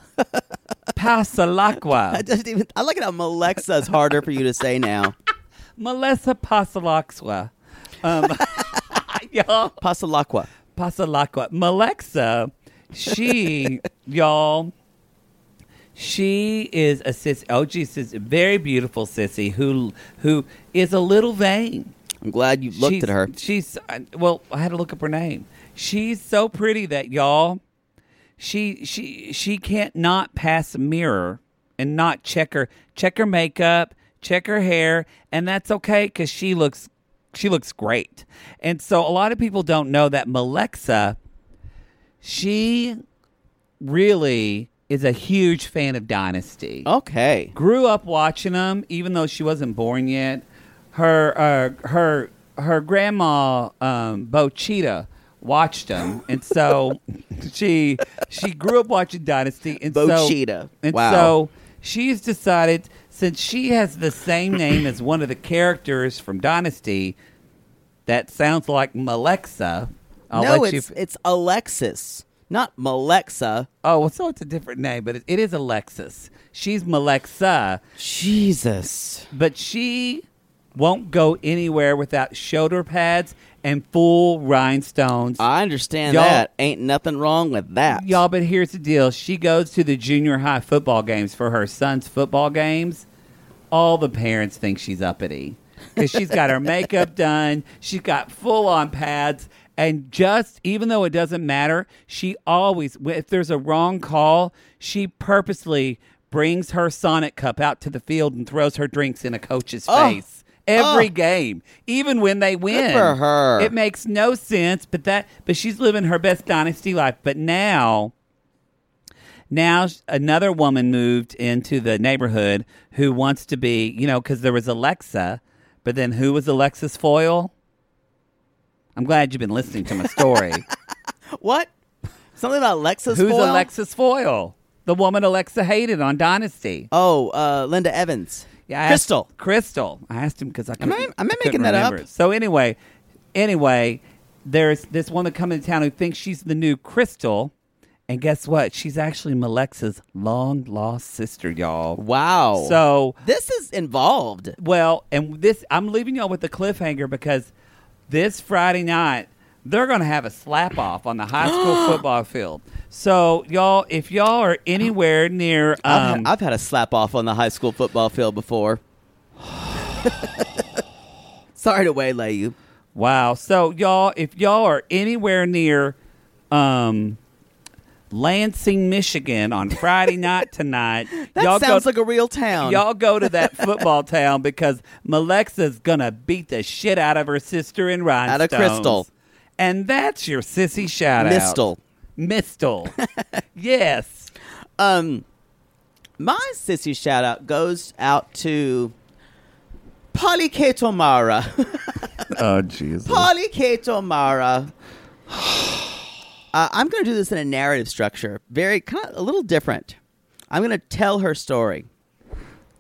Speaker 4: Pasalacqua.
Speaker 5: I just even. I like it how Malexa is harder for you to say now.
Speaker 4: Melissa Pasalacqua. Um, y'all,
Speaker 5: Pasalacqua.
Speaker 4: Pasalacqua. Malexa, she, y'all, she is a sissy, OG sissy, very beautiful sissy who who is a little vain.
Speaker 5: I'm glad you looked
Speaker 4: she's, uh,
Speaker 5: at her.
Speaker 4: She's, I- well, I had to look up her name. She's so pretty that y'all she she she can't not pass a mirror and not check her check her makeup, check her hair, and that's okay cuz she looks she looks great. And so a lot of people don't know that Malexa she really is a huge fan of Dynasty.
Speaker 5: Okay.
Speaker 4: Grew up watching them, even though she wasn't born yet. Her uh, her her grandma um, Bo Cheetah watched them, and so she she grew up watching Dynasty. And
Speaker 5: Bo
Speaker 4: so,
Speaker 5: Cheetah.
Speaker 4: And
Speaker 5: Wow.
Speaker 4: so she's decided since she has the same name as one of the characters from Dynasty, that sounds like Malexa. I'll
Speaker 5: no,
Speaker 4: let
Speaker 5: it's
Speaker 4: you.
Speaker 5: it's Alexis, not Malexa.
Speaker 4: Oh, well, so it's a different name, but it, it is Alexis. She's Malexa.
Speaker 5: Jesus.
Speaker 4: but she won't go anywhere without shoulder pads and full rhinestones.
Speaker 5: I understand
Speaker 4: Y'all-
Speaker 5: that. Ain't nothing wrong with that.
Speaker 4: Y'all, but here's the deal. She goes to the junior high football games for her son's football games. All the parents think she's uppity because she's got her makeup done, she's got full on pads. And just even though it doesn't matter, she always, if there's a wrong call, she purposely brings her Sonic cup out to the field and throws her drinks in a coach's
Speaker 5: Oh.
Speaker 4: face every
Speaker 5: Oh.
Speaker 4: game, even when they win.
Speaker 5: for her.
Speaker 4: It makes no sense, but that, but she's living her best dynasty life. But now, now sh- another woman moved into the neighborhood who wants to be, you know, because there was Alexa, but then who was Alexa's foil? I'm glad you've been listening to my story.
Speaker 5: What? Something about Alexis.
Speaker 4: Who's
Speaker 5: Foyle?
Speaker 4: Alexa's foil? The woman Alexa hated on Dynasty.
Speaker 5: Oh, uh, Linda Evans.
Speaker 4: I asked-
Speaker 5: Crystal.
Speaker 4: Crystal. I asked him because I
Speaker 5: Am
Speaker 4: couldn't.
Speaker 5: I- am I
Speaker 4: couldn't
Speaker 5: making that up?
Speaker 4: remember. So anyway, anyway, there's this woman coming to town who thinks she's the new Crystal, and guess what? She's actually Malexa's long lost sister, y'all.
Speaker 5: Wow.
Speaker 4: So
Speaker 5: this is involved.
Speaker 4: well, and this I'm leaving y'all with a cliffhanger because this Friday night they're going to have a slap off on the high school football field. So y'all, if y'all are anywhere near,
Speaker 5: I've,
Speaker 4: um,
Speaker 5: had, I've had a slap off on the high school football field before. Sorry to waylay you.
Speaker 4: Wow. So y'all, if y'all are anywhere near um Lansing, Michigan on Friday night tonight,
Speaker 5: That
Speaker 4: y'all
Speaker 5: sounds
Speaker 4: go,
Speaker 5: like a real town.
Speaker 4: Y'all go to that football town because Malexa's gonna beat the shit out of her sister in rhinestones.
Speaker 5: of Crystal.
Speaker 4: And that's your sissy shout
Speaker 5: Mistle.
Speaker 4: out. Mistle. yes.
Speaker 5: Um, my sissy shout out goes out to Polly K. Tomara.
Speaker 4: Oh Jesus.
Speaker 5: Polly K. Tomara. Uh, I'm going to do this in a narrative structure, very kind of a little different. I'm going to tell her story.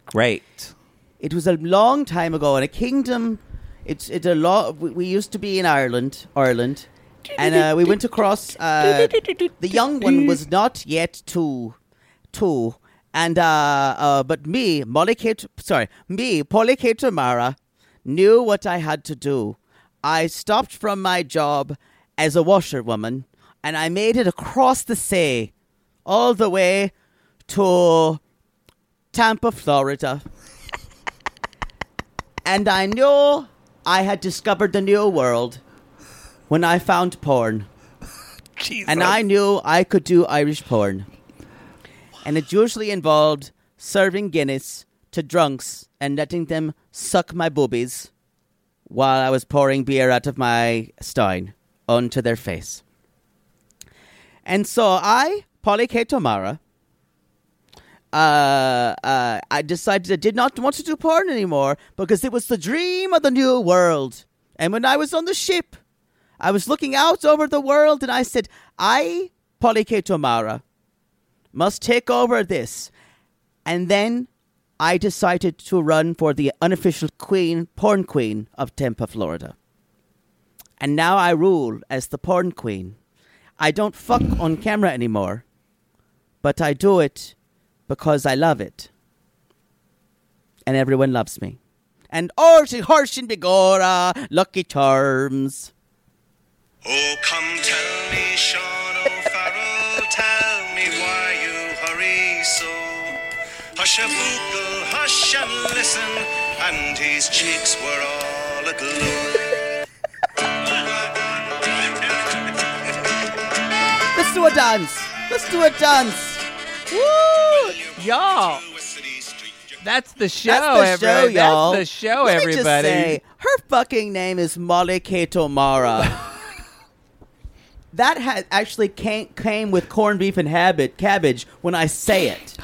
Speaker 4: Great.
Speaker 5: It was a long time ago in a kingdom. It's it's a lot. We, we used to be in Ireland, Ireland, and uh, we went across. Uh, the young one was not yet two, two, and uh, uh, but me, Molly Kate, sorry, me, Polly Kate Tamara, knew what I had to do. I stopped from my job as a washerwoman, and I made it across the sea, all the way to Tampa, Florida and I knew I had discovered the new world when I found porn. And I knew I could do Irish porn. And it usually involved serving Guinness to drunks and letting them suck my boobies while I was pouring beer out of my stein onto their face. And so I, Polly K. Tomara, uh, uh, I decided I did not want to do porn anymore because it was the dream of the new world. And when I was on the ship, I was looking out over the world and I said, I, Polike Tomara, must take over this. And then I decided to run for the unofficial queen, porn queen of Tampa, Florida. And now I rule as the porn queen. I don't fuck on camera anymore, but I do it because I love it. And everyone loves me. And Orson Horshin Begora, Lucky Charms.
Speaker 8: Oh, come tell me, Sean O'Farrell, tell me why you hurry so. Hush a fool, hush and listen, and his cheeks were all aglow.
Speaker 5: do a dance. Let's do a dance. Woo! Y'all.
Speaker 4: That's the show,
Speaker 5: That's the show,
Speaker 4: everybody.
Speaker 5: y'all.
Speaker 4: That's the show,
Speaker 5: Let
Speaker 4: everybody.
Speaker 5: Me just say, her fucking name is Molly Kato Mara. that ha- actually came, came with corned beef and habit, cabbage when I say it.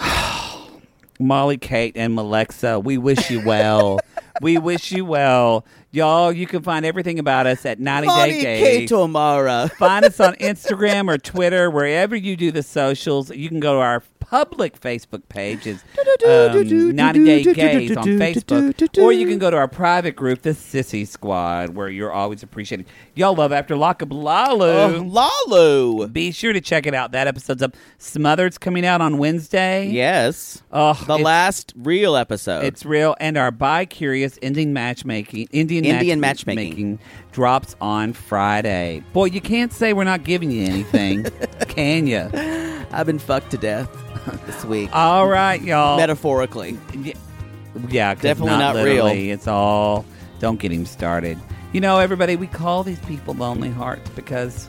Speaker 4: Molly, Kate, and Malexa, we wish you well. we wish you well. Y'all, you can find everything about us at 90
Speaker 5: Molly
Speaker 4: Day Gay.
Speaker 5: Kato Mara.
Speaker 4: Find us on Instagram or Twitter, wherever you do the socials. You can go to our public Facebook page, is um, 90 Day Gays on Facebook, or you can go to our private group, the Sissy Squad, where you're always appreciated. Y'all love After Lockup Lalu.
Speaker 5: Oh, Lalu.
Speaker 4: Be sure to check it out. That episode's up. Smothered's coming out on Wednesday.
Speaker 5: Yes.
Speaker 4: Oh,
Speaker 5: the
Speaker 4: it's-
Speaker 5: last real episode.
Speaker 4: It's real, and our bi curious ending matchmaking, Indian
Speaker 5: Indian
Speaker 4: match-
Speaker 5: matchmaking.
Speaker 4: making drops on Friday. Boy, you can't say we're not giving you anything, can you?
Speaker 5: I've been fucked to death this week.
Speaker 4: All right,
Speaker 5: Oh.
Speaker 4: y'all.
Speaker 5: metaphorically.
Speaker 4: Y- yeah, 'cause
Speaker 5: Definitely
Speaker 4: not,
Speaker 5: not real.
Speaker 4: literally. It's all. Don't get him started. You know, everybody, we call these people lonely hearts because.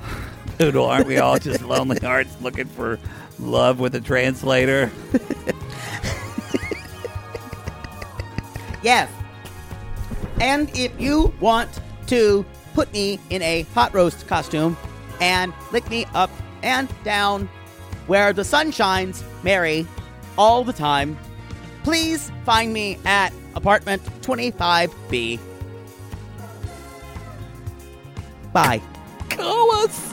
Speaker 4: Poodle, aren't we all just lonely hearts looking for love with a translator?
Speaker 5: Yes. And if you want to put me in a hot roast costume and lick me up and down where the sun shines, Mary, all the time, please find me at apartment 25B. Bye. Call us.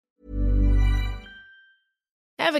Speaker 10: Ever